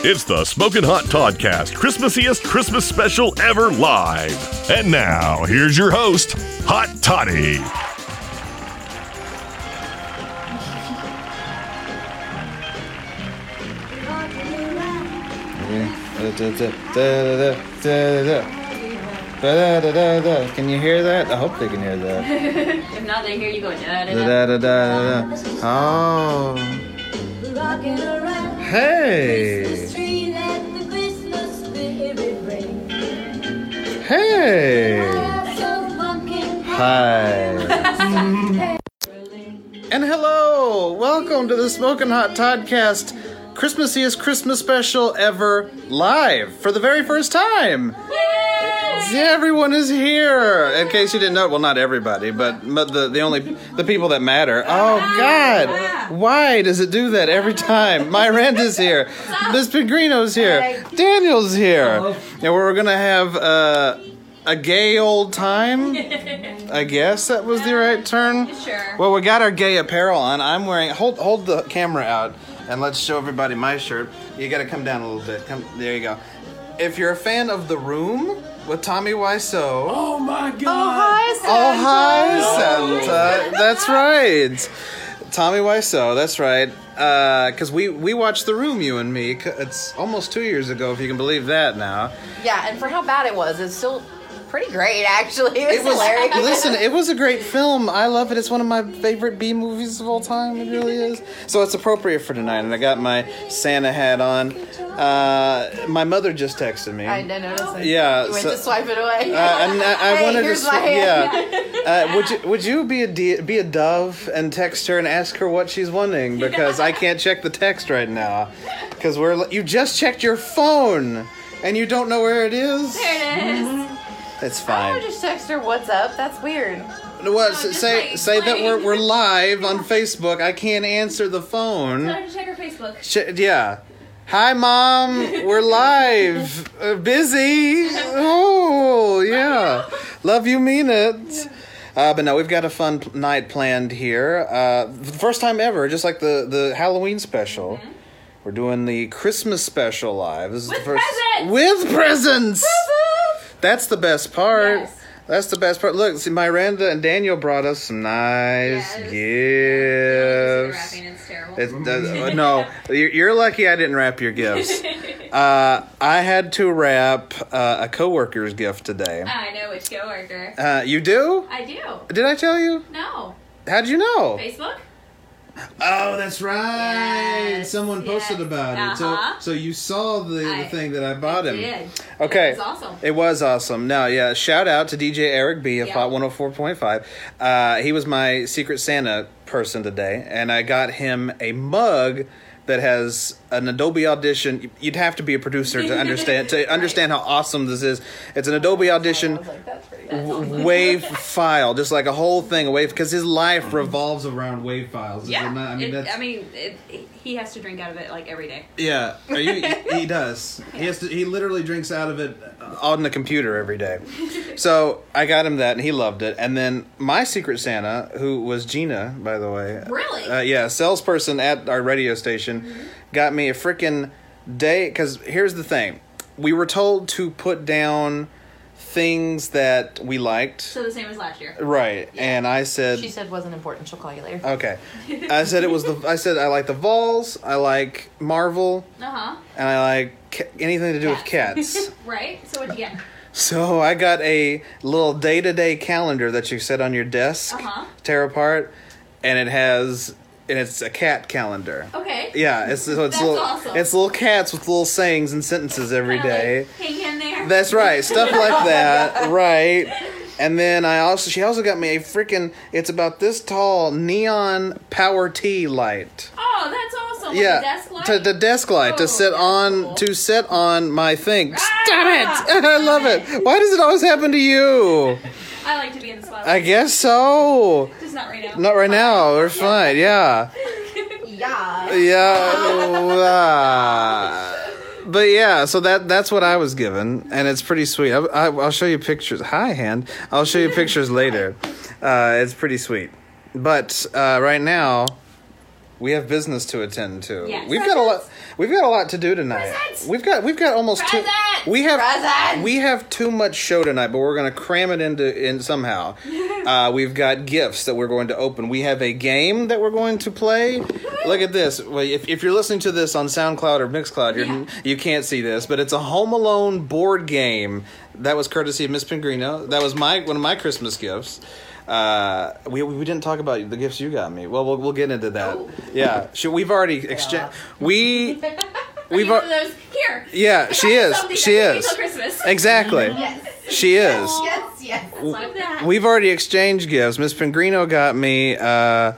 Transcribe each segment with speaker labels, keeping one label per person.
Speaker 1: It's the Smokin' Hot Toddcast, Christmasiest Christmas special ever live. And now, here's your host, Hot Toddy.
Speaker 2: Can you hear that? I hope they can hear that.
Speaker 3: If not, they hear you "Uh, go da da da.
Speaker 2: Da, da, da, da, da. Oh.
Speaker 4: Rocking around
Speaker 2: Hey.
Speaker 4: Christmas tree, let the Christmas spirit ring.
Speaker 2: Hey.
Speaker 4: Have some pumpkin
Speaker 2: Hi.
Speaker 4: filling.
Speaker 2: And hello. Welcome to the Smoking Hot Toddcast Christmasiest Christmas special ever live for the very first time. Yeah, everyone is here. In case you didn't know, well, not everybody, but m- the the only the people that matter. Oh God, why does it do that every time? Myranda's here, Miss Pingrino's here, Daniel's here, and we're gonna have uh, a gay old time. I guess that was the right turn.
Speaker 3: Sure.
Speaker 2: Well, we got our gay apparel on. I'm wearing. Hold hold the camera out and let's show everybody my shirt. You got to come down a little bit. Come there you go. If you're a fan of The Room with Tommy Wiseau,
Speaker 5: Oh my god!
Speaker 2: oh hi Santa. That's right. Tommy Wiseau. That's right. Because we we watched The Room, you and me. c- It's almost two years ago, if you can believe that now.
Speaker 6: Yeah, and for how bad it was, it's still pretty great actually. It's
Speaker 2: It was
Speaker 6: hilarious.
Speaker 2: listen. It was a great film. I love it. It's one of my favorite B movies of all time. It really is. So it's appropriate for tonight. And I got my Santa hat on. Uh, my mother just texted me.
Speaker 6: I didn't notice it.
Speaker 2: Yeah,
Speaker 6: You went
Speaker 2: so-
Speaker 6: to swipe it away.
Speaker 2: Uh, and I, I
Speaker 6: Hey,
Speaker 2: wanted
Speaker 6: here's
Speaker 2: to.
Speaker 6: my
Speaker 2: sw-
Speaker 6: hand.
Speaker 2: Yeah. Uh, would you Would you be a de- be a dove and text her and ask her what she's wanting because I can't check the text right now because we're li- you just checked your phone and you don't know where it is.
Speaker 3: There it is.
Speaker 2: It's
Speaker 6: I
Speaker 2: fine.
Speaker 6: would just text her what's up. That's weird.
Speaker 2: What?
Speaker 3: No, just
Speaker 2: say
Speaker 3: like
Speaker 2: say that we're,
Speaker 3: playing.
Speaker 2: we're live on Facebook. I can't answer the
Speaker 3: Tell
Speaker 2: phone.
Speaker 3: her to check her Facebook.
Speaker 2: Sh- yeah. Hi, mom. We're live. Uh, busy. Oh, yeah. Love you, mean it. Uh, but no, we've got a fun p- night planned here. Uh, f- first time ever, just like the, the Halloween special. We're doing the Christmas special live. This is the
Speaker 3: Mm-hmm. With presents!
Speaker 2: first with presents. That's the best part.
Speaker 3: Yes.
Speaker 2: That's the best part. Look, see, Miranda and Daniel brought us some nice
Speaker 3: Yes.
Speaker 2: gifts.
Speaker 3: Wrapping, it's terrible.
Speaker 2: It, uh, no, you're, you're lucky I didn't wrap your gifts. Uh, I had to wrap uh, a coworker's gift today.
Speaker 3: I know which coworker.
Speaker 2: Uh, you do?
Speaker 3: I do.
Speaker 2: Did I tell you?
Speaker 3: No.
Speaker 2: How'd you know?
Speaker 3: Facebook?
Speaker 2: Oh, that's right.
Speaker 3: Yes, yes. Uh-huh.
Speaker 2: so you saw the,
Speaker 3: I-
Speaker 2: that I bought
Speaker 3: I did.
Speaker 2: Okay.
Speaker 3: It was awesome.
Speaker 2: It was awesome. No, yeah. Shout out to DJ Eric B of
Speaker 3: Yeah.
Speaker 2: Hot 104.5. Uh, he was my Secret Santa person today, and I got him a mug that has an Adobe Audition. You'd have to be a producer to understand to understand how awesome this is. It's an Adobe
Speaker 6: I
Speaker 2: Audition
Speaker 6: was like, that's pretty bad.
Speaker 2: w- wave file, just like a whole thing, a wave, because his life revolves around wave files. Is
Speaker 3: Mm-hmm. Yeah.
Speaker 2: it not-
Speaker 3: It- I mean, it, it- he has to drink out of it like every day.
Speaker 2: Yeah, Are you, he does. He has to. He literally drinks out of it uh, on the computer every day. So I got him that, and he loved it. And then my secret Santa, who was Gina, by the way,
Speaker 3: Really? Mm-hmm.
Speaker 2: uh, yeah, salesperson at our radio station, got me a freaking day. Because here's the thing, we were told to put down things that we liked,
Speaker 3: So the same as last year.
Speaker 2: right? And I said,
Speaker 6: She said wasn't important. She'll call you later.
Speaker 2: okay. I said it was the. I said I like the Vols. I like Marvel
Speaker 3: Uh huh.
Speaker 2: and I like ca- anything to do with cats.
Speaker 3: Right? So what'd you get?
Speaker 2: so I got a little day to day calendar that you set on your desk,
Speaker 3: Uh-huh.
Speaker 2: tear apart, and it has and it's a cat calendar.
Speaker 3: Okay.
Speaker 2: Yeah, it's so it's
Speaker 3: That's
Speaker 2: little
Speaker 3: awesome.
Speaker 2: it's little cats with little sayings and sentences every
Speaker 3: Kinda like,
Speaker 2: day.
Speaker 3: hang in there.
Speaker 2: That's right, stuff like that, right? And then I also she also got me a freaking it's about this tall neon power tea light
Speaker 3: oh, that's awesome. Like
Speaker 2: yeah,
Speaker 3: a desk light?
Speaker 2: to the desk light
Speaker 3: Oh,
Speaker 2: to sit
Speaker 3: that's
Speaker 2: on
Speaker 3: cool.
Speaker 2: to sit on my thing.
Speaker 3: Ah!
Speaker 2: Stop it! I love it. Why does it always happen to you?
Speaker 3: I like to be in the spotlight.
Speaker 2: I guess so.
Speaker 3: Just not right now.
Speaker 2: Not right now. We're fine. Yeah,
Speaker 6: Yeah.
Speaker 2: Uh, yeah. uh, But yeah, so that that's what I was given, and it's pretty sweet. I, I, I'll show you pictures. Hi, hand. I'll show you pictures later. Uh, it's pretty sweet. But uh, right now, We have business to attend to.
Speaker 3: Yes.
Speaker 2: We've got a lot. We've got a lot to do tonight.
Speaker 3: Presents.
Speaker 2: We've got we've got almost
Speaker 3: Presents.
Speaker 2: two. We have
Speaker 6: Presents.
Speaker 2: we have too much show tonight, but we're going to cram it into in somehow. uh, we've got gifts that we're going to open. We have a game that we're going to play. Look at this. Well, if, if you're listening to this on SoundCloud or Mixcloud, you're,
Speaker 3: Yeah.
Speaker 2: you can't see this, but it's a Home Alone board game. That was courtesy of Miss Pingrino. That was my one of my Christmas gifts. Uh, we, we didn't talk about the gifts you got me. Well, we'll, we'll get into that.
Speaker 3: Oh.
Speaker 2: Yeah, sure, we've already exchanged. We we've
Speaker 3: We've
Speaker 2: al-
Speaker 3: one of those here.
Speaker 2: yeah, she
Speaker 3: I got
Speaker 2: is.
Speaker 3: something
Speaker 2: She
Speaker 3: that will be
Speaker 2: is.
Speaker 3: till Christmas.
Speaker 2: Exactly. She is.
Speaker 6: Yes, yes.
Speaker 3: Love that.
Speaker 2: We've already exchanged gifts. Miss Pingrino got me uh, uh,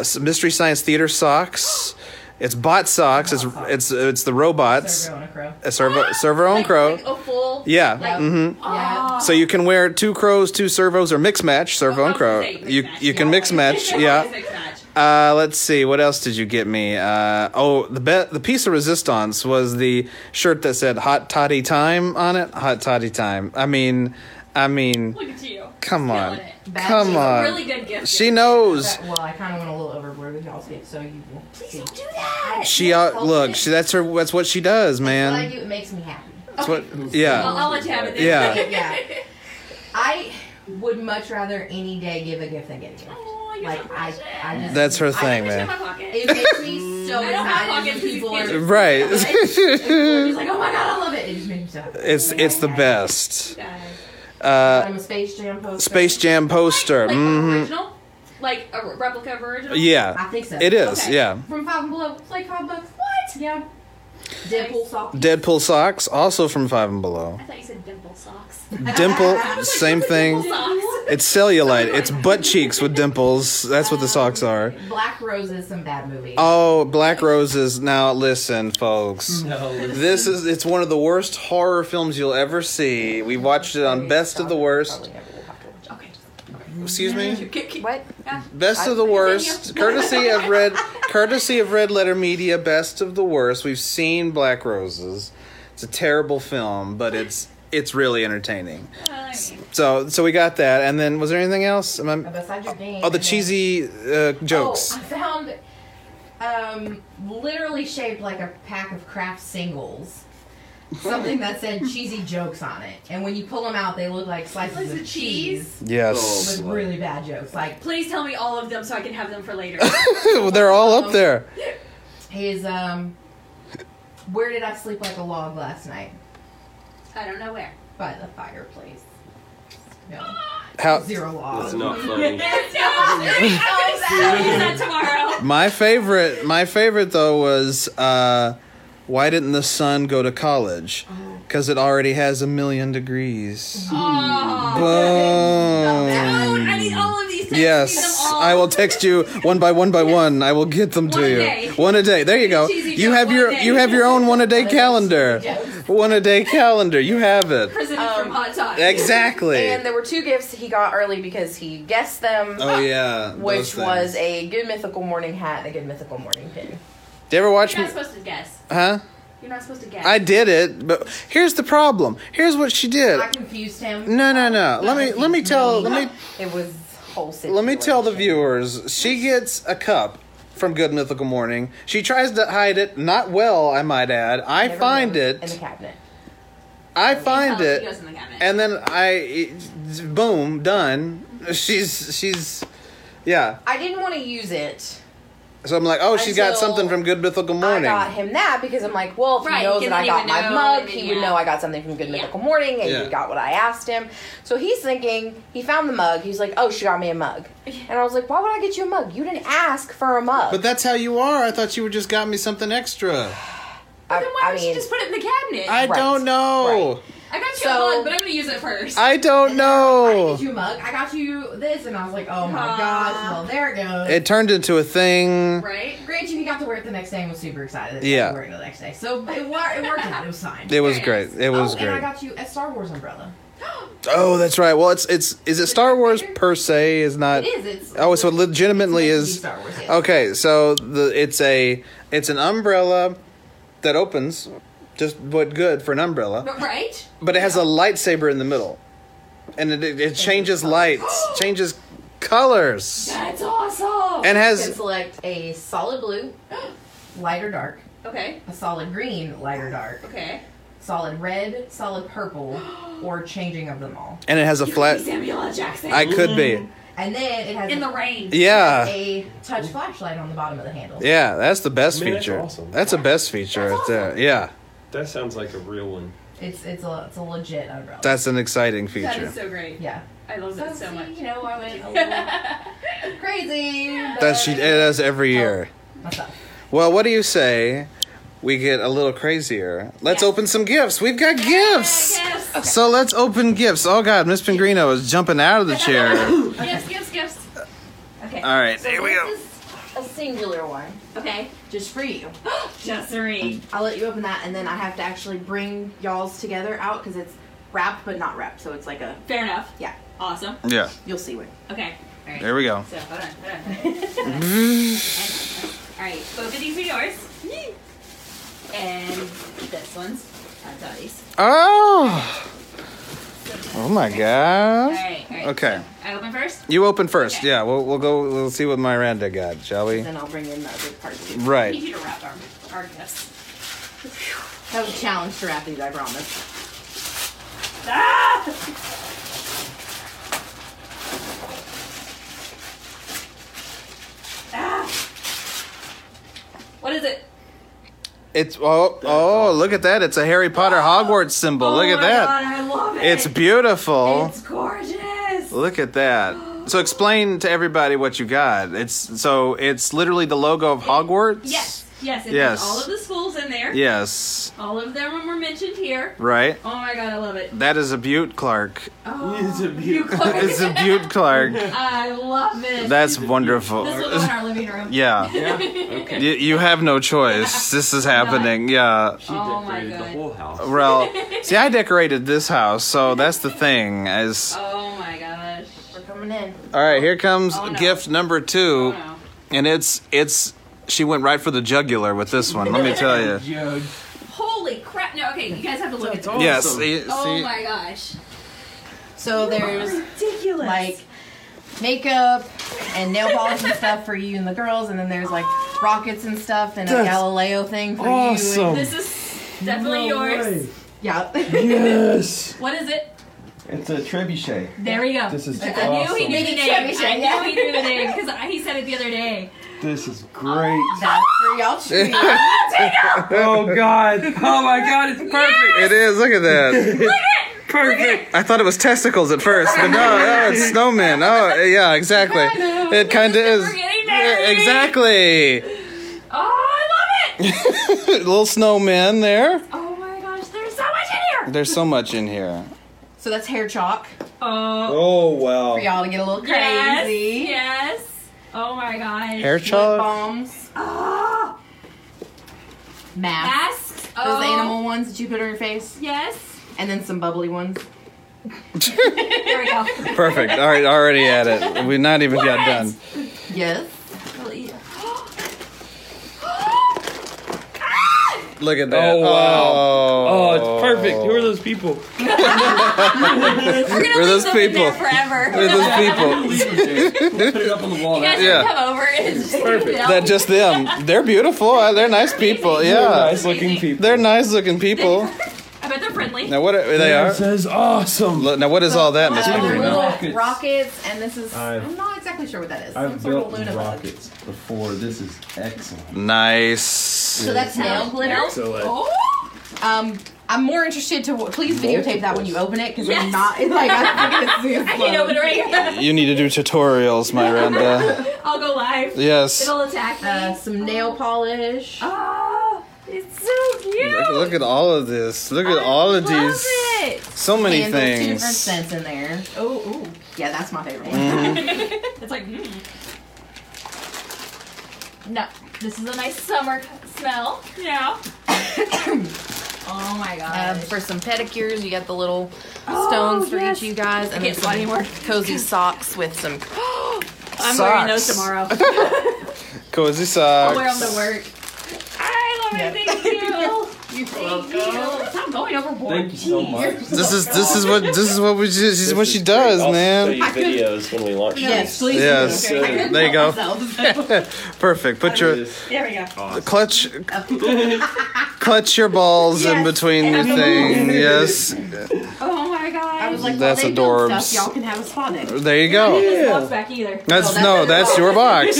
Speaker 2: s- Mystery Science Theater socks. It's bot socks. It's it's it's the robots.
Speaker 5: Everyone a crow.
Speaker 2: A servo servo own
Speaker 3: Like-
Speaker 2: crow.
Speaker 3: Like a full.
Speaker 2: Yeah.
Speaker 3: Like,
Speaker 2: Mm-hmm.
Speaker 3: aw.
Speaker 2: So you can wear two crows, two servos, or mix match servo
Speaker 3: I
Speaker 2: and
Speaker 3: was
Speaker 2: crow.
Speaker 3: gonna say mix
Speaker 2: You
Speaker 3: match.
Speaker 2: you can mix match.
Speaker 3: Always
Speaker 2: Yeah.
Speaker 3: mix match.
Speaker 2: Uh, let's see. What else did you get me? Uh, oh, the be- the piece of resistance was the shirt that said "Hot Toddy Time" on it. Hot Toddy Time. I mean, I mean,
Speaker 3: Look at you.
Speaker 2: come on,
Speaker 3: Killing it.
Speaker 2: come
Speaker 3: She's
Speaker 2: on.
Speaker 3: A really good gift.
Speaker 2: She knows.
Speaker 5: That- well, I kind of went a little overboard with y'all's gifts, so you will see.
Speaker 6: Don't do that.
Speaker 2: She uh, look. She, that's her. That's what she does,
Speaker 5: What I
Speaker 2: man.
Speaker 5: do, it makes me happy.
Speaker 2: That's what.
Speaker 3: I'll,
Speaker 2: Yeah.
Speaker 3: I'll let you have it.
Speaker 2: Yeah.
Speaker 5: Yeah. I would much rather any day give a gift than get a gift.
Speaker 3: Aw, you're so
Speaker 5: Like I, I just
Speaker 2: That's her
Speaker 5: I-
Speaker 2: thing,
Speaker 3: It's in my
Speaker 2: man.
Speaker 3: pocket.
Speaker 5: It makes me so
Speaker 3: I don't have
Speaker 5: excited
Speaker 3: pockets,
Speaker 5: when people
Speaker 3: it's
Speaker 5: are
Speaker 2: Right.
Speaker 5: She's like, oh my god, I love it. It just makes me so happy.
Speaker 2: It's it's the best.
Speaker 3: Guys.
Speaker 2: Uh,
Speaker 5: I'm a Space Jam poster.
Speaker 2: Space Jam poster.
Speaker 3: Like
Speaker 2: hmm
Speaker 3: original, like a re- replica of original.
Speaker 5: I
Speaker 2: Yeah.
Speaker 5: think so.
Speaker 2: It is.
Speaker 3: Okay.
Speaker 2: Yeah.
Speaker 5: From Five and Below. It's like five bucks. What? Yeah. Deadpool soft.
Speaker 2: Deadpool socks, also from Five and Below.
Speaker 3: I thought you said dimple socks.
Speaker 2: Dimple, same thing.
Speaker 3: Dimple socks.
Speaker 2: It's cellulite. It's butt cheeks with dimples. That's what the socks are.
Speaker 5: Black Roses, some bad movie.
Speaker 2: Oh, Black Roses. Now listen, folks. This is it's one of the worst horror films you'll ever see. We watched it on Best of the Worst.
Speaker 3: Okay.
Speaker 2: Excuse me.
Speaker 3: Keep- keep-
Speaker 6: What?
Speaker 2: Best of the Worst. Courtesy of Red Courtesy of Red Letter Media, Best of the Worst. We've seen Black Roses. It's a terrible film, but it's it's really entertaining.
Speaker 3: I mean,
Speaker 2: So so we got that. And then was there anything else? Am I-
Speaker 5: Beside Uh, your game.
Speaker 2: Oh, the
Speaker 5: and then-
Speaker 2: cheesy uh, jokes.
Speaker 5: Oh, I found um, literally shaped like a pack of craft singles. Something that said cheesy jokes on it, and when you pull them out, they look like slices
Speaker 3: Slices
Speaker 5: of
Speaker 3: of
Speaker 5: cheese,
Speaker 2: Yes.
Speaker 5: with really bad jokes. Like
Speaker 3: Please tell me all of them so I can have them for later.
Speaker 2: They're all up there.
Speaker 5: his um, where did I sleep like a log last night?
Speaker 3: I don't know where.
Speaker 5: By the fireplace. No,
Speaker 2: How
Speaker 5: zero log.
Speaker 7: That's not funny.
Speaker 3: I'll use that tomorrow.
Speaker 2: my favorite my favorite though was uh why didn't the sun go to college?
Speaker 3: Uh-huh.
Speaker 2: Cuz it already has a million degrees.
Speaker 3: Oh.
Speaker 2: Boom.
Speaker 3: I need all of these. Things.
Speaker 2: Yes, I will text you one by one by one. I will get them to
Speaker 3: One a
Speaker 2: you.
Speaker 3: day.
Speaker 2: One a day. There you go.
Speaker 3: Cheesy
Speaker 2: You
Speaker 3: joke,
Speaker 2: have
Speaker 3: one
Speaker 2: your
Speaker 3: a day.
Speaker 2: you have your own one a day calendar. One a day calendar. You have it.
Speaker 3: Prison from Hot Top.
Speaker 2: Exactly.
Speaker 6: And there were two gifts he got early because he guessed them.
Speaker 2: Oh yeah. those
Speaker 6: Which
Speaker 2: things.
Speaker 6: was a good mythical morning hat and a good mythical morning pin.
Speaker 2: Do you ever watch
Speaker 3: You're
Speaker 2: me?
Speaker 3: not supposed to guess.
Speaker 2: Huh?
Speaker 3: You're not supposed to guess.
Speaker 2: I did it, but here's the problem. Here's what she did.
Speaker 5: I confused him. Uh,
Speaker 2: No, no, no. Let me let me tell let me
Speaker 6: It was whole situation.
Speaker 2: let me tell the viewers. She gets a cup from Good Mythical Morning. She tries to hide it, not well, I might add. I
Speaker 6: Never
Speaker 2: find
Speaker 6: mind. in the
Speaker 2: it.
Speaker 6: cabinet.
Speaker 2: I
Speaker 3: Tell
Speaker 2: find
Speaker 3: them Oh, he goes
Speaker 2: it,
Speaker 3: in the cabinet.
Speaker 2: and then I, boom, done. She's she's, yeah.
Speaker 6: I didn't want to use it.
Speaker 2: So I'm like, oh, she's got
Speaker 6: Until
Speaker 2: something from Good Mythical
Speaker 6: I
Speaker 2: Morning.
Speaker 6: got him that because I'm like, well, if
Speaker 3: Right,
Speaker 6: he knows
Speaker 3: because
Speaker 6: that I
Speaker 3: then he
Speaker 6: got
Speaker 3: would
Speaker 6: my
Speaker 3: know,
Speaker 6: mug,
Speaker 3: and
Speaker 6: he
Speaker 3: then,
Speaker 6: would
Speaker 3: yeah.
Speaker 6: know I got something from Good
Speaker 3: Yeah.
Speaker 6: Mythical Morning, and
Speaker 2: Yeah.
Speaker 6: he got what I asked him. So he's thinking he found the mug. He's like, oh, she got me a mug, and I was like, why would I get you a mug? You didn't ask for a mug.
Speaker 2: But that's how you are. I thought you were just got me something extra.
Speaker 6: I,
Speaker 3: then why
Speaker 6: I
Speaker 3: would she
Speaker 6: mean,
Speaker 3: just put it in the cabinet?
Speaker 2: I
Speaker 3: I,
Speaker 6: Right.
Speaker 2: don't know.
Speaker 3: got you
Speaker 6: So-
Speaker 3: a mug, but I'm gonna use it first.
Speaker 2: I don't
Speaker 5: I didn't
Speaker 2: know.
Speaker 5: get you a mug. I got you this, and I was like, oh my
Speaker 3: Aw.
Speaker 5: gosh. Well, there it goes.
Speaker 2: It turned into a thing.
Speaker 3: right?
Speaker 5: Granted, he got to wear it the next day and was super excited. that
Speaker 2: Yeah.
Speaker 5: He wearing it the next day. So it, wor- it worked out. It was fine.
Speaker 2: It was great. It was
Speaker 5: oh,
Speaker 2: great.
Speaker 5: And I got you a Star Wars umbrella.
Speaker 2: Oh, that's right. Well, it's it's is it Star Wars per se is not.
Speaker 5: It is. It's.
Speaker 2: Oh, so it legitimately
Speaker 5: it's meant to be
Speaker 2: is. Oh,
Speaker 5: Star Wars. Yes.
Speaker 2: Okay, so the it's a it's an umbrella that opens, just what good for an umbrella,
Speaker 3: But right?
Speaker 2: but it has a lightsaber in the middle, and it it, it changes lights, changes colors.
Speaker 8: That's awesome.
Speaker 2: And
Speaker 5: You can
Speaker 2: has
Speaker 5: select a solid blue, light or dark,
Speaker 8: okay.
Speaker 5: a solid green, light or dark,
Speaker 8: Okay.
Speaker 5: solid red, solid purple, or changing of them all.
Speaker 2: and it has a flat.
Speaker 8: Be Samuel L. Jackson.
Speaker 2: I could be.
Speaker 5: And then it has
Speaker 8: in the rain.
Speaker 2: Yeah.
Speaker 5: a touch flashlight on the bottom of the handle.
Speaker 2: Yeah, that's the best
Speaker 9: I mean, that's
Speaker 2: feature.
Speaker 9: awesome.
Speaker 2: That's a best feature right there. Yeah.
Speaker 9: That sounds like a real one.
Speaker 5: It's it's a it's a legit umbrella.
Speaker 2: That's an exciting
Speaker 8: That is
Speaker 2: feature.
Speaker 8: so great.
Speaker 5: yeah.
Speaker 8: I love that so
Speaker 5: see,
Speaker 8: much.
Speaker 5: You know, I went a little crazy. but
Speaker 2: That she it does every
Speaker 8: Oh.
Speaker 2: year.
Speaker 5: What's up?
Speaker 2: Well, what do you say? We get a little crazier. Let's
Speaker 8: Yes.
Speaker 2: open some gifts. We've got gifts.
Speaker 8: Gifts.
Speaker 5: Oh,
Speaker 2: So let's open gifts. Oh God, Miss Pingrino is jumping out of the chair. All
Speaker 8: Gifts, gifts, gifts. Okay.
Speaker 2: right, here we go.
Speaker 10: This is a singular one.
Speaker 8: Okay.
Speaker 5: Just for you.
Speaker 8: Jessery.
Speaker 5: I'll let you open that, and then I have to actually bring y'all's together out because it's wrapped but not wrapped, so it's like a
Speaker 8: Fair enough.
Speaker 5: yeah.
Speaker 8: Awesome.
Speaker 2: Yeah,
Speaker 5: You'll see when.
Speaker 8: Okay. All right.
Speaker 2: there we go.
Speaker 8: So hold on, hold on. All right, both of these are yours, and this one's Daddy's.
Speaker 2: Oh. Oh my
Speaker 8: All
Speaker 2: God.
Speaker 8: right, all right.
Speaker 2: Okay.
Speaker 8: I open first.
Speaker 2: You open first.
Speaker 8: Okay.
Speaker 2: Yeah, we'll, we'll go. We'll see what Miranda got, shall we?
Speaker 5: Then I'll bring in the other part too.
Speaker 8: I need
Speaker 2: Right.
Speaker 8: you to wrap our our gifts.
Speaker 5: That was a challenge to wrap these, I promise.
Speaker 8: Ah! Ah! What is it?
Speaker 2: It's oh oh look at that! It's a Harry Potter Hogwarts symbol. Look
Speaker 8: oh
Speaker 2: at
Speaker 8: my
Speaker 2: that.
Speaker 8: God, I love it.
Speaker 2: It's beautiful.
Speaker 8: It's gorgeous.
Speaker 2: Look at that. So explain to everybody what you got. It's so it's literally the logo of Hogwarts.
Speaker 8: Yes, yes, it
Speaker 2: Yes.
Speaker 8: has all of the schools in there.
Speaker 2: Yes.
Speaker 8: All of them were mentioned here.
Speaker 2: Right.
Speaker 8: Oh my god, I love it.
Speaker 2: That is a Butte Clark.
Speaker 9: It's a
Speaker 8: You
Speaker 9: beautiful.
Speaker 8: Clark.
Speaker 2: It's a Butte Clark.
Speaker 8: I love it.
Speaker 2: That's
Speaker 8: this
Speaker 2: wonderful.
Speaker 8: will go in our living room.
Speaker 2: Yeah.
Speaker 9: Yeah. Okay.
Speaker 2: You, you have no choice. This is happening. Yeah.
Speaker 9: She
Speaker 8: Oh my
Speaker 9: decorated the
Speaker 8: God.
Speaker 9: whole house.
Speaker 2: Well, see, I decorated this house, so that's the thing. Is
Speaker 8: Oh my gosh.
Speaker 5: We're coming in.
Speaker 2: all right. Here comes
Speaker 8: Oh, no.
Speaker 2: gift number two,
Speaker 8: Oh no.
Speaker 2: and it's it's. She went right for the jugular with this one. Let me tell you.
Speaker 9: Yo,
Speaker 8: Holy crap. No, okay, you guys have to look at this.
Speaker 9: Awesome.
Speaker 2: Yes. See, see,
Speaker 8: Oh my gosh.
Speaker 5: So there's
Speaker 8: Ridiculous.
Speaker 5: like makeup and nail polish and stuff for you and the girls, and then there's like rockets and stuff and a
Speaker 9: That's
Speaker 5: Galileo thing for you.
Speaker 9: awesome.
Speaker 5: and-
Speaker 8: this is definitely
Speaker 9: no
Speaker 8: yours.
Speaker 9: way.
Speaker 5: Yeah.
Speaker 9: Yes.
Speaker 8: What is it?
Speaker 9: It's a trebuchet.
Speaker 8: There we go.
Speaker 9: This is
Speaker 8: I knew he
Speaker 9: awesome.
Speaker 8: knew the name. I knew he knew the name because he said it the other day.
Speaker 9: This is great.
Speaker 5: That's for y'all to treat.
Speaker 9: Oh God. Oh my God. It's perfect.
Speaker 2: It is. Look at that.
Speaker 9: Perfect.
Speaker 2: I thought it was testicles at first, but no, no, it's snowmen. Oh, yeah, exactly. It kind of is.
Speaker 8: We're
Speaker 2: Yeah,
Speaker 8: getting married.
Speaker 2: Exactly.
Speaker 8: Oh, I love it.
Speaker 2: Little snowmen there.
Speaker 8: Oh my gosh, there's so much in here.
Speaker 2: There's so much in here.
Speaker 5: So that's hair chalk
Speaker 8: Oh.
Speaker 9: Oh wow.
Speaker 5: for y'all to get a little crazy.
Speaker 8: Yes. Yes. Oh my gosh.
Speaker 2: Hair
Speaker 5: Lip
Speaker 2: chalk.
Speaker 5: balms,
Speaker 8: Oh,
Speaker 5: masks,
Speaker 8: masks. Oh.
Speaker 5: those animal ones that you put on your face,
Speaker 8: Yes.
Speaker 5: and then some bubbly ones.
Speaker 8: There we go.
Speaker 2: Perfect. All right, already at it. We're not even yet done.
Speaker 5: Yes.
Speaker 2: Look at that.
Speaker 9: Oh, wow.
Speaker 2: Oh,
Speaker 9: Oh, it's perfect. Who are those people?
Speaker 8: We're gonna
Speaker 2: We're
Speaker 8: leave
Speaker 2: those
Speaker 8: them in
Speaker 2: people.
Speaker 8: there forever.
Speaker 2: Look at those people.
Speaker 9: Leave it there. Put it up on the wall.
Speaker 8: You guys
Speaker 2: Yeah.
Speaker 8: yeah. come over and it's just perfect.
Speaker 2: That just them. They're beautiful. Uh, They're nice people. Yeah.
Speaker 9: nice looking people.
Speaker 2: They're nice looking people.
Speaker 8: I bet they're friendly.
Speaker 2: Now what are they are?
Speaker 9: This is awesome.
Speaker 2: Look, Now what is all that, Miss
Speaker 5: Uh,
Speaker 9: Pingrino?
Speaker 2: Pingrino?
Speaker 5: little
Speaker 9: Rockets.
Speaker 5: rockets. and this is i
Speaker 9: I've-
Speaker 5: am not exactly sure what that is. Some
Speaker 9: I've
Speaker 5: sort
Speaker 9: built
Speaker 5: of Luna bug.
Speaker 9: rockets before. This is excellent.
Speaker 2: Nice.
Speaker 5: So that's nail glitter.
Speaker 9: Excellent.
Speaker 8: Oh,
Speaker 5: Um, I'm more interested to please videotape that when you open it because I'm
Speaker 8: Yes.
Speaker 5: not like I'm gonna see it.
Speaker 8: I can't open it right.
Speaker 2: You need to do tutorials, Miranda.
Speaker 8: I'll go live.
Speaker 2: Yes.
Speaker 8: It'll attack me.
Speaker 5: Uh, some nail polish.
Speaker 8: oh, it's so cute.
Speaker 2: Look, look at all of this. Look at
Speaker 8: I
Speaker 2: all of
Speaker 8: love
Speaker 2: these.
Speaker 8: it.
Speaker 2: So many
Speaker 5: candles, Two different
Speaker 2: things.
Speaker 5: scents in there.
Speaker 8: Oh, oh.
Speaker 5: Yeah, that's my favorite
Speaker 11: Mm.
Speaker 5: one.
Speaker 8: It's like. Mm. No, this is a nice summer smell. Yeah. oh my
Speaker 5: Um,
Speaker 8: god.
Speaker 5: for some pedicures, you got the little
Speaker 8: Oh,
Speaker 5: stones for
Speaker 8: yes.
Speaker 5: each of you guys, and then
Speaker 8: can't
Speaker 5: some
Speaker 8: spot anymore.
Speaker 5: cozy socks with some.
Speaker 8: I'm wearing those
Speaker 2: Socks.
Speaker 8: tomorrow.
Speaker 2: Cozy socks.
Speaker 8: I'll wear them to work. I love it. Thank you. You're welcome. Stop going overboard.
Speaker 12: Thank you so
Speaker 8: Jeez.
Speaker 12: much.
Speaker 11: This is this is what this is what we she- this is what she does, man.
Speaker 9: Show you videos when we launch.
Speaker 5: Yes, please.
Speaker 11: Yes,
Speaker 9: Okay.
Speaker 11: uh, there you go. Perfect. Put your
Speaker 9: these.
Speaker 8: There we go.
Speaker 11: clutch, clutch your balls in between your thing. Yes,
Speaker 8: Oh my
Speaker 5: I
Speaker 8: god.
Speaker 5: was like,
Speaker 11: That's
Speaker 5: That's adorbs.
Speaker 11: adorbs.
Speaker 5: Stuff, y'all can have a Sonic.
Speaker 11: there you
Speaker 2: Oh.
Speaker 11: go.
Speaker 8: This box back either.
Speaker 11: That's no, that's your box.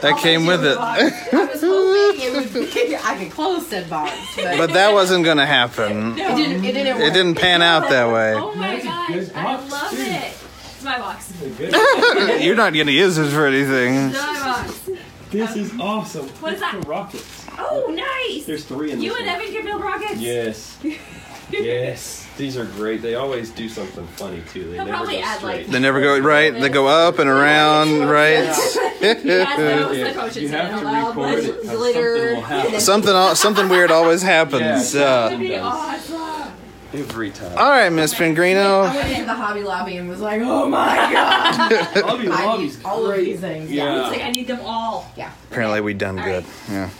Speaker 11: That came with it,
Speaker 5: I was hoping it would be, I could close said box, but,
Speaker 11: but that wasn't gonna happen.
Speaker 5: it didn't. It didn't work.
Speaker 11: It didn't pan out that way.
Speaker 8: Oh my
Speaker 12: That's a
Speaker 8: god.
Speaker 12: good
Speaker 8: I
Speaker 12: box,
Speaker 8: love
Speaker 12: too.
Speaker 8: it. It's my box. It's
Speaker 11: You're not gonna use it for anything.
Speaker 8: my box.
Speaker 12: This is awesome.
Speaker 8: What is
Speaker 12: Look at
Speaker 8: that?
Speaker 12: The rockets.
Speaker 8: Oh, nice.
Speaker 12: There's three in this
Speaker 8: You
Speaker 12: one.
Speaker 8: and Evan can build rockets.
Speaker 9: Yes. yes. These are great. They always do something funny too. They
Speaker 8: They'll
Speaker 9: never
Speaker 8: probably
Speaker 9: go
Speaker 8: add,
Speaker 9: straight.
Speaker 11: They never go right. They go up and around,
Speaker 8: That's
Speaker 11: right?
Speaker 8: what the coaches
Speaker 12: you
Speaker 8: in
Speaker 12: have to
Speaker 8: allowed.
Speaker 12: record
Speaker 8: That
Speaker 12: it. or Something will happen.
Speaker 11: Something al- something weird always happens. Uh,
Speaker 8: would be
Speaker 9: Yes.
Speaker 8: awesome.
Speaker 9: Every time.
Speaker 11: all right, Miss Pingrino.
Speaker 5: I went into the Hobby Lobby and was like, oh my god!
Speaker 12: Hobby
Speaker 5: I
Speaker 12: Lobby's
Speaker 5: need all of
Speaker 12: great.
Speaker 5: these things.
Speaker 12: Yeah.
Speaker 8: It's like, I need them all.
Speaker 5: Yeah.
Speaker 11: Apparently, we done good. Yeah.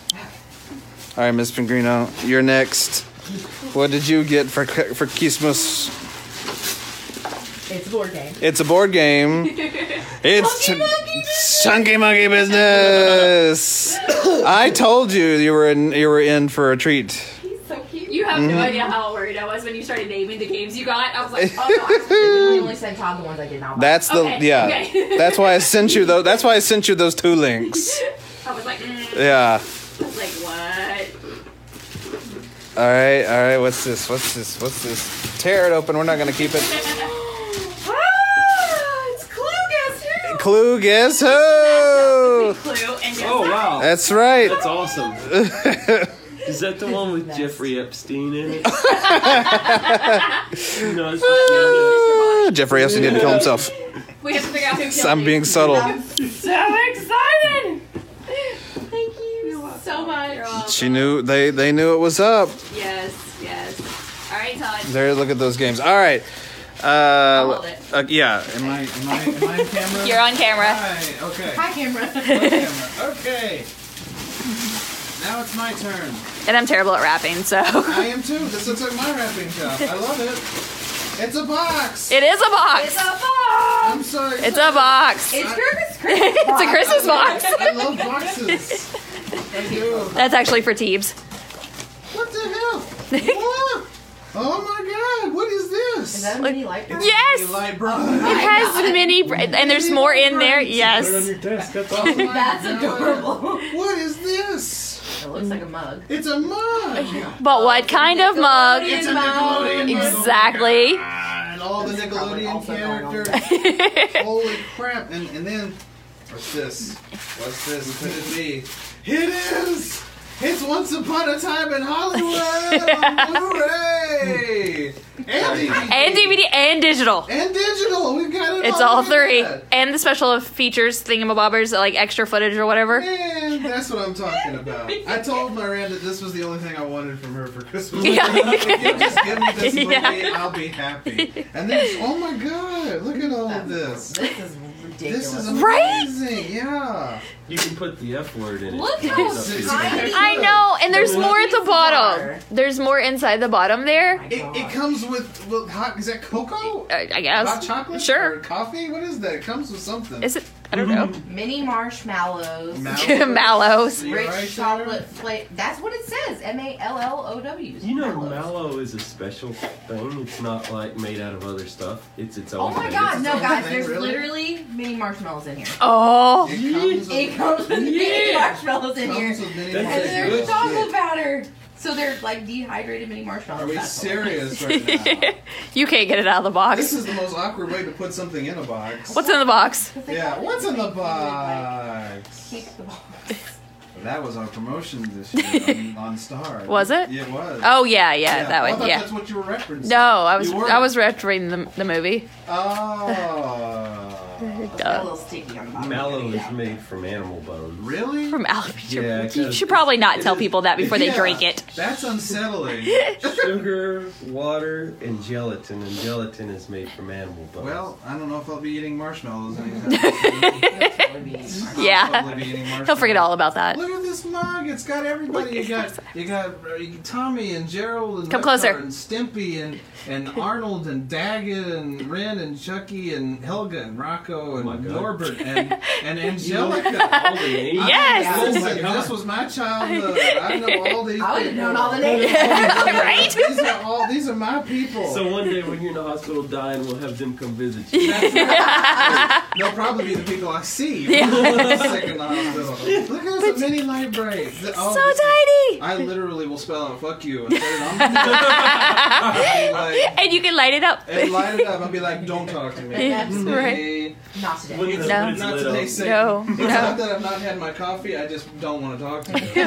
Speaker 11: All right, Miss Pingrino, you're next. What did you get for for Christmas?
Speaker 5: It's a board game.
Speaker 11: It's a board game. It's chunky monkey, business. I told you you were in you were in for a treat.
Speaker 8: He's so cute. You have no
Speaker 12: Mm-hmm.
Speaker 8: idea how worried I was when you started naming the games you got. I was like, oh no, I was
Speaker 5: I only sent Todd the ones I did not buy.
Speaker 11: That's the
Speaker 8: Okay,
Speaker 11: yeah.
Speaker 8: okay.
Speaker 11: That's why I sent you though. That's why I sent you those two links.
Speaker 8: I was like, mm.
Speaker 11: Yeah.
Speaker 8: I was like, what?
Speaker 11: All right. All right. What's this? What's this? What's this? Tear it open. We're not gonna keep it.
Speaker 8: ah, it's Clue Guess Who?
Speaker 11: Clue. Guess who?
Speaker 8: Clue and Guess
Speaker 12: Oh wow.
Speaker 11: That's right.
Speaker 9: That's awesome. Is that the one with Jeffrey Epstein in it? no, it's just
Speaker 11: Ah, Jeffrey Epstein didn't kill himself.
Speaker 8: We have to figure out who killed
Speaker 11: I'm
Speaker 8: me.
Speaker 11: being subtle.
Speaker 8: so excited. Thank you so much.
Speaker 11: She knew they they knew it was up.
Speaker 8: Yes, yes. All right, Todd.
Speaker 11: There, look at those games. All right. Uh,
Speaker 8: hold it.
Speaker 11: uh, yeah.
Speaker 2: Am I, am I, am I in camera?
Speaker 8: You're on camera.
Speaker 2: Hi, okay.
Speaker 5: Hi, camera.
Speaker 2: Camera. Okay. Now it's my turn.
Speaker 8: And I'm terrible at rapping, so.
Speaker 2: I am too. This looks like my wrapping cup. I love it. It's a box.
Speaker 8: It is a box.
Speaker 2: I'm sorry.
Speaker 8: It's a box.
Speaker 5: It's Christmas.
Speaker 8: It's a Christmas box.
Speaker 2: I love boxes. I do.
Speaker 8: That's actually for Teebs.
Speaker 2: What the hell? What? Oh my god, what is this?
Speaker 5: Is that a mini light bulb?
Speaker 2: a
Speaker 8: Yes,
Speaker 2: light bulb?
Speaker 8: it has mini, br- and there's more in there.
Speaker 12: Put it on
Speaker 8: Yes.
Speaker 12: your desk. That's
Speaker 2: Oh
Speaker 12: awesome.
Speaker 2: my
Speaker 5: That's
Speaker 2: God.
Speaker 5: adorable.
Speaker 2: What is this?
Speaker 5: It looks like a mug.
Speaker 2: It's a mug.
Speaker 8: But what kind of mug?
Speaker 2: It's a Nickelodeon mug.
Speaker 8: Exactly.
Speaker 2: and all the
Speaker 5: probably
Speaker 2: Nickelodeon
Speaker 5: also going on.
Speaker 2: characters. Holy crap! And and then what's this? What's this? Could it be? It is. It's Once Upon a Time in Hollywood on Blu-ray and DVD.
Speaker 8: And DVD and digital.
Speaker 2: And digital. We've got it.
Speaker 8: It's
Speaker 2: all,
Speaker 8: all three.
Speaker 2: Yeah.
Speaker 8: And the special features thingamabobbers, like extra footage or whatever.
Speaker 2: Man, that's what I'm talking about. I told Miranda this was the only thing I wanted from her for Christmas.
Speaker 8: Yeah.
Speaker 2: if you just give me this movie,
Speaker 8: Yeah.
Speaker 2: I'll be happy. And then, oh my god, look at all of this.
Speaker 5: This is ridiculous.
Speaker 2: This is
Speaker 8: Right?
Speaker 2: amazing. Yeah.
Speaker 9: You can put the F word in it.
Speaker 5: Look
Speaker 9: It
Speaker 5: how
Speaker 9: comes up to you.
Speaker 5: tiny.
Speaker 8: I know, and there's more at the
Speaker 5: Bizarre.
Speaker 8: bottom. There's more inside the bottom
Speaker 5: Oh
Speaker 8: there.
Speaker 2: It, it comes with well, hot. Is that cocoa?
Speaker 8: I I
Speaker 2: Hot
Speaker 8: guess.
Speaker 2: chocolate? Or
Speaker 8: Sure.
Speaker 2: coffee? What is that? It comes with something.
Speaker 8: Is it? I don't know.
Speaker 5: Mini marshmallows.
Speaker 2: Mallow?
Speaker 8: Mallows.
Speaker 2: See
Speaker 5: Rich
Speaker 2: right there?
Speaker 5: chocolate flavor. That's what it says. M A L L O W.
Speaker 9: You know, mallow is a special thing. It's not like made out of other stuff. It's its
Speaker 5: Oh
Speaker 9: own.
Speaker 5: my
Speaker 9: thing.
Speaker 5: god,
Speaker 2: It's
Speaker 5: no,
Speaker 2: the
Speaker 5: guys,
Speaker 2: thing,
Speaker 5: there's
Speaker 2: really?
Speaker 5: literally mini marshmallows in here.
Speaker 8: Oh.
Speaker 2: It comes with,
Speaker 5: It comes with mini marshmallows in
Speaker 2: comes
Speaker 5: here.
Speaker 2: with mini
Speaker 9: That's
Speaker 5: And
Speaker 9: good
Speaker 5: there's
Speaker 9: shit.
Speaker 5: chocolate powder. So they're like dehydrated mini marshmallows.
Speaker 2: Are we
Speaker 5: That's what it is.
Speaker 2: serious right now?
Speaker 8: You can't get it out of the box.
Speaker 2: This is the most awkward way to put something in a box.
Speaker 8: What's in the box?
Speaker 2: Yeah, what's in the box?
Speaker 5: Keep the ball.
Speaker 2: That was our promotion this year on, on Star.
Speaker 8: Was it?
Speaker 2: It was.
Speaker 8: Oh yeah, yeah,
Speaker 2: I
Speaker 8: that
Speaker 2: thought
Speaker 8: one. Yeah.
Speaker 2: That's what you were referencing.
Speaker 8: No, I was
Speaker 2: You were.
Speaker 8: I was refereeing the the movie.
Speaker 2: Oh.
Speaker 5: Got a little sticky on the
Speaker 9: Mallow is made from animal bones.
Speaker 13: Really?
Speaker 8: From elevator.
Speaker 9: Yeah, 'cause
Speaker 8: you should probably not
Speaker 9: it
Speaker 8: tell
Speaker 9: is-
Speaker 8: people that before they
Speaker 9: Yeah.
Speaker 8: drink it.
Speaker 13: That's unsettling.
Speaker 9: Sugar, water, and gelatin, and gelatin is made from animal bones.
Speaker 13: well, I don't know if I'll be eating marshmallows anytime soon. I'll
Speaker 8: Yeah.
Speaker 13: probably be eating
Speaker 8: He'll forget all about that.
Speaker 13: Look at this mug. It's got everybody. You got you got uh, Tommy and Gerald and
Speaker 8: Come
Speaker 13: Leftar
Speaker 8: closer.
Speaker 13: and Stimpy and and Arnold and Daggett and Ren and Chucky and Helga and Rocco and
Speaker 9: Oh my God.
Speaker 13: Norbert and and
Speaker 9: You know,
Speaker 13: Angelica.
Speaker 9: all the names.
Speaker 8: Yes!
Speaker 13: I
Speaker 9: Oh my
Speaker 13: said, this
Speaker 9: God.
Speaker 13: was my childhood. I know all these.
Speaker 5: I would have
Speaker 13: people.
Speaker 5: known all the names.
Speaker 8: right?
Speaker 13: These are all. These are my people.
Speaker 9: So one day when you're in the hospital dying, we'll have them come visit you.
Speaker 13: They'll probably be the people I see. Sick in the hospital. Look at this mini light brain. Oh,
Speaker 8: So
Speaker 13: this is-
Speaker 8: tiny!
Speaker 13: I literally will spell out "fuck you" and put it on. I'll be like,
Speaker 8: And you can light it up.
Speaker 13: and light it up. I'll be like, "Don't talk to me."
Speaker 8: Yes,
Speaker 13: Today-
Speaker 5: Not
Speaker 9: When
Speaker 5: today.
Speaker 9: it's,
Speaker 8: No.
Speaker 9: when it's
Speaker 13: Not
Speaker 9: lit
Speaker 13: today,
Speaker 9: up.
Speaker 13: Satan.
Speaker 8: No,
Speaker 13: It's
Speaker 8: no.
Speaker 13: not that I've not had my coffee. I just don't want to talk to you.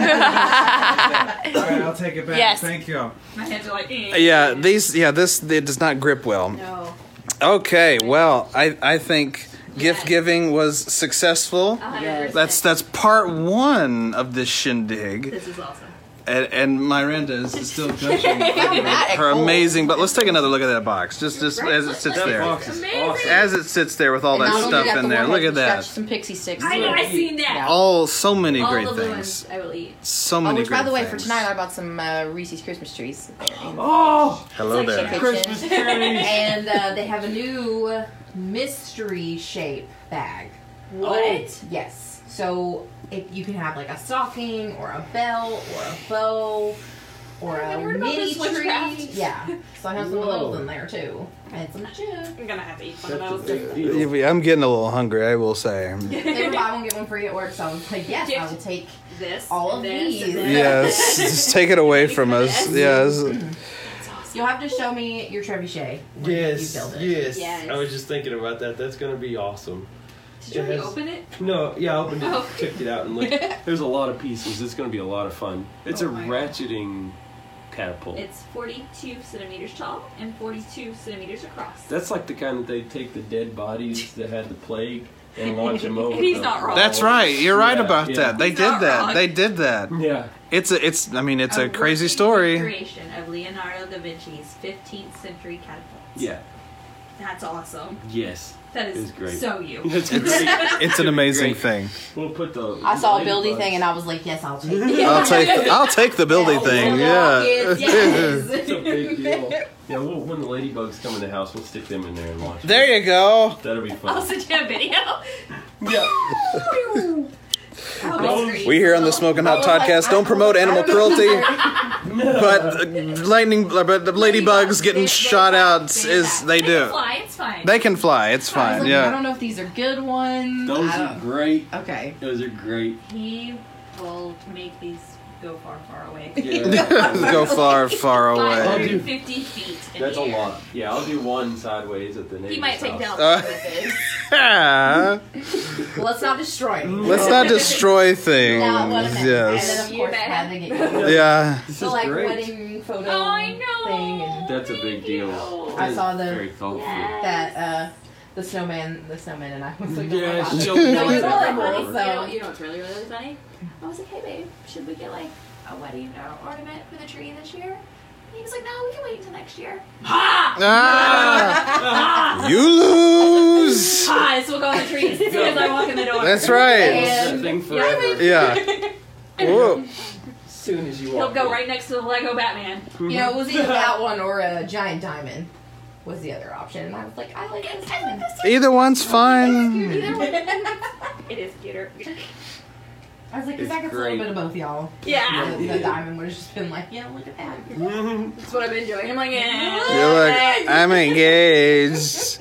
Speaker 13: All right, I'll take it back.
Speaker 8: Yes.
Speaker 13: Thank you.
Speaker 3: My hands are like. eh.
Speaker 2: Yeah, these. Yeah, this it does not grip well.
Speaker 5: No.
Speaker 2: Okay, well, I I think gift giving was successful.
Speaker 3: A hundred percent.
Speaker 2: That's that's part one of this shindig,
Speaker 3: This is awesome.
Speaker 2: and, and Miranda is still judging
Speaker 6: at
Speaker 2: her
Speaker 6: Cole.
Speaker 2: amazing. But let's take another look at that box, just just as it sits
Speaker 9: That
Speaker 2: there,
Speaker 9: box is
Speaker 3: Amazing.
Speaker 9: awesome.
Speaker 2: as it sits there with all
Speaker 6: Not
Speaker 2: that
Speaker 6: only
Speaker 2: stuff
Speaker 6: that,
Speaker 2: in
Speaker 6: the
Speaker 2: there.
Speaker 6: one
Speaker 2: Look
Speaker 6: has
Speaker 2: at that.
Speaker 6: Some pixie sticks.
Speaker 3: I know. I seen that.
Speaker 2: All so many
Speaker 3: All
Speaker 2: great
Speaker 3: of the ones
Speaker 2: things.
Speaker 3: I will eat.
Speaker 2: So
Speaker 6: Oh,
Speaker 2: many
Speaker 6: which,
Speaker 2: great
Speaker 6: by the way, for
Speaker 2: things.
Speaker 6: tonight I bought some uh, Reese's Christmas trees.
Speaker 9: Oh,
Speaker 2: Hello
Speaker 3: It's like
Speaker 2: there.
Speaker 3: champagne.
Speaker 9: Christmas trees.
Speaker 5: And uh, they have a new mystery shape bag.
Speaker 3: What?
Speaker 5: Yes. So if you can have like a stocking or a bell or a bow or
Speaker 3: I've
Speaker 5: a
Speaker 3: heard about
Speaker 5: mini
Speaker 3: this
Speaker 5: tree.
Speaker 3: witchcraft.
Speaker 5: Yeah. So I have some
Speaker 9: Whoa.
Speaker 5: little in there too. And some juice.
Speaker 3: I'm gonna have to eat one
Speaker 9: That's a
Speaker 3: of those.
Speaker 9: big deal.
Speaker 2: I'm getting a little hungry, I will say.
Speaker 5: They were buy one get one free at work, so I was like, yes, I will take
Speaker 3: This.
Speaker 5: all of
Speaker 3: this,
Speaker 5: these.
Speaker 3: and this.
Speaker 2: Yes, just take it away from us. Yes.
Speaker 5: You'll have to show me your trebuchet. when
Speaker 9: Yes,
Speaker 5: You build it.
Speaker 9: yes.
Speaker 3: Yes.
Speaker 9: I was just thinking about that. That's gonna be awesome.
Speaker 3: Did you
Speaker 9: It
Speaker 3: already
Speaker 9: has-
Speaker 3: open it?
Speaker 9: No, yeah, I opened it,
Speaker 3: Oh.
Speaker 9: checked it out, and looked. There's a lot of pieces. It's gonna be a lot of fun. It's
Speaker 3: Oh
Speaker 9: a ratcheting catapult.
Speaker 3: It's 42 centimeters tall and 42 centimeters across.
Speaker 9: That's like the kind that they take the dead bodies that had the plague and launch them over.
Speaker 3: He's
Speaker 9: the
Speaker 3: not wrong.
Speaker 2: That's right. You're right
Speaker 9: Yeah,
Speaker 2: about
Speaker 9: yeah.
Speaker 2: that. They
Speaker 3: He's
Speaker 2: did
Speaker 3: not
Speaker 2: that.
Speaker 3: wrong.
Speaker 2: They did that.
Speaker 9: Yeah.
Speaker 2: It's a it's I mean it's a
Speaker 3: working
Speaker 2: crazy story.
Speaker 3: Creation of Leonardo da Vinci's 15th century catapult.
Speaker 9: Yeah.
Speaker 3: That's awesome.
Speaker 9: Yes.
Speaker 3: That is
Speaker 9: It's great.
Speaker 3: so you.
Speaker 9: That's great.
Speaker 2: It's an amazing thing.
Speaker 9: Great. We'll put the.
Speaker 6: I saw a
Speaker 9: ladybugs-
Speaker 6: buildy thing and I was like, yes, I'll take it.
Speaker 2: I'll take I'll take the building thing. Yeah.
Speaker 9: It's a big deal. Yeah, we'll, when the ladybugs come in the house, we'll stick them in there and launch. them.
Speaker 2: There you go.
Speaker 9: That'll be
Speaker 3: I'll
Speaker 9: fun.
Speaker 3: send you a video.
Speaker 9: Yeah.
Speaker 3: Oh, it's
Speaker 2: We here on the Smoking Hot Podcast don't promote animal cruelty, but uh, lightning but the ladybugs getting shot out is they
Speaker 3: They can
Speaker 2: do.
Speaker 3: fly. It's fine.
Speaker 2: They can fly. It's
Speaker 6: I, was
Speaker 2: fine.
Speaker 6: like, I don't
Speaker 2: Yeah.
Speaker 6: know if these are good ones.
Speaker 9: Those
Speaker 6: I
Speaker 9: are
Speaker 6: don't-
Speaker 9: great.
Speaker 6: Okay.
Speaker 9: Those are great.
Speaker 3: he will make these go far, far away.
Speaker 9: Yeah.
Speaker 2: Go far, far away.
Speaker 3: 550 feet. In
Speaker 9: That's a
Speaker 3: the air.
Speaker 9: lot. Oh, Yeah, I'll do one sideways at the neighbor's
Speaker 3: He might take
Speaker 9: house.
Speaker 3: down
Speaker 2: Uh,
Speaker 3: some of it.
Speaker 2: Ah,
Speaker 5: Well, let's not destroy it.
Speaker 2: let's not destroy things.
Speaker 5: Now, what a mess. And
Speaker 2: Mm. Yes.
Speaker 5: then, of course,
Speaker 3: Yeah.
Speaker 5: having it.
Speaker 2: Yeah.
Speaker 9: This
Speaker 5: So,
Speaker 9: is
Speaker 5: like,
Speaker 9: great.
Speaker 5: wedding photo
Speaker 3: Oh, I know.
Speaker 5: thing. And
Speaker 9: That's a big deal.
Speaker 3: I
Speaker 9: That is
Speaker 5: saw the-
Speaker 9: Very thoughtful.
Speaker 3: Yeah.
Speaker 5: that, uh, the snowman, the snowman and I was like, oh my
Speaker 9: Yeah,
Speaker 5: God.
Speaker 9: she'll
Speaker 5: No,
Speaker 9: be
Speaker 5: it's all
Speaker 9: like,
Speaker 5: like money,
Speaker 3: You know, you know what's really, really funny? I was like, hey, babe, should we get like a wedding or ornament for the tree this year? And he was like, no, we can wait until next year. Ha!
Speaker 2: Ah,
Speaker 3: Ha!
Speaker 2: you lose.
Speaker 3: Ha! This will go Ah, on the tree as soon as I walk in the door.
Speaker 2: That's right.
Speaker 9: that thing forever.
Speaker 2: Yeah. Whoa.
Speaker 9: As soon as you
Speaker 3: He'll
Speaker 9: walk
Speaker 3: go
Speaker 9: in.
Speaker 3: right next to the Lego Batman.
Speaker 5: You know, it was either that one or a giant diamond was the other option. And I was like, I like this one.
Speaker 2: Either one's fine.
Speaker 3: Either way, it is cuter.
Speaker 5: I was like,
Speaker 9: It's
Speaker 5: because I got a
Speaker 9: great.
Speaker 5: little bit of both y'all.
Speaker 3: Yeah.
Speaker 5: The, the diamond would have just been like, yeah, look at that.
Speaker 3: That's what I've been doing. I'm like, eh.
Speaker 2: You're like, I'm engaged.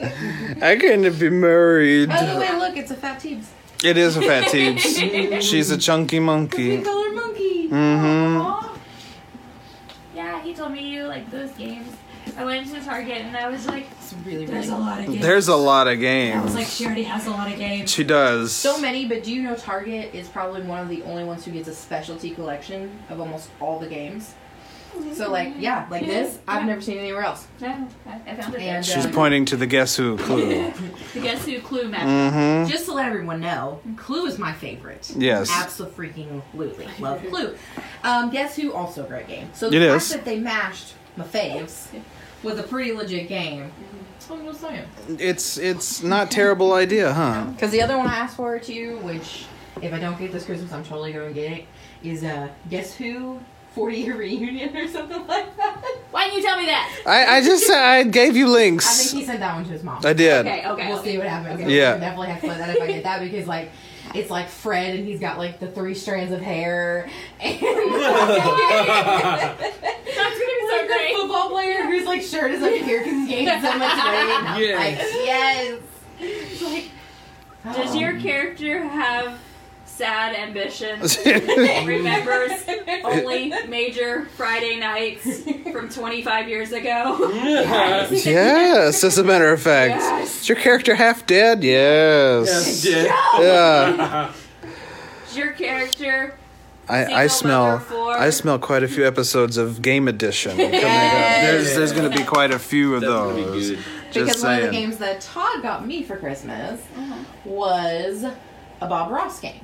Speaker 2: I couldn't be married.
Speaker 5: By the way, look, it's a fat Teebs.
Speaker 2: It is a fat teebs. She's a chunky monkey.
Speaker 5: Pink colored monkey.
Speaker 2: Mm-hmm.
Speaker 3: Yeah, he told me you like those games. I went to Target and I was like,
Speaker 5: It's really,
Speaker 3: there's
Speaker 5: really
Speaker 3: a lot of games.
Speaker 2: There's a lot
Speaker 3: I
Speaker 2: of
Speaker 3: was like,
Speaker 2: games.
Speaker 3: she already has a lot of games.
Speaker 2: She does.
Speaker 5: So many, but do you know Target is probably one of the only ones who gets a specialty collection of almost all the games? So like yeah, like this I've never seen anywhere else.
Speaker 3: No, I I found it.
Speaker 5: And,
Speaker 3: there.
Speaker 5: uh,
Speaker 2: She's pointing to the guess who clue.
Speaker 5: The Guess Who Clue match.
Speaker 2: Mhm.
Speaker 5: Just to let everyone know, Clue is my favorite.
Speaker 2: Yes.
Speaker 5: Absolutely. Love Clue. Um, Guess Who, also a great game. So the
Speaker 2: It
Speaker 5: fact
Speaker 2: is.
Speaker 5: that they mashed my faves with a pretty legit game. That's what I'm just saying.
Speaker 2: It's it's not terrible idea, huh?
Speaker 5: Because the other one I asked for too, which if I don't get this Christmas, I'm totally going to get it, is uh, Guess Who 40 year reunion or something like that.
Speaker 3: Why didn't you tell me that?
Speaker 2: I, I just I gave you links.
Speaker 5: I think he sent that one to his mom.
Speaker 2: I did.
Speaker 5: Okay, okay. We'll see what happens.
Speaker 2: Okay. Yeah.
Speaker 5: We'll definitely have to play that if I get that because like it's like Fred and he's got like the three strands of hair and
Speaker 4: That's
Speaker 5: gonna be so great. Football player whose like shirt is up here because he's gained so much weight. And I'm like, yes. It's like,
Speaker 8: Does
Speaker 5: oh.
Speaker 8: your character have sad ambitions? remembers only major Friday nights from 25 years ago?
Speaker 2: Yes, as a matter of fact. Is your character half dead? Yes.
Speaker 8: Yes, dead.
Speaker 2: Yeah.
Speaker 8: Does your character
Speaker 2: I, I smell I smell quite a few episodes of Game Edition coming up. There's there's gonna be quite a few of those.
Speaker 5: because
Speaker 2: Just
Speaker 5: one of the
Speaker 2: saying.
Speaker 5: games that Todd got me for Christmas was a Bob Ross game.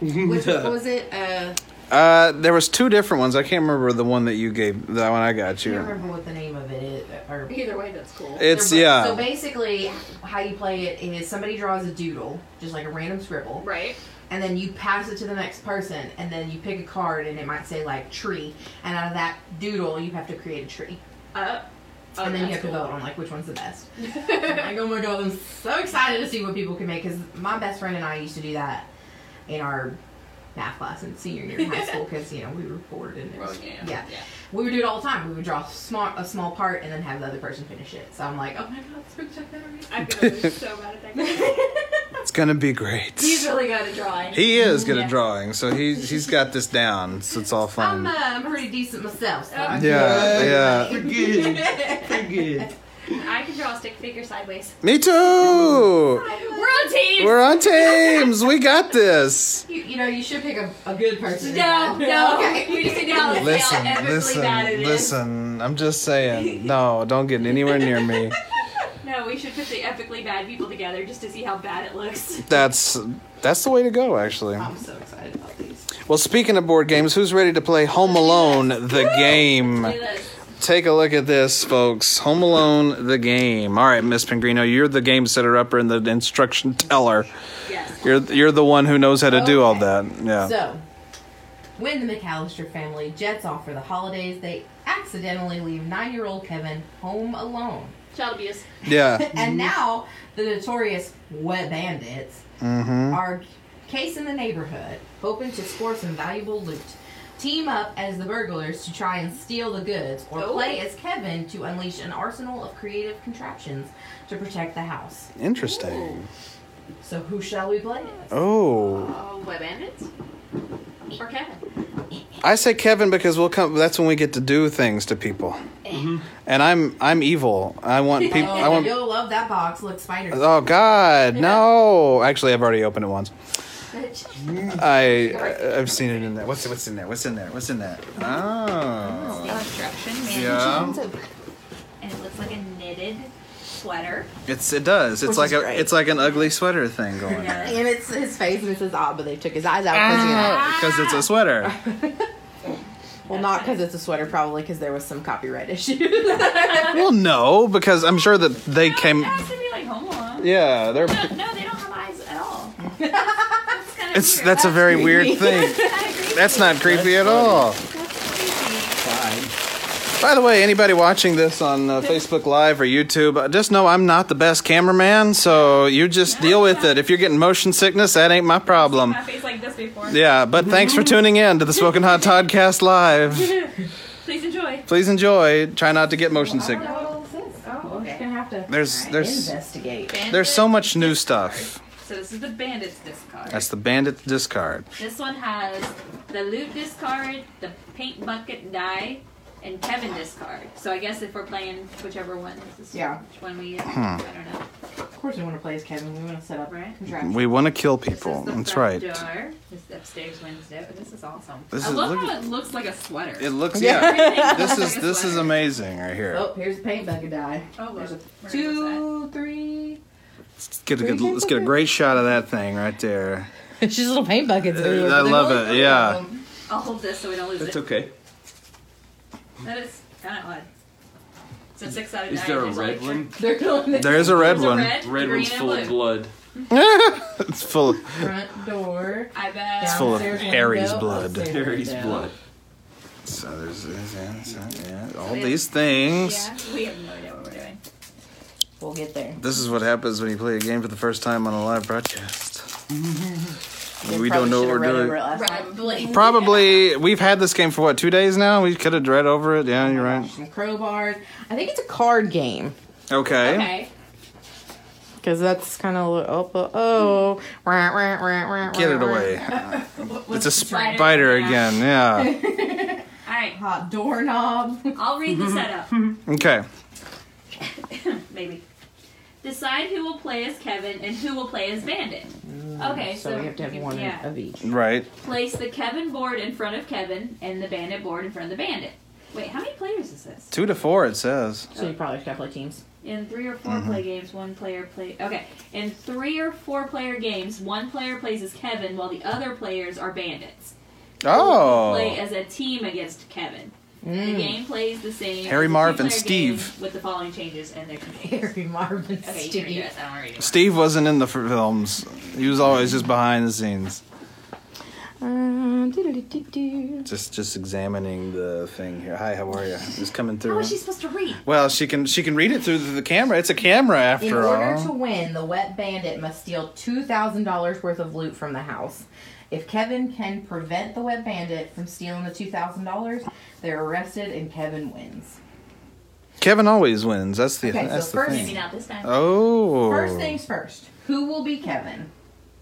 Speaker 5: Which what was it? Uh,
Speaker 2: Uh, there was two different ones. I can't remember the one that you gave. That one I got
Speaker 5: I can't
Speaker 2: you.
Speaker 5: remember what the name of it is. Or
Speaker 3: Either way, that's cool.
Speaker 2: It's-
Speaker 5: They're
Speaker 2: yeah.
Speaker 5: both- So basically, how you play it is somebody draws a doodle, just like a random scribble,
Speaker 3: right?
Speaker 5: And then you pass it to the next person, and then you pick a card, and it might say like tree, and out of that doodle, you have to create a tree.
Speaker 3: Uh, oh,
Speaker 5: and then you
Speaker 3: that's
Speaker 5: have to
Speaker 3: cool.
Speaker 5: vote on like which one's the best. I'm like, oh my god, I'm so excited to see what people can make because my best friend and I used to do that in our math class in senior year of high school because you know we were bored and it was,
Speaker 3: Well, yeah,
Speaker 5: yeah. we would do it all the time. We would draw small a small part and then have the other person finish it. So I'm like, oh my god, screw check that already.
Speaker 3: I'm gonna be so bad at that game.
Speaker 2: It's gonna be great.
Speaker 3: He's really good at drawing.
Speaker 2: He is good at drawing, so he he's got this down. So it's all
Speaker 5: I'm,
Speaker 2: fun.
Speaker 5: uh, I'm pretty decent myself. So
Speaker 2: Um, Yeah, yeah.
Speaker 3: I can draw a stick figure sideways.
Speaker 2: Me too.
Speaker 3: We're on team.
Speaker 2: We're on teams. We got this.
Speaker 5: You, you know, you should pick a, a good person.
Speaker 3: No, no.
Speaker 5: Okay.
Speaker 3: We just acknowledge how
Speaker 2: Listen,
Speaker 3: epically
Speaker 2: listen,
Speaker 3: bad it is.
Speaker 2: listen. I'm just saying. No, don't get anywhere near me.
Speaker 8: No, we should put the epically bad people together just to see how bad it looks.
Speaker 2: That's that's the way to go, actually.
Speaker 5: I'm so excited about these.
Speaker 2: Well, speaking of board games, who's ready to play Home Alone the game? Take a look at this, folks. Home Alone the game. All right, Miss Pingrino, you're the game setter upper and the instruction teller.
Speaker 5: Yes.
Speaker 2: You're you're the one who knows how to do all that. Yeah.
Speaker 5: So, when the McAllister family jets off for the holidays, they accidentally leave nine-year-old Kevin home alone.
Speaker 3: Child abuse.
Speaker 2: Yeah.
Speaker 5: and now the notorious wet bandits
Speaker 2: Mhm.
Speaker 5: are casing the neighborhood, hoping to score some valuable loot. Team up as the burglars to try and steal the goods, or play as Kevin to unleash an arsenal of creative contraptions to protect the house.
Speaker 2: Interesting.
Speaker 5: So who shall we play?
Speaker 2: Oh,
Speaker 3: Oh, web bandits? Or Kevin?
Speaker 2: I say Kevin because we'll come. That's when we get to do things to people. And I'm I'm evil. I want people. I
Speaker 5: Oh,
Speaker 2: want.
Speaker 5: you'll love that box. Look, spiders.
Speaker 2: Oh God, no! Actually, I've already opened it once. I I've seen it in there. What's what's in there? What's in there? What's in there? Oh,
Speaker 3: Construction
Speaker 2: Yeah.
Speaker 3: And it looks like a knitted sweater.
Speaker 2: it's it does. It's like a it's like an ugly sweater thing going on
Speaker 5: And it's his face, and it says, ah, but they took his eyes out. 'cause, you know.
Speaker 2: because Oh, it's a sweater.
Speaker 5: Well, not because it's a sweater, probably because there was some copyright issue.
Speaker 2: Well, no, because I'm sure that they came.
Speaker 3: It has to be like Home Alone.
Speaker 2: Yeah,
Speaker 3: No,
Speaker 2: they're.
Speaker 3: no, they don't have eyes at all. that's kind of
Speaker 2: It's that's a very weird thing. That's not creepy at all. By the way, anybody watching this on uh, Facebook Live or YouTube, uh, just know I'm not the best cameraman, so you just deal with it. If you're getting motion sickness, that ain't my problem.
Speaker 8: My face like this before.
Speaker 2: Yeah, but thanks for tuning in to the Smoking Hot Toddcast Live.
Speaker 8: Please enjoy.
Speaker 2: Please enjoy. Try not to get motion sickness.
Speaker 5: Oh, okay. gonna have to
Speaker 2: There's there's
Speaker 5: investigate.
Speaker 2: there's so much new stuff.
Speaker 8: So this is the bandits discard.
Speaker 2: That's the bandit discard.
Speaker 8: This one has the loot discard, the paint bucket die, and Kevin discard. So I guess if we're playing whichever one, this is
Speaker 5: Yeah.
Speaker 8: which one we
Speaker 2: Hmm.
Speaker 8: I don't know.
Speaker 5: course we want to play as Kevin. We want to set up
Speaker 8: right?
Speaker 5: contraptions.
Speaker 2: We want to kill people.
Speaker 8: The
Speaker 2: That's right.
Speaker 8: front Door, this upstairs window. This is awesome.
Speaker 2: This
Speaker 8: I
Speaker 2: is-
Speaker 8: love
Speaker 2: look
Speaker 8: how
Speaker 2: at-
Speaker 8: it looks like a sweater.
Speaker 2: It looks
Speaker 8: Everything
Speaker 2: yeah.
Speaker 8: looks
Speaker 2: this
Speaker 8: like
Speaker 2: is
Speaker 8: a
Speaker 2: this is
Speaker 8: sweater.
Speaker 2: amazing right here.
Speaker 5: Oh, here's the paint bucket die.
Speaker 8: Oh,
Speaker 5: there's
Speaker 8: look.
Speaker 5: a two, three.
Speaker 2: Let's get a good, let's get a great shot of that thing right there.
Speaker 6: She's little paint buckets.
Speaker 2: everywhere, I but they're love only it, three yeah. of
Speaker 8: I'll hold this so we don't lose
Speaker 9: That's
Speaker 8: it.
Speaker 9: okay.
Speaker 8: That is kind of odd. So six out of
Speaker 9: Is
Speaker 8: nine.
Speaker 9: there a
Speaker 8: there's
Speaker 9: red
Speaker 8: only-
Speaker 9: one?
Speaker 5: They're going
Speaker 2: There is a red one.
Speaker 8: red,
Speaker 9: Red
Speaker 8: green,
Speaker 9: one's
Speaker 8: and
Speaker 9: full
Speaker 8: blue.
Speaker 9: of blood.
Speaker 2: it's full. Of,
Speaker 5: Front door.
Speaker 8: I bet.
Speaker 2: It's full of
Speaker 5: downstairs
Speaker 2: Harry's
Speaker 5: window,
Speaker 2: blood.
Speaker 5: upstairs
Speaker 9: Harry's
Speaker 5: window.
Speaker 9: blood.
Speaker 2: so there's, there's- yeah, so- yeah, all these things.
Speaker 8: Yeah, we have no idea what we're doing.
Speaker 5: We'll get there.
Speaker 2: This is what happens when you play a game for the first time on a live broadcast. we
Speaker 5: Probably
Speaker 2: don't know what
Speaker 5: should've
Speaker 2: we're
Speaker 5: read
Speaker 2: doing.
Speaker 5: over it last night.
Speaker 8: Probably.
Speaker 2: Probably we've had this game for what two days now. We could have read over it. Yeah, you're right.
Speaker 5: Some crowbars. I think it's a card game.
Speaker 2: Okay.
Speaker 8: Okay.
Speaker 6: Because that's kind of oh, oh, oh. Rah, rah, rah, rah,
Speaker 2: Get
Speaker 6: rah,
Speaker 2: it
Speaker 6: rah.
Speaker 2: away. It's a
Speaker 8: spider?
Speaker 2: spider again. Yeah.
Speaker 8: All right.
Speaker 5: Hot doorknob.
Speaker 8: I'll read the setup.
Speaker 2: Okay.
Speaker 8: Maybe. Decide who will play as Kevin and who will play as Bandit. Okay, so,
Speaker 6: So we have to have
Speaker 8: you-
Speaker 6: one
Speaker 8: yeah.
Speaker 6: of each.
Speaker 2: Right.
Speaker 8: Place the Kevin board in front of Kevin and the Bandit board in front of the Bandit. Wait, how many players is this?
Speaker 2: Two to four. It says.
Speaker 5: So you probably should play teams.
Speaker 8: In three or 4 play games, one player play. Okay, in three or four player games, one player plays as Kevin while the other players are bandits. Play
Speaker 2: Oh.
Speaker 8: as a team against Kevin. The game plays the same.
Speaker 2: Harry,
Speaker 8: as a
Speaker 2: Marv, and
Speaker 8: two-player game
Speaker 2: Steve.
Speaker 8: with the following changes and their conditions.
Speaker 5: Harry Marvin
Speaker 8: Okay, you can read
Speaker 5: Steve.
Speaker 8: this. I don't read it.
Speaker 2: Steve wasn't in the f- films. He was always just behind the scenes,
Speaker 5: Um,
Speaker 6: Uh, doo-doo-doo-doo.
Speaker 2: just just examining the thing here. Hi, how are you? Just coming
Speaker 8: How
Speaker 2: through.
Speaker 5: Oh,
Speaker 8: is she supposed to read?
Speaker 2: Well, she can she can read it through the camera. It's a camera
Speaker 5: In
Speaker 2: after
Speaker 5: order to
Speaker 2: all.
Speaker 5: win, the wet bandit must steal $2,000 worth of loot from the house. If Kevin can prevent the wet bandit from stealing the $2,000, they're arrested and Kevin wins.
Speaker 2: Kevin always wins. That's the
Speaker 5: Okay, so
Speaker 2: that's the
Speaker 5: first-
Speaker 8: Maybe
Speaker 2: thing.
Speaker 8: not this time.
Speaker 2: Oh.
Speaker 5: First things first, who will be Kevin?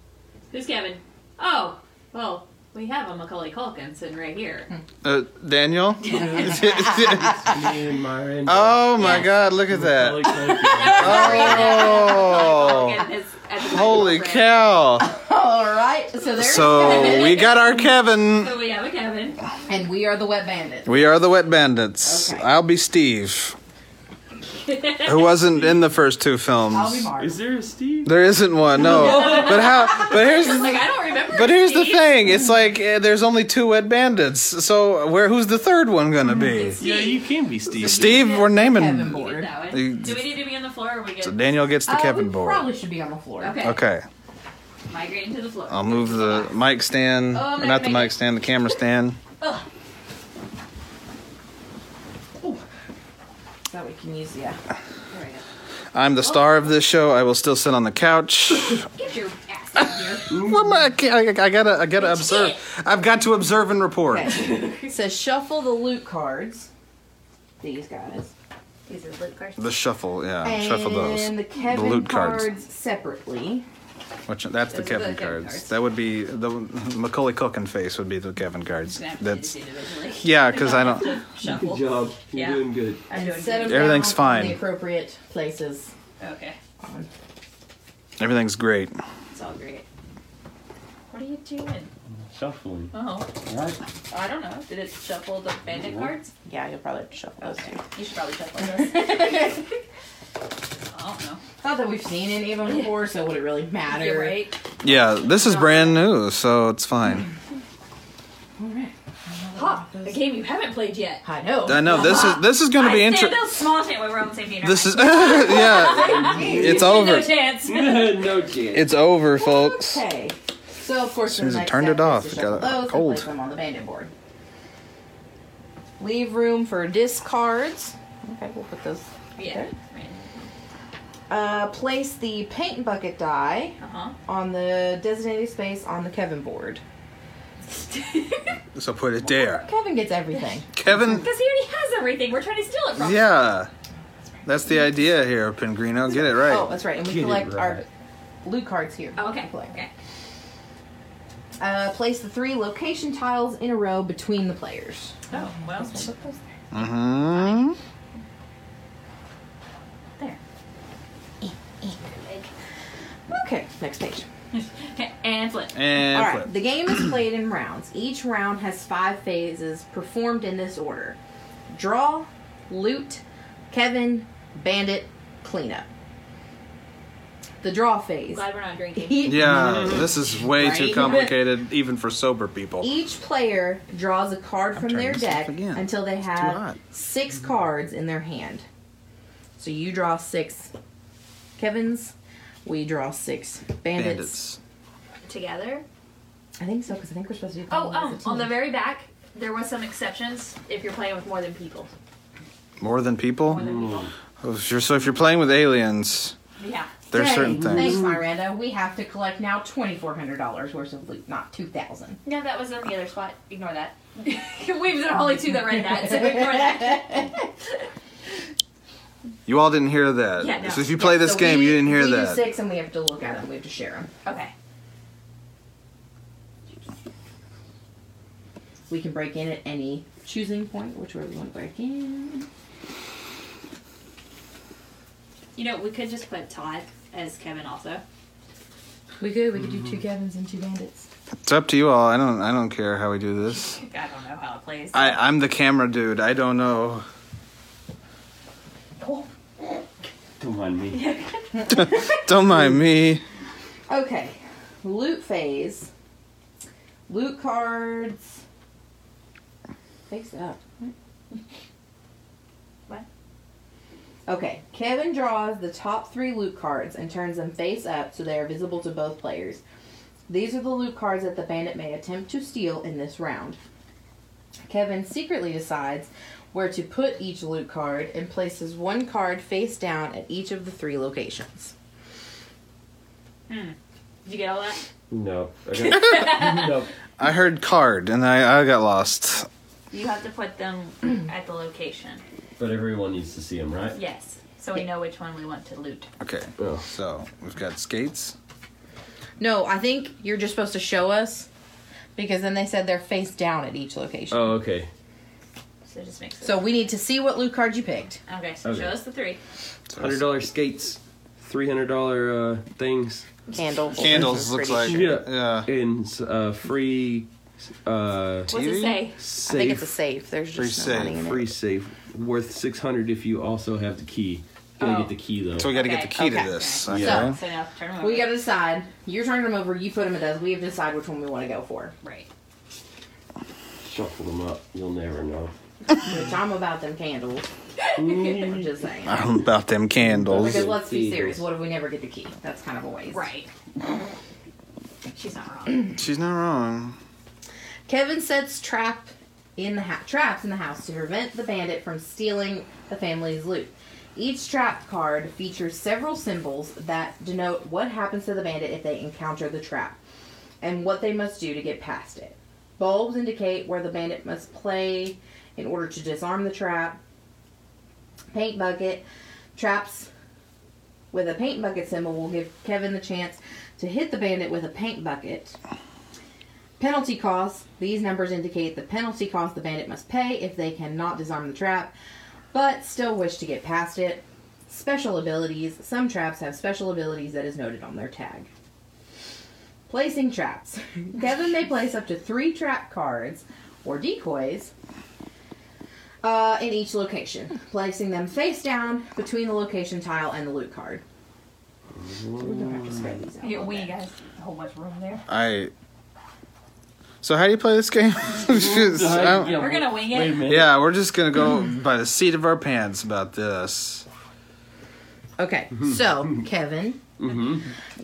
Speaker 8: Who's Kevin? Oh, well, we have a Macaulay Culkin sitting right here.
Speaker 2: Uh, Daniel.
Speaker 9: Mine.
Speaker 2: oh my
Speaker 8: Yes.
Speaker 2: God! Look at that.
Speaker 8: Macaulay
Speaker 2: Oh.
Speaker 8: Culkin is at the
Speaker 2: Holy
Speaker 8: front.
Speaker 2: cow!
Speaker 5: All right, so there's
Speaker 2: So
Speaker 5: Kevin,
Speaker 2: we got our Kevin.
Speaker 8: So we have a Kevin.
Speaker 5: and we are the wet bandit.
Speaker 2: We are the Wet Bandits.
Speaker 5: Okay.
Speaker 2: I'll be Steve, who wasn't in the first two films.
Speaker 5: I'll be Marvin.
Speaker 9: Is there a Steve?
Speaker 2: There isn't one, no. but how? But here's the
Speaker 8: Like I don't remember.
Speaker 2: but here's the
Speaker 8: Steve.
Speaker 2: thing. It's like eh, there's only two Wet Bandits, so where who's the third one gonna be?
Speaker 9: Yeah, you can be Steve.
Speaker 2: Steve, we're
Speaker 5: Kevin
Speaker 2: naming.
Speaker 5: board.
Speaker 8: That one.
Speaker 2: You-
Speaker 8: Do we need to be on the floor? Or we
Speaker 2: So
Speaker 8: get
Speaker 2: Daniel gets the
Speaker 5: Uh,
Speaker 2: Kevin
Speaker 5: we
Speaker 2: board.
Speaker 5: probably should be on the floor.
Speaker 8: okay? Um,
Speaker 2: Okay,
Speaker 8: Migrating to the floor.
Speaker 2: I'll move the mic stand,
Speaker 8: Oh,
Speaker 2: or not the
Speaker 8: make it-
Speaker 2: mic stand, the camera stand.
Speaker 5: That we can use, yeah.
Speaker 8: There we go.
Speaker 2: I'm the star of this show. I will still sit on the couch.
Speaker 8: Get your ass in here.
Speaker 2: Well, I, can't- I- I gotta, I gotta observe. I've got to observe and report.
Speaker 5: It says shuffle the loot cards. These guys.
Speaker 8: These are the loot cards.
Speaker 2: The shuffle, yeah,
Speaker 5: and
Speaker 2: shuffle those.
Speaker 5: the Kevin
Speaker 2: loot
Speaker 5: cards.
Speaker 2: cards.
Speaker 5: separately.
Speaker 2: Which that's the
Speaker 8: Those are the
Speaker 2: Kevin
Speaker 8: Kevin
Speaker 2: cards.
Speaker 8: cards.
Speaker 2: That would be the Macaulay Culkin face would be the Kevin cards.
Speaker 8: Gonna have to do
Speaker 2: That's
Speaker 8: this individually.
Speaker 2: yeah, because I don't.
Speaker 9: Good
Speaker 8: Shuffle.
Speaker 9: job. You're
Speaker 8: Yeah.
Speaker 9: doing good.
Speaker 8: I'm
Speaker 5: And
Speaker 8: doing
Speaker 5: set 'em
Speaker 8: good.
Speaker 5: down
Speaker 2: Everything's
Speaker 5: in
Speaker 2: fine.
Speaker 5: The appropriate places.
Speaker 8: Okay,
Speaker 5: On.
Speaker 2: Everything's great.
Speaker 8: it's all great. What are you doing?
Speaker 9: Shuffling.
Speaker 8: Oh,
Speaker 9: Right.
Speaker 8: I don't know. Did it shuffle the bandit cards?
Speaker 5: Yeah, you'll probably have to shuffle those
Speaker 8: Okay,
Speaker 5: too.
Speaker 8: you should probably shuffle this. I don't know.
Speaker 5: Not that we've seen any of them before, so would it really matter?
Speaker 8: You're right.
Speaker 2: Yeah, this is brand new, so it's fine.
Speaker 5: All right.
Speaker 8: Ha! A game you haven't played yet.
Speaker 5: I know.
Speaker 2: I know this is this is going to be
Speaker 8: I stand
Speaker 2: interesting.
Speaker 8: up small chance. Wait, we're on the same page.
Speaker 2: This is yeah, it's
Speaker 8: no
Speaker 2: over.
Speaker 8: chance.
Speaker 9: no chance.
Speaker 2: It's over, folks.
Speaker 5: Okay. So of course,
Speaker 2: soon as
Speaker 5: the
Speaker 2: it
Speaker 5: next
Speaker 2: turned it
Speaker 5: step is
Speaker 2: off,
Speaker 5: to
Speaker 2: it
Speaker 5: shuffle
Speaker 2: got
Speaker 5: those and
Speaker 2: cold.
Speaker 5: place them on the bandit board. Leave room for discards. Okay, we'll put those.
Speaker 8: yeah.
Speaker 5: Uh, place the paint bucket die
Speaker 8: Uh huh.
Speaker 5: on the designated space on the Kevin board.
Speaker 2: So put it there,
Speaker 5: Kevin gets everything.
Speaker 2: Kevin.
Speaker 8: Because he already has everything. We're trying to steal it from him.
Speaker 2: Yeah, that's the idea here, Pingrino. Get it
Speaker 5: Oh,
Speaker 2: right.
Speaker 5: that's right. And we
Speaker 9: Get it
Speaker 5: collect our
Speaker 9: right.
Speaker 5: loot cards here.
Speaker 8: Oh, okay.
Speaker 5: Play.
Speaker 8: Okay.
Speaker 5: Uh, place the three location tiles in a row between the players.
Speaker 8: Oh well.
Speaker 2: Mm-hmm.
Speaker 8: There.
Speaker 6: Next page.
Speaker 8: and flip.
Speaker 2: And
Speaker 5: All right,
Speaker 2: flip.
Speaker 5: the game is played in rounds. Each round has five phases performed in this order draw, loot, Kevin, bandit, cleanup. The draw phase.
Speaker 8: Glad we're not drinking.
Speaker 2: Yeah, this is way too
Speaker 5: Right?
Speaker 2: complicated, even for sober people.
Speaker 5: Each player draws a card from
Speaker 2: turning
Speaker 5: their
Speaker 2: this off
Speaker 5: deck
Speaker 2: again.
Speaker 5: until they
Speaker 2: hot.
Speaker 5: have six cards in their hand. So you draw six Kevin's, we draw six bandits.
Speaker 2: Bandits.
Speaker 8: Together.
Speaker 5: I think so, because I think we're supposed to do
Speaker 8: Oh, um,
Speaker 5: combos.
Speaker 8: on the very back, there was some exceptions if you're playing with more than people.
Speaker 2: More than people? Oh, if you're- So if you're playing with aliens,
Speaker 5: Yeah.
Speaker 2: There's certain
Speaker 5: Thanks,
Speaker 2: things.
Speaker 5: Miranda. We have to collect now twenty four hundred dollars worth of loot, not two thousand.
Speaker 8: No, that was on the other spot. Ignore that. We've done only two that read that, so ignore that.
Speaker 2: you all didn't hear that.
Speaker 5: Yeah, no.
Speaker 2: So if you play
Speaker 5: Yeah,
Speaker 2: this
Speaker 5: so
Speaker 2: game,
Speaker 5: we-
Speaker 2: you didn't hear
Speaker 5: we do
Speaker 2: that.
Speaker 5: six, and we have to look at them. We have to share them.
Speaker 8: Okay.
Speaker 5: We can break in at any choosing point, which way we want to break in.
Speaker 8: You know, we could just put Todd as Kevin also.
Speaker 5: We could. We could do two Kevins and two bandits.
Speaker 2: It's up to you all. I don't. I don't care how we do this.
Speaker 8: I don't know how it plays.
Speaker 2: I, I'm the camera dude. I don't know.
Speaker 9: Don't mind me.
Speaker 2: don't mind me.
Speaker 5: Okay, loot phase. Loot cards. Face up.
Speaker 8: What?
Speaker 5: Okay, Kevin draws the top three loot cards and turns them face up so they are visible to both players. These are the loot cards that the bandit may attempt to steal in this round. Kevin secretly decides where to put each loot card and places one card face down at each of the three locations.
Speaker 8: Hmm. Did you get all that?
Speaker 2: No.
Speaker 8: Nope.
Speaker 2: I heard card and I, I got lost.
Speaker 8: You have to put them at the location.
Speaker 9: But everyone needs to see him, right?
Speaker 8: Yes. So we know which one we want to loot.
Speaker 2: Okay. So we've got skates.
Speaker 5: No, I think you're just supposed to show us because then they said they're face down at each location.
Speaker 9: Oh, okay.
Speaker 8: So it just makes it.
Speaker 5: So we need to see what loot card you picked.
Speaker 8: Okay, so
Speaker 9: Okay.
Speaker 8: show us the three.
Speaker 9: Hundred dollar skates, three hundred dollar uh, things.
Speaker 6: Candles.
Speaker 2: Candles looks like.
Speaker 9: yeah, yeah. And uh, free. Uh,
Speaker 6: What's it say?
Speaker 9: Safe.
Speaker 6: I think it's a safe. There's
Speaker 9: free
Speaker 6: just no money
Speaker 9: safe.
Speaker 6: in it.
Speaker 9: Free safe. Worth six hundred if you also have the key. Gotta get the key though.
Speaker 2: So we gotta get the key to this. Okay.
Speaker 9: Yeah.
Speaker 5: So-
Speaker 8: now turn them
Speaker 5: We gotta decide. You're turning them over, you put them at us. We have to decide which one we want to go for.
Speaker 8: Right.
Speaker 9: Shuffle them up. You'll never know.
Speaker 5: Which I'm about them candles. I'm just saying.
Speaker 2: I'm about them candles.
Speaker 5: Because let's be serious, what if we never get the key? That's kind of a waste.
Speaker 8: Right. She's not wrong.
Speaker 2: She's not wrong.
Speaker 5: Kevin sets trap in the ha- traps in the house to prevent the bandit from stealing the family's loot. Each trap card features several symbols that denote what happens to the bandit if they encounter the trap and what they must do to get past it. Bulbs indicate where the bandit must play in order to disarm the trap. Paint bucket traps with a paint bucket symbol will give Kevin the chance to hit the bandit with a paint bucket. Penalty costs. These numbers indicate the penalty cost the bandit must pay if they cannot disarm the trap, but still wish to get past it. Special abilities. Some traps have special abilities that is noted on their tag. Placing traps. Kevin may place up to three trap cards or decoys uh, in each location, placing them face down between the location tile and the loot card. We're gonna have to spread these out. a
Speaker 8: Yeah,
Speaker 5: little
Speaker 8: we
Speaker 5: bit.
Speaker 8: got a whole bunch of room there.
Speaker 2: I. So how do you play this game? Just- I don't-
Speaker 8: We're gonna wing it.
Speaker 2: yeah, we're just gonna go by the seat of our pants about this.
Speaker 5: Okay, so Kevin,
Speaker 2: Mm-hmm.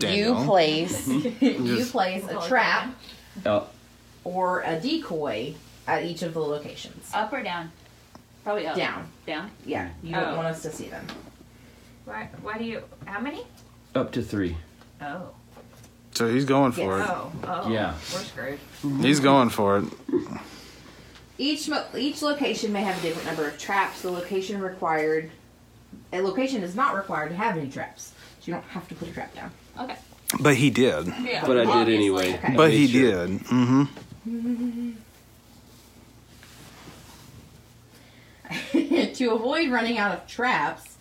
Speaker 5: you place you place a trap
Speaker 9: Up.
Speaker 5: or a decoy at each of the locations.
Speaker 8: Up or down? Probably up.
Speaker 5: Down.
Speaker 8: Down.
Speaker 5: Yeah, you
Speaker 8: Oh.
Speaker 5: don't want us to see them.
Speaker 8: Why? Why do you? How many?
Speaker 9: Up to three.
Speaker 8: Oh.
Speaker 2: So he's going for it.
Speaker 8: Oh. Oh.
Speaker 2: Yeah.
Speaker 8: We're screwed.
Speaker 2: He's going for it.
Speaker 5: Each mo- each location may have a different number of traps. The location required a location is not required to have any traps, so you don't have to put a trap down.
Speaker 8: Okay.
Speaker 2: But he did.
Speaker 8: Yeah.
Speaker 9: But I did anyway.
Speaker 5: Okay.
Speaker 2: But
Speaker 9: I
Speaker 2: he
Speaker 9: made sure.
Speaker 2: did. Mm-hmm.
Speaker 5: to avoid running out of traps,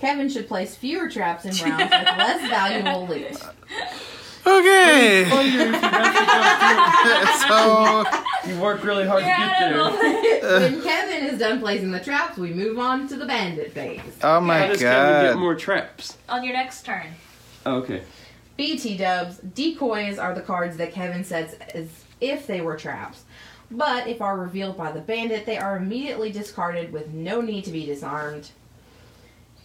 Speaker 5: Kevin should place fewer traps in rounds with less valuable loot.
Speaker 2: Okay. oh
Speaker 5: So-
Speaker 7: you work really hard to get
Speaker 5: when Kevin is done placing the traps, we move on to the bandit phase.
Speaker 2: Oh my
Speaker 9: How does Kevin
Speaker 2: God.
Speaker 9: get more traps?
Speaker 5: On your next turn.
Speaker 9: Oh, okay.
Speaker 5: BT dubs, decoys are the cards that Kevin sets as if they were traps. But if are revealed by the bandit, they are immediately discarded with no need to be disarmed.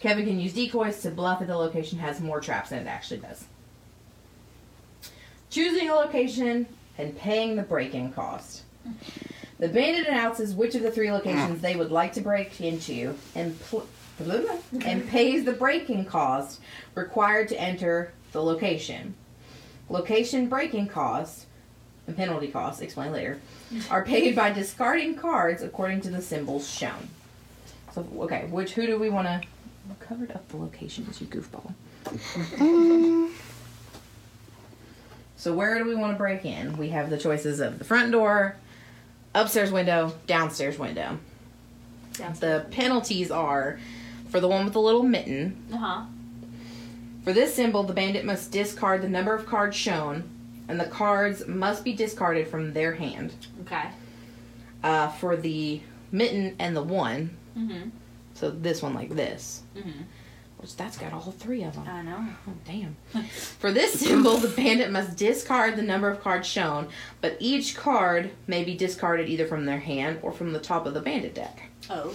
Speaker 5: Kevin can use decoys to bluff if the location has more traps than it actually does. Choosing a location and paying the break in cost. The bandit announces which of the three locations they would like to break into and pl- and pays the breaking cost required to enter the location. Location breaking costs and penalty costs, explained later, are paid by discarding cards according to the symbols shown. So okay, which who do we want to? Covered up the locations, you goofball. So where do we want to break in? We have the choices of the front door, upstairs window, downstairs window. The penalties are for the one with the little mitten.
Speaker 8: Uh huh.
Speaker 5: For this symbol, the bandit must discard the number of cards shown, and the cards must be discarded from their hand.
Speaker 8: Okay.
Speaker 5: Uh, for the mitten and the one,
Speaker 8: Mm
Speaker 5: so this one like this,
Speaker 8: hmm. Mm hmm.
Speaker 5: which that's got all three of them.
Speaker 8: I know.
Speaker 5: Oh, damn. For this symbol, the bandit must discard the number of cards shown, but each card may be discarded either from their hand or from the top of the bandit deck.
Speaker 8: Oh.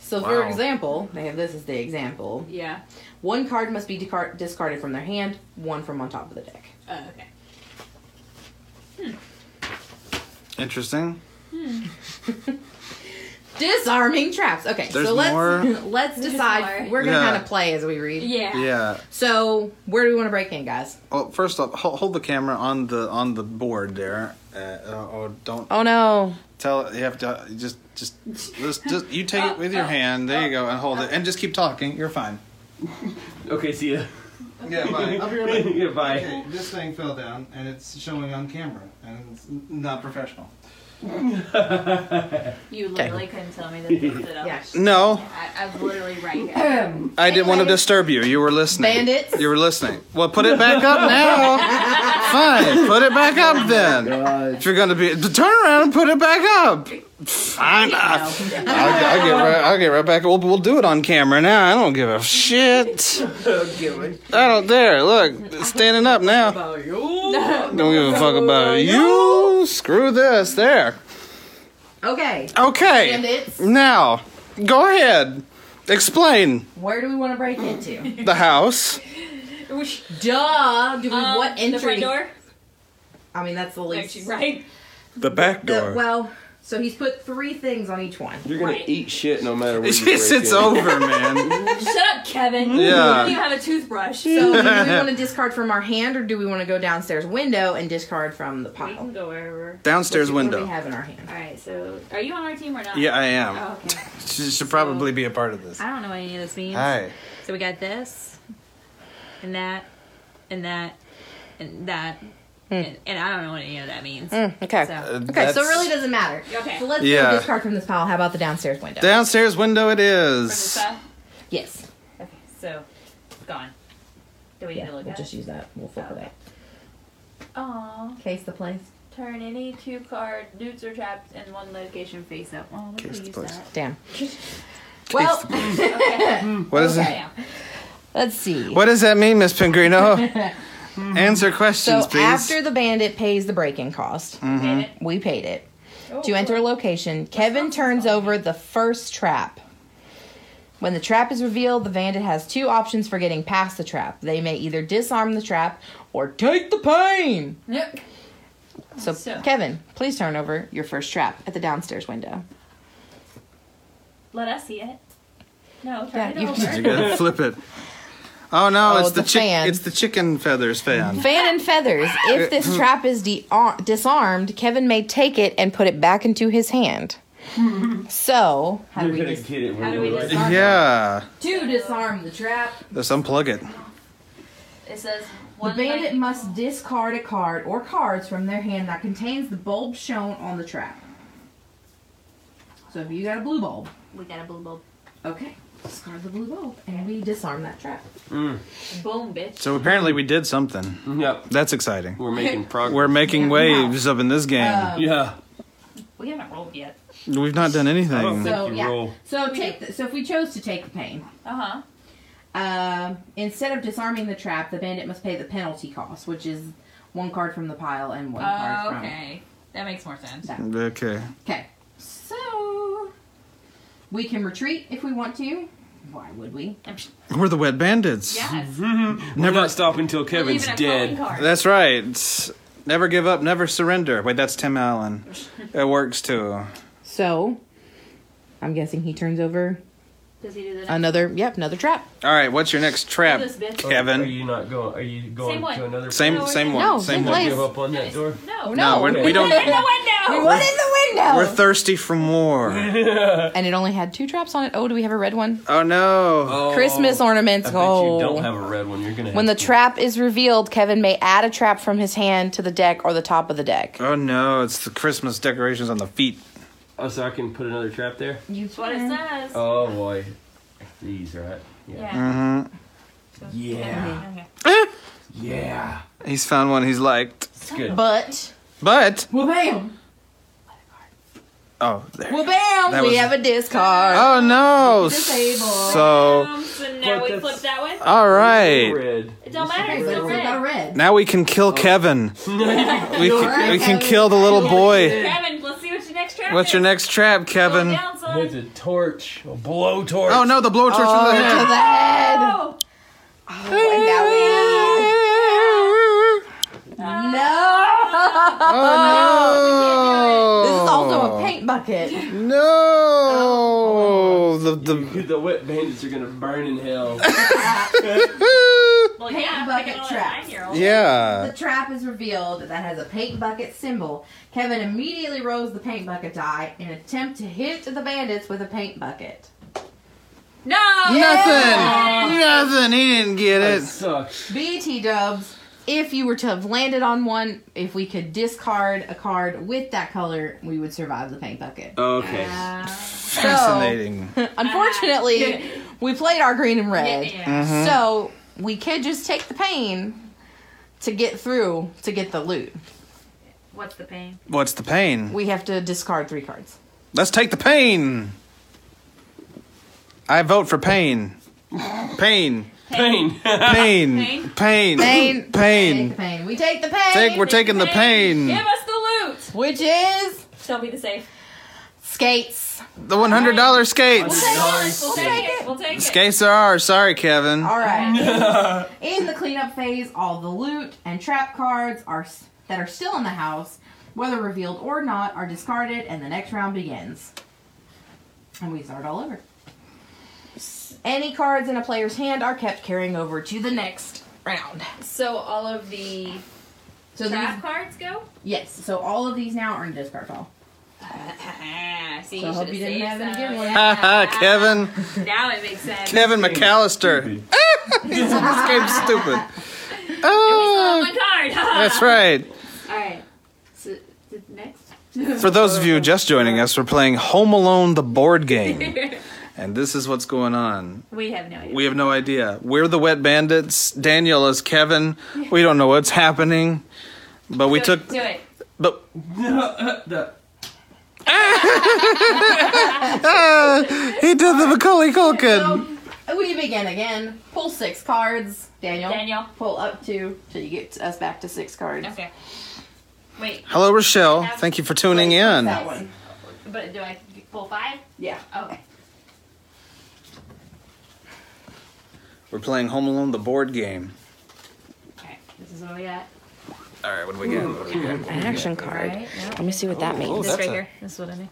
Speaker 5: So, for
Speaker 8: Wow.
Speaker 5: example, they have this is the example.
Speaker 8: Yeah.
Speaker 5: One card must be decar- discarded from their hand, one from on top of the deck.
Speaker 8: Oh, okay.
Speaker 2: Interesting.
Speaker 5: Disarming traps. Okay,
Speaker 2: There's
Speaker 5: so let's
Speaker 2: more?
Speaker 5: let's decide. We're gonna
Speaker 2: Yeah.
Speaker 5: kind of play as we read.
Speaker 2: Yeah.
Speaker 5: So, where do we want to break in, guys?
Speaker 2: Well, first off, hold, hold the camera on the on the board there. Uh, oh, oh, don't.
Speaker 5: Oh no.
Speaker 2: Tell you have to just just just, just you take it with your
Speaker 13: Oh,
Speaker 2: hand. There you go, and hold it, and just keep talking. You're fine.
Speaker 9: Okay, see ya.
Speaker 13: Yeah, bye. I'll be right back.
Speaker 9: Yeah, bye.
Speaker 13: Okay, this thing fell down, and it's showing on camera, and it's n- not professional.
Speaker 8: You literally couldn't tell me that they stood up. Yeah.
Speaker 2: No,
Speaker 8: I, I'm literally right here.
Speaker 2: I didn't want to disturb you. You were listening.
Speaker 8: Bandits.
Speaker 2: You were listening. Well, put it back up now. Fine, put it back up then. If you're gonna be, turn around and put it back up. Fine. I- I'll, I'll get right. I'll get right back. We'll, we'll do it on camera now. I don't give a shit. I don't dare. Look, it's standing up now. Don't give a fuck about you. Screw this. There.
Speaker 5: Okay.
Speaker 2: Okay.
Speaker 5: Bandits.
Speaker 2: Now, go ahead. Explain
Speaker 5: Where do we want to break into?
Speaker 2: the house.
Speaker 5: Duh. Do we
Speaker 8: Um,
Speaker 5: what
Speaker 8: the
Speaker 5: entry?
Speaker 8: front door?
Speaker 5: I mean, that's the least.
Speaker 8: Right.
Speaker 2: The back
Speaker 5: The, well, so he's put three things on each one.
Speaker 9: You're gonna eat shit no matter what.
Speaker 2: It's- it's over, man.
Speaker 5: Shut up, Kevin.
Speaker 2: Yeah. You
Speaker 5: have a toothbrush. So, do we want to discard from our hand, or do we want to go downstairs window and discard from the pile? We can
Speaker 8: go wherever.
Speaker 2: Downstairs
Speaker 5: What do
Speaker 2: window.
Speaker 5: we have in our hand?
Speaker 8: All right. So, are you on our team or not?
Speaker 2: Yeah, I am.
Speaker 8: Oh, okay.
Speaker 2: She should probably be a part of this.
Speaker 8: I don't know what any of this means.
Speaker 2: Hi.
Speaker 8: So we got this, and that, and that, and that,
Speaker 9: Hmm.
Speaker 8: and, and I don't know what any of that means.
Speaker 5: Mm, okay.
Speaker 8: So.
Speaker 2: Uh,
Speaker 5: Okay, so it really doesn't matter.
Speaker 8: Okay.
Speaker 5: So let's
Speaker 2: Yeah.
Speaker 5: go discard from this pile. How about the downstairs window?
Speaker 2: Downstairs window it is.
Speaker 8: Melissa?
Speaker 5: Yes.
Speaker 8: Okay. So, gone. Do we need
Speaker 5: Yeah,
Speaker 8: to look
Speaker 5: we'll
Speaker 8: at
Speaker 5: just
Speaker 8: it?
Speaker 5: use that. We'll flip it up.
Speaker 8: Aw.
Speaker 5: Case the place.
Speaker 8: Turn any two card dudes or traps in one location face up. Oh, look
Speaker 5: Case
Speaker 8: who
Speaker 5: the
Speaker 8: used
Speaker 5: place.
Speaker 8: that.
Speaker 5: Damn. well,
Speaker 2: What is
Speaker 5: Okay.
Speaker 2: it?
Speaker 5: Let's see.
Speaker 2: What does that mean, Miss Pingrino? Answer questions,
Speaker 5: so
Speaker 2: please.
Speaker 5: after the bandit pays the break-in cost,
Speaker 2: Mhm.
Speaker 5: we paid it. to enter a location, Kevin turns over the first trap. When the trap is revealed, the bandit has two options for getting past the trap. They may either disarm the trap or take the pain.
Speaker 8: Yep.
Speaker 5: So,
Speaker 8: So-
Speaker 5: Kevin, please turn over your first trap at the downstairs window.
Speaker 8: Let us see it. No, turn
Speaker 5: Yeah, you-
Speaker 2: You
Speaker 8: it
Speaker 2: gotta
Speaker 8: over.
Speaker 2: flip it. Oh no,
Speaker 5: Oh,
Speaker 2: it's the,
Speaker 5: the
Speaker 2: chick-
Speaker 5: fan.
Speaker 2: It's the chicken feathers fan.
Speaker 5: Fan and feathers. If this trap is de- ar- disarmed, Kevin may take it and put it back into his hand. So, how do
Speaker 9: You're
Speaker 5: we
Speaker 9: gonna
Speaker 5: dis-
Speaker 9: get it.
Speaker 5: how do we
Speaker 9: Willow.
Speaker 5: disarm
Speaker 2: Yeah.
Speaker 5: To disarm the trap,
Speaker 2: Let's unplug it.
Speaker 8: It says
Speaker 5: The
Speaker 8: one
Speaker 5: bandit must discard a card or cards from their hand that contains the bulb shown on the trap. So if you got a blue bulb,
Speaker 8: We got a blue bulb.
Speaker 5: okay, Discard the blue bulb, and we disarm that trap.
Speaker 8: Boom, bitch.
Speaker 2: So apparently we did something.
Speaker 9: Yep.
Speaker 2: That's exciting. We're
Speaker 9: making progress.
Speaker 2: We're making waves up in this game.
Speaker 5: Uh,
Speaker 9: yeah.
Speaker 8: We haven't rolled yet.
Speaker 2: We've not done anything.
Speaker 5: So yeah. So take. The, so if we chose to take the pain,
Speaker 8: Uh huh.
Speaker 5: um, instead of disarming the trap, the bandit must pay the penalty cost, which is one card from the pile and one card
Speaker 8: Oh,
Speaker 5: from.
Speaker 8: okay. That makes more sense.
Speaker 5: That.
Speaker 2: Okay.
Speaker 5: Okay. So we can retreat if we want to. Why would we?
Speaker 2: We're the wet bandits.
Speaker 9: Never stop until Kevin's
Speaker 5: leaving a calling
Speaker 9: dead.
Speaker 5: card.
Speaker 2: That's right. Never give up, never surrender. Wait, that's Tim Allen. It works too.
Speaker 5: So I'm guessing he turns over
Speaker 8: Does he do the next
Speaker 5: another. Yep, another trap.
Speaker 2: All right, what's your next trap,
Speaker 8: this bitch.
Speaker 2: Kevin?
Speaker 9: Are you not going? Are you going
Speaker 8: Same one.
Speaker 9: to another?
Speaker 2: Same-
Speaker 9: place?
Speaker 2: same one, No, same same one. place.
Speaker 9: Give up on that door.
Speaker 8: No,
Speaker 2: No, we- we don't-
Speaker 8: In the window.
Speaker 5: We went in the window.
Speaker 2: We're thirsty for more.
Speaker 5: and it only had two traps on it. Oh, do we have a red one?
Speaker 2: Oh no.
Speaker 5: Christmas ornaments.
Speaker 9: I bet
Speaker 5: oh.
Speaker 9: you don't have a red one. You're gonna.
Speaker 6: When the
Speaker 9: have
Speaker 6: trap is revealed, Kevin may add a trap from his hand to the deck or the top of the deck.
Speaker 2: Oh no, it's the Christmas decorations on the feet.
Speaker 9: to- Oh, so I can put another trap there.
Speaker 8: That's what it says.
Speaker 9: Oh boy, these right? Yeah.
Speaker 2: Mm-hmm. Eh.
Speaker 9: Yeah. Yeah.
Speaker 2: He's found one he's liked.
Speaker 9: It's good.
Speaker 6: But
Speaker 2: But
Speaker 5: Well, bam.
Speaker 2: oh there.
Speaker 5: Well, bam.
Speaker 2: That
Speaker 6: we
Speaker 2: was-
Speaker 6: have a discard.
Speaker 2: Oh no.
Speaker 5: Disabled.
Speaker 2: So
Speaker 8: Um, so now
Speaker 9: Oh. But
Speaker 8: we
Speaker 9: that's-
Speaker 8: flip that one.
Speaker 2: all right.
Speaker 9: Red.
Speaker 8: It don't matter.
Speaker 5: Okay,
Speaker 8: It's
Speaker 5: but
Speaker 8: still
Speaker 5: it's got a
Speaker 8: red.
Speaker 5: red.
Speaker 2: Now we can kill Kevin. We can,
Speaker 5: right,
Speaker 2: we can
Speaker 5: Kevin.
Speaker 2: kill the little boy.
Speaker 8: Kevin, let's see what your next trap
Speaker 2: What's your
Speaker 8: is.
Speaker 2: next trap,
Speaker 8: Go
Speaker 2: Kevin?
Speaker 8: down, son.
Speaker 9: It's a torch. A blow torch.
Speaker 2: Oh no, the blowtorch from the
Speaker 6: To
Speaker 2: head.
Speaker 6: the head.
Speaker 8: Oh,
Speaker 5: No.
Speaker 2: Oh no.
Speaker 5: This is also a paint bucket.
Speaker 2: No. The the
Speaker 9: The wet bandits are gonna burn in hell.
Speaker 8: well,
Speaker 5: Paint
Speaker 8: yeah, I'm
Speaker 5: bucket
Speaker 8: picking on a
Speaker 5: traps.
Speaker 8: nine-year-old.
Speaker 5: The
Speaker 2: yeah.
Speaker 5: trap is revealed that has a paint bucket symbol. Kevin immediately rolls the paint bucket die in an attempt to hit the bandits with a paint bucket.
Speaker 8: No.
Speaker 2: Nothing. Nothing. He didn't get
Speaker 9: That
Speaker 2: it.
Speaker 9: sucks.
Speaker 5: BT dubs. If you were to have landed on one, if we could discard a card with that color, we would survive the paint
Speaker 8: Uh-huh.
Speaker 5: bucket.
Speaker 9: Okay.
Speaker 2: Fascinating.
Speaker 5: Unfortunately, we played our green and red.
Speaker 8: Yeah.
Speaker 5: So we could just take the pain to get through to get the loot.
Speaker 8: What's the pain?
Speaker 2: What's the pain?
Speaker 5: We have to discard three cards.
Speaker 2: Let's take the pain. I vote for pain. Pain.
Speaker 9: Pain.
Speaker 2: Pain. Pain. Pain.
Speaker 5: Take the
Speaker 2: Pain.
Speaker 5: pain. We take the pain,
Speaker 2: Take. We're taking the pain.
Speaker 8: Give us the loot.
Speaker 5: which is
Speaker 8: Don't be the safe.
Speaker 5: skates.
Speaker 2: The one hundred dollar skates.
Speaker 8: We'll take it. We'll take it.
Speaker 2: Skates are ours. Sorry, Kevin.
Speaker 5: All right. in the cleanup phase, all the loot and trap cards are s- that are still in the house, whether revealed or not, are discarded, and the next round begins. And we start all over. S- Any cards in a player's hand are kept carrying over to the next round.
Speaker 8: So all of the
Speaker 5: So
Speaker 8: trap
Speaker 5: these,
Speaker 8: cards go.
Speaker 5: yes, so all of these now are in the discard pile.
Speaker 8: Ah, See,
Speaker 5: So I hope you
Speaker 8: should've
Speaker 5: didn't have any
Speaker 8: saved
Speaker 5: good
Speaker 8: some.
Speaker 5: ones.
Speaker 2: Ha ha, Kevin.
Speaker 8: Now it makes sense.
Speaker 2: Kevin McAllister. He's this game's stupid. Oh,
Speaker 8: My card.
Speaker 2: That's right.
Speaker 8: All right. So the next.
Speaker 2: For those of you just joining us, we're playing Home Alone the board game. And this is what's going on.
Speaker 8: We have no idea.
Speaker 2: We have no idea. We're the wet bandits. Daniel is Kevin. We don't know what's happening. But we
Speaker 8: do
Speaker 2: took
Speaker 8: It, do it.
Speaker 2: but
Speaker 9: The-
Speaker 2: Ah, he did the Macaulay Culkin.
Speaker 5: So we begin again. Pull six cards, Daniel.
Speaker 8: Daniel.
Speaker 5: Pull up two till you get us back to six cards.
Speaker 8: Okay. Wait,
Speaker 2: Hello Rochelle. Thank you for tuning in.
Speaker 5: That one.
Speaker 8: but do I pull five?
Speaker 5: Yeah.
Speaker 8: Okay.
Speaker 2: We're playing Home Alone the board game.
Speaker 8: Okay. This is what we got.
Speaker 2: Alright, what do we get? What do we get?
Speaker 6: An action card. Let me see what that means.
Speaker 8: This
Speaker 2: that's
Speaker 8: right
Speaker 2: a-
Speaker 8: here. This is what I mean.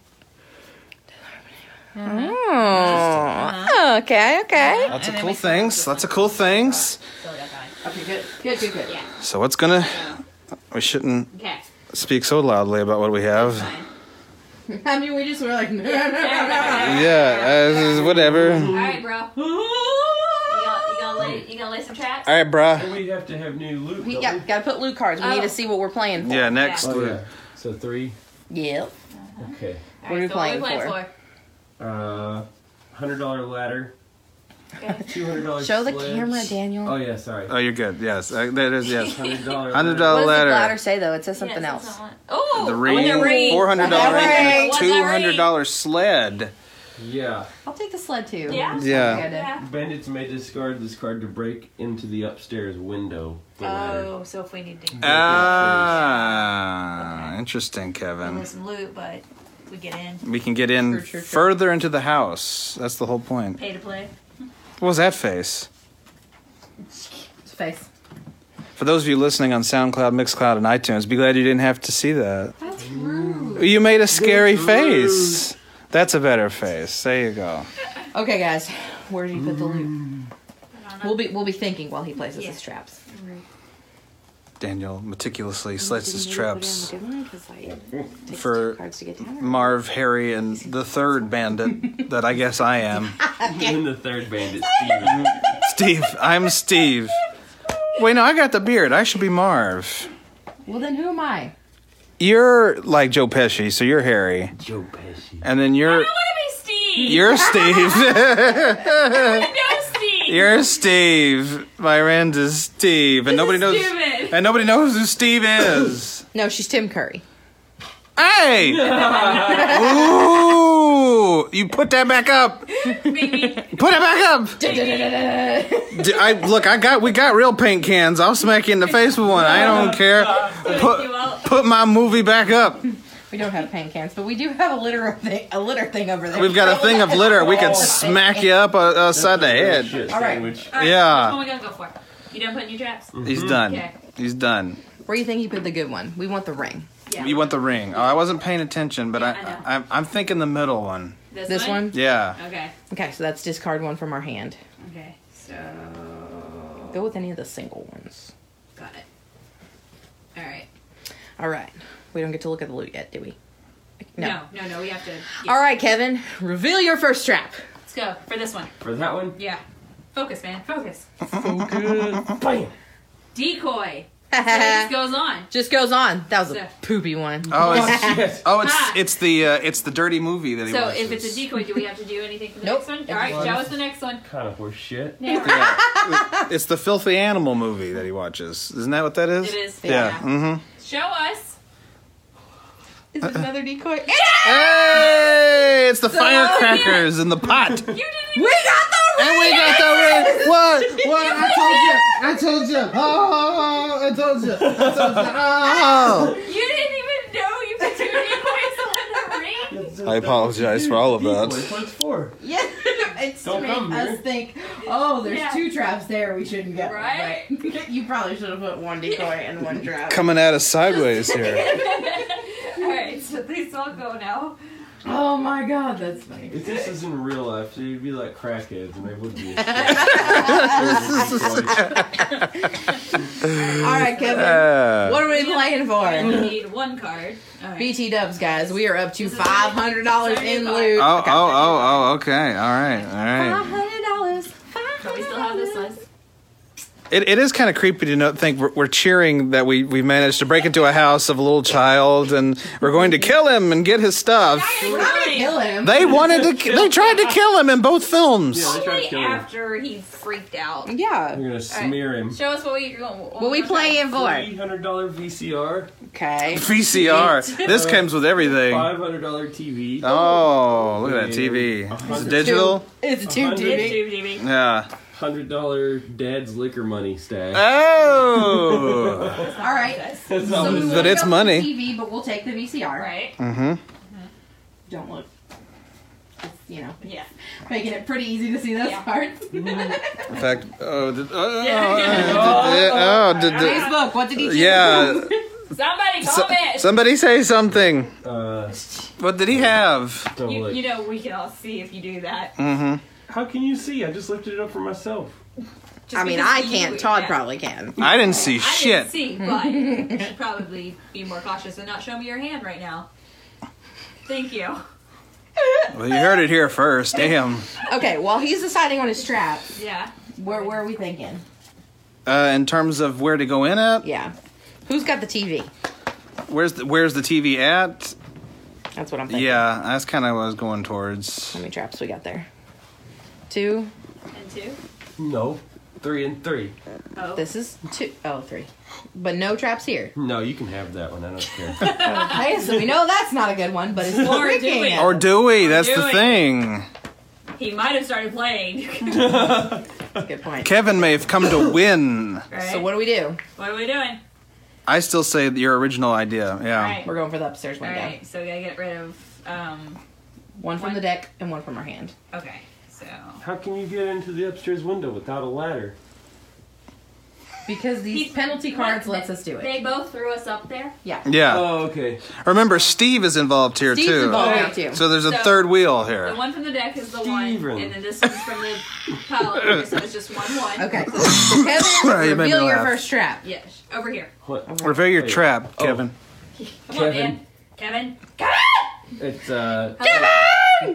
Speaker 8: Uh-huh.
Speaker 6: Oh, okay, okay.
Speaker 2: Lots of cool things. Lots of cool things.
Speaker 8: So that's fine.
Speaker 5: Okay, good. Good, good, good.
Speaker 8: Yeah.
Speaker 2: So what's gonna we shouldn't
Speaker 8: Okay.
Speaker 2: speak so loudly about what we have.
Speaker 5: I mean, we just were like, no, no, no,
Speaker 2: Yeah, uh, whatever.
Speaker 8: All right, bro. You gonna, you gonna lay you gonna lay some traps?
Speaker 2: All right, bruh.
Speaker 9: we have to have new loot.
Speaker 5: We
Speaker 9: don't
Speaker 5: got, gotta put loot cards. We need
Speaker 8: Oh.
Speaker 5: to see what we're playing for.
Speaker 2: Yeah, next.
Speaker 9: we? Oh, yeah. So three.
Speaker 5: Yep.
Speaker 9: Okay.
Speaker 8: All
Speaker 6: What are we
Speaker 8: so what
Speaker 6: playing for?
Speaker 9: Uh, hundred dollar ladder. Two hundred dollars.
Speaker 6: Show the camera, Daniel.
Speaker 9: Oh yeah, sorry.
Speaker 2: Oh, you're good. Yes, uh, that is yes.
Speaker 9: Hundred
Speaker 2: Hundred
Speaker 6: What
Speaker 2: dollar
Speaker 6: does the
Speaker 2: letter.
Speaker 6: bladder say though? It says something else.
Speaker 8: Oh,
Speaker 2: The ring. Four hundred dollar ring. Two hundred dollar sled.
Speaker 9: Yeah.
Speaker 6: I'll take the sled too.
Speaker 8: Yeah.
Speaker 2: Yeah.
Speaker 9: Bandits may discard this card to break into the upstairs window. The ladder.
Speaker 14: Oh, so if we need to
Speaker 2: Ah, interesting, Kevin.
Speaker 14: there's some loot, but we get in.
Speaker 2: We can get in
Speaker 14: True, true, true.
Speaker 2: further into the house. That's the whole point.
Speaker 14: Pay to play.
Speaker 2: What was that face?
Speaker 5: Face.
Speaker 2: For those of you listening on SoundCloud, Mixcloud, and iTunes, be glad you didn't have to see that.
Speaker 5: That's rude.
Speaker 2: You made a scary face. That's a better face. There you go.
Speaker 5: Okay, guys, where did he put the loot? We'll be we'll be thinking while he places his traps.
Speaker 2: Daniel meticulously slits his traps
Speaker 15: for
Speaker 2: for Marv, Harry, and the third bandit that I guess I am.
Speaker 9: And the third bandit,
Speaker 2: Steve. I'm Steve. Wait, no, I got the beard. I should be Marv.
Speaker 5: Well, then who am I?
Speaker 2: You're like Joe Pesci, so you're Harry. Joe Pesci. And then you're you're Steve. you're Steve. My friend is Steve, and nobody knows
Speaker 5: stupid.
Speaker 2: and nobody knows who Steve is.
Speaker 5: No, she's Tim Curry.
Speaker 2: hey! Ooh! You put that back up. Put it back up. D- I look. I got. We got real paint cans. I'll smack you in the face with one. I don't care. Put put my movie back up.
Speaker 5: We don't have paint cans, but we do have a litter of thing, a litter thing over there.
Speaker 2: We've got a thing of litter. We could smack you up uh, outside the head.
Speaker 5: All right.
Speaker 8: Which one
Speaker 2: Yeah.
Speaker 8: we gonna go for? You done putting your traps?
Speaker 2: He's done.
Speaker 8: Okay.
Speaker 2: He's done.
Speaker 5: Where do you think he put the good one? We want the ring.
Speaker 2: You want the ring? Oh, I wasn't paying attention, but I, I am I'm thinking the middle one.
Speaker 5: This, one?
Speaker 2: Yeah.
Speaker 5: Okay. Okay, so that's discard one from our hand.
Speaker 8: Okay. So
Speaker 5: Go with any of the single ones.
Speaker 8: got it. All right.
Speaker 5: All right. We don't get to look at the loot yet, do we?
Speaker 8: No, no, no. we have to. yeah.
Speaker 5: All right, Kevin. Reveal your first trap.
Speaker 8: Let's go for this one.
Speaker 9: For that one?
Speaker 8: Yeah. Focus, man. Focus.
Speaker 5: Focus.
Speaker 9: Bam.
Speaker 8: Decoy. So it just goes on.
Speaker 5: Just goes on. That was
Speaker 8: So-
Speaker 5: a poopy one.
Speaker 2: Oh, it's, oh, it's it's the uh, it's the dirty movie that he
Speaker 8: Ah. So
Speaker 2: watches.
Speaker 8: if it's a decoy, do we have to do anything for the
Speaker 5: Nope.
Speaker 8: next one? All right, show us the next one.
Speaker 9: Kind of horse shit.
Speaker 8: Yeah.
Speaker 2: It's the filthy animal movie that he watches. Isn't that what that is?
Speaker 8: It is.
Speaker 2: Yeah.
Speaker 8: Yeah.
Speaker 2: Mm-hmm.
Speaker 8: Show us.
Speaker 5: Is it another decoy?
Speaker 2: Hey, it's the
Speaker 5: So-
Speaker 2: firecrackers in the pot.
Speaker 5: We got the
Speaker 2: And we got the ring. What?
Speaker 13: What? I told you. I told you. Oh, I told you. I told you. Oh.
Speaker 8: You didn't even know you put two decoys on the ring.
Speaker 2: I apologize for all of
Speaker 9: Decoy,
Speaker 2: that.
Speaker 9: What's for?
Speaker 5: Yeah, it's
Speaker 9: Don't
Speaker 5: to make
Speaker 9: come
Speaker 5: us
Speaker 9: here.
Speaker 5: think. Oh, there's
Speaker 8: Yeah.
Speaker 5: two traps there. We shouldn't go.
Speaker 8: Right?
Speaker 5: But you probably should have put one decoy and one trap.
Speaker 2: Coming at us sideways here.
Speaker 8: All right, so these all go now.
Speaker 5: Oh my god, that's funny.
Speaker 9: If this is in real life, they'd be like crackheads, and they would be.
Speaker 5: All right, Kevin.
Speaker 9: Uh.
Speaker 2: Oh,
Speaker 5: what are we playing
Speaker 8: We
Speaker 5: for?
Speaker 8: need one card. All right.
Speaker 5: BT Dubs, guys. We are up to five hundred dollars in loot.
Speaker 2: Oh, oh, oh, oh. Okay. All right. All right.
Speaker 5: hundred dollars.
Speaker 8: But we still have this list.
Speaker 2: It, it is kind of creepy to know, think we're, we're cheering that we we managed to break into a house of a little child and we're going to kill him and get his stuff.
Speaker 5: We're not gonna kill him.
Speaker 2: They wanted to. They tried to kill him in both films.
Speaker 8: Only after he freaked out.
Speaker 5: Yeah.
Speaker 9: You're gonna smear him.
Speaker 8: Show us what we- you're going. What,
Speaker 5: What we playing for?
Speaker 9: Three hundred dollar VCR.
Speaker 5: Okay.
Speaker 2: VCR. This
Speaker 9: Uh,
Speaker 2: comes with everything.
Speaker 9: Five hundred dollar TV.
Speaker 8: Uh,
Speaker 2: Oh, look at that TV. It's digital.
Speaker 5: It's a tube TV.
Speaker 2: Yeah.
Speaker 9: Hundred dollar dad's liquor money stack.
Speaker 8: Uh,
Speaker 2: Oh.
Speaker 5: All right.
Speaker 9: That's
Speaker 5: So we
Speaker 9: always-
Speaker 5: won't
Speaker 2: But it's
Speaker 5: go with
Speaker 2: money.
Speaker 5: TV, but we'll take the VCR. Right.
Speaker 2: mm-hmm.
Speaker 5: Don't look. It's, You know,
Speaker 8: Yeah.
Speaker 5: making it pretty easy to see those parts.
Speaker 2: In fact, oh, did, oh,
Speaker 5: Yeah.
Speaker 2: oh, did, the-
Speaker 5: Facebook, what did he choose?
Speaker 2: yeah.
Speaker 8: Somebody
Speaker 2: So-
Speaker 8: comment.
Speaker 2: somebody say something.
Speaker 9: Uh,
Speaker 2: What did he have?
Speaker 8: you, you know we can all see if you do that.
Speaker 2: Mm-hmm.
Speaker 9: How can you see? I just lifted it up for myself.
Speaker 8: Just
Speaker 5: I mean,
Speaker 8: because
Speaker 5: I
Speaker 8: you-
Speaker 5: can't. Todd
Speaker 8: yeah.
Speaker 5: probably can.
Speaker 2: I didn't see
Speaker 8: I
Speaker 2: shit.
Speaker 8: didn't see, but you should probably be more cautious and not show me your hand right now. Thank you.
Speaker 2: Well, you heard it here first. Damn.
Speaker 5: Okay, while he's deciding on his trap,
Speaker 8: Yeah.
Speaker 5: where, where are we thinking?
Speaker 2: Uh, in terms of where to go in at,
Speaker 5: Yeah. Who's got the TV?
Speaker 2: where's the, where's the TV at?
Speaker 5: That's what I'm thinking.
Speaker 2: Yeah, that's kind of what I was going towards.
Speaker 5: How many traps we got there? Two,
Speaker 8: And two?
Speaker 9: No. Three and three.
Speaker 8: Oh.
Speaker 5: This is two. Oh, three. But no traps here.
Speaker 9: No, you can have that one. I don't care.
Speaker 5: Okay, so we know that's not a good one, but it's what
Speaker 8: Or
Speaker 5: we're
Speaker 8: do
Speaker 5: picking.
Speaker 8: we?
Speaker 2: Or do we? That's
Speaker 8: Do
Speaker 2: the
Speaker 8: it.
Speaker 2: thing.
Speaker 8: He might have started playing.
Speaker 5: Good point.
Speaker 2: Kevin may have come to win.
Speaker 5: So what do we do?
Speaker 8: What are we doing?
Speaker 2: I still say your original idea. Yeah.
Speaker 8: Alright.
Speaker 5: We're going for the upstairs
Speaker 8: All
Speaker 5: window.
Speaker 8: right, so we gotta get rid of. um
Speaker 5: One from the deck and one from our hand.
Speaker 8: Okay, so
Speaker 9: How can you get into the upstairs window without a ladder?
Speaker 5: Because these penalty cards lets us do it.
Speaker 8: they both threw us up there.
Speaker 5: Yeah.
Speaker 2: Yeah.
Speaker 9: Oh, okay.
Speaker 2: Remember, Steve is involved here
Speaker 8: Steve's
Speaker 2: too.
Speaker 8: involved here, too.
Speaker 2: So there's a
Speaker 8: So-
Speaker 2: third wheel
Speaker 8: The
Speaker 2: here.
Speaker 8: one from the deck is the one,
Speaker 2: Steven.
Speaker 8: and then this one's from the pile. so it's just one one.
Speaker 5: Okay.
Speaker 2: Right, you made
Speaker 5: Kevin,
Speaker 2: me
Speaker 5: reveal your
Speaker 2: laugh.
Speaker 5: first trap.
Speaker 8: Yes, over here.
Speaker 9: What?
Speaker 2: Reveal your trap, Kevin.
Speaker 8: Come
Speaker 9: Kevin.
Speaker 8: on, man. Kevin.
Speaker 9: It's uh.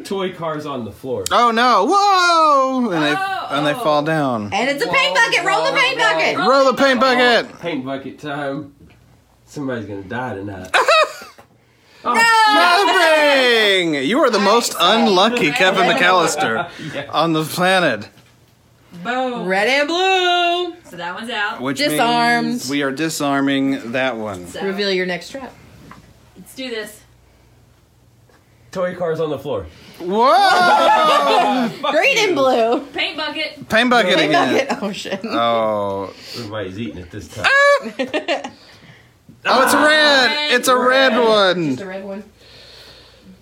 Speaker 9: Toy cars on the floor.
Speaker 2: Oh no! Whoa! And they and they fall down.
Speaker 5: And it's a paint bucket. Roll the paint bucket.
Speaker 2: Roll the paint bucket.
Speaker 9: Oh, Paint bucket time. Somebody's gonna die tonight.
Speaker 2: Nothing. You are the most unlucky Kevin McAllister on the planet.
Speaker 8: Boom.
Speaker 5: Red and blue.
Speaker 8: So that one's out.
Speaker 2: Which
Speaker 5: Disarmed.
Speaker 2: means we are disarming that one.
Speaker 5: Reveal your next trap.
Speaker 8: Let's do this.
Speaker 9: Toy cars on the floor.
Speaker 2: Whoa!
Speaker 5: Green and blue.
Speaker 8: Paint bucket.
Speaker 2: Paint bucket
Speaker 5: Paint
Speaker 2: again.
Speaker 5: bucket. Oh shit.
Speaker 2: Oh.
Speaker 9: Everybody's eating it this time.
Speaker 2: Oh, it's a red. It's a red
Speaker 5: Just a
Speaker 2: one.
Speaker 5: red one.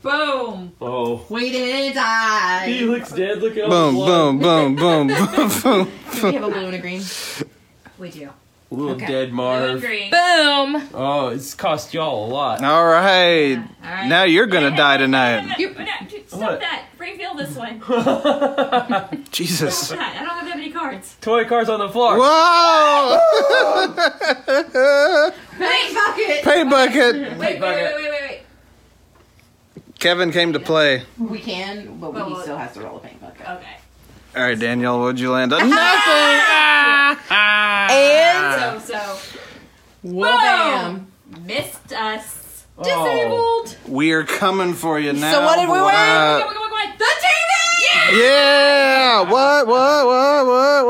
Speaker 8: Boom.
Speaker 9: Oh.
Speaker 5: Waited die.
Speaker 9: He looks dead. Look at all
Speaker 2: Boom!
Speaker 9: the
Speaker 2: Boom!
Speaker 9: blood.
Speaker 2: Boom! Boom! Boom! Boom!
Speaker 5: We have a blue and a green.
Speaker 8: We do.
Speaker 9: Little
Speaker 5: Okay.
Speaker 9: dead Marv.
Speaker 8: Green.
Speaker 5: Boom.
Speaker 9: Oh, it's cost y'all a lot.
Speaker 2: All right. Now you're gonna die tonight.
Speaker 8: No, no, dude, stop
Speaker 9: What?
Speaker 8: that. Reveal this one.
Speaker 2: Jesus.
Speaker 8: Stop that. I don't have that many cards.
Speaker 9: Toy cars on the floor.
Speaker 2: Whoa!
Speaker 5: Paint bucket.
Speaker 2: Paint bucket.
Speaker 8: Wait, wait, wait, wait, wait, wait.
Speaker 2: Kevin came to play.
Speaker 5: We can, but
Speaker 8: Well,
Speaker 5: he still has to roll a paint bucket.
Speaker 8: Okay.
Speaker 2: All right, Danielle, what'd you land on? Nothing. Ah!
Speaker 5: And
Speaker 8: So, so
Speaker 5: bam.
Speaker 8: missed us.
Speaker 9: Oh.
Speaker 5: Disabled.
Speaker 2: We are coming for you now.
Speaker 5: what did we win?
Speaker 2: Uh,
Speaker 8: Come on, come on, come on. The TV!
Speaker 2: yeah. What? What? What? What?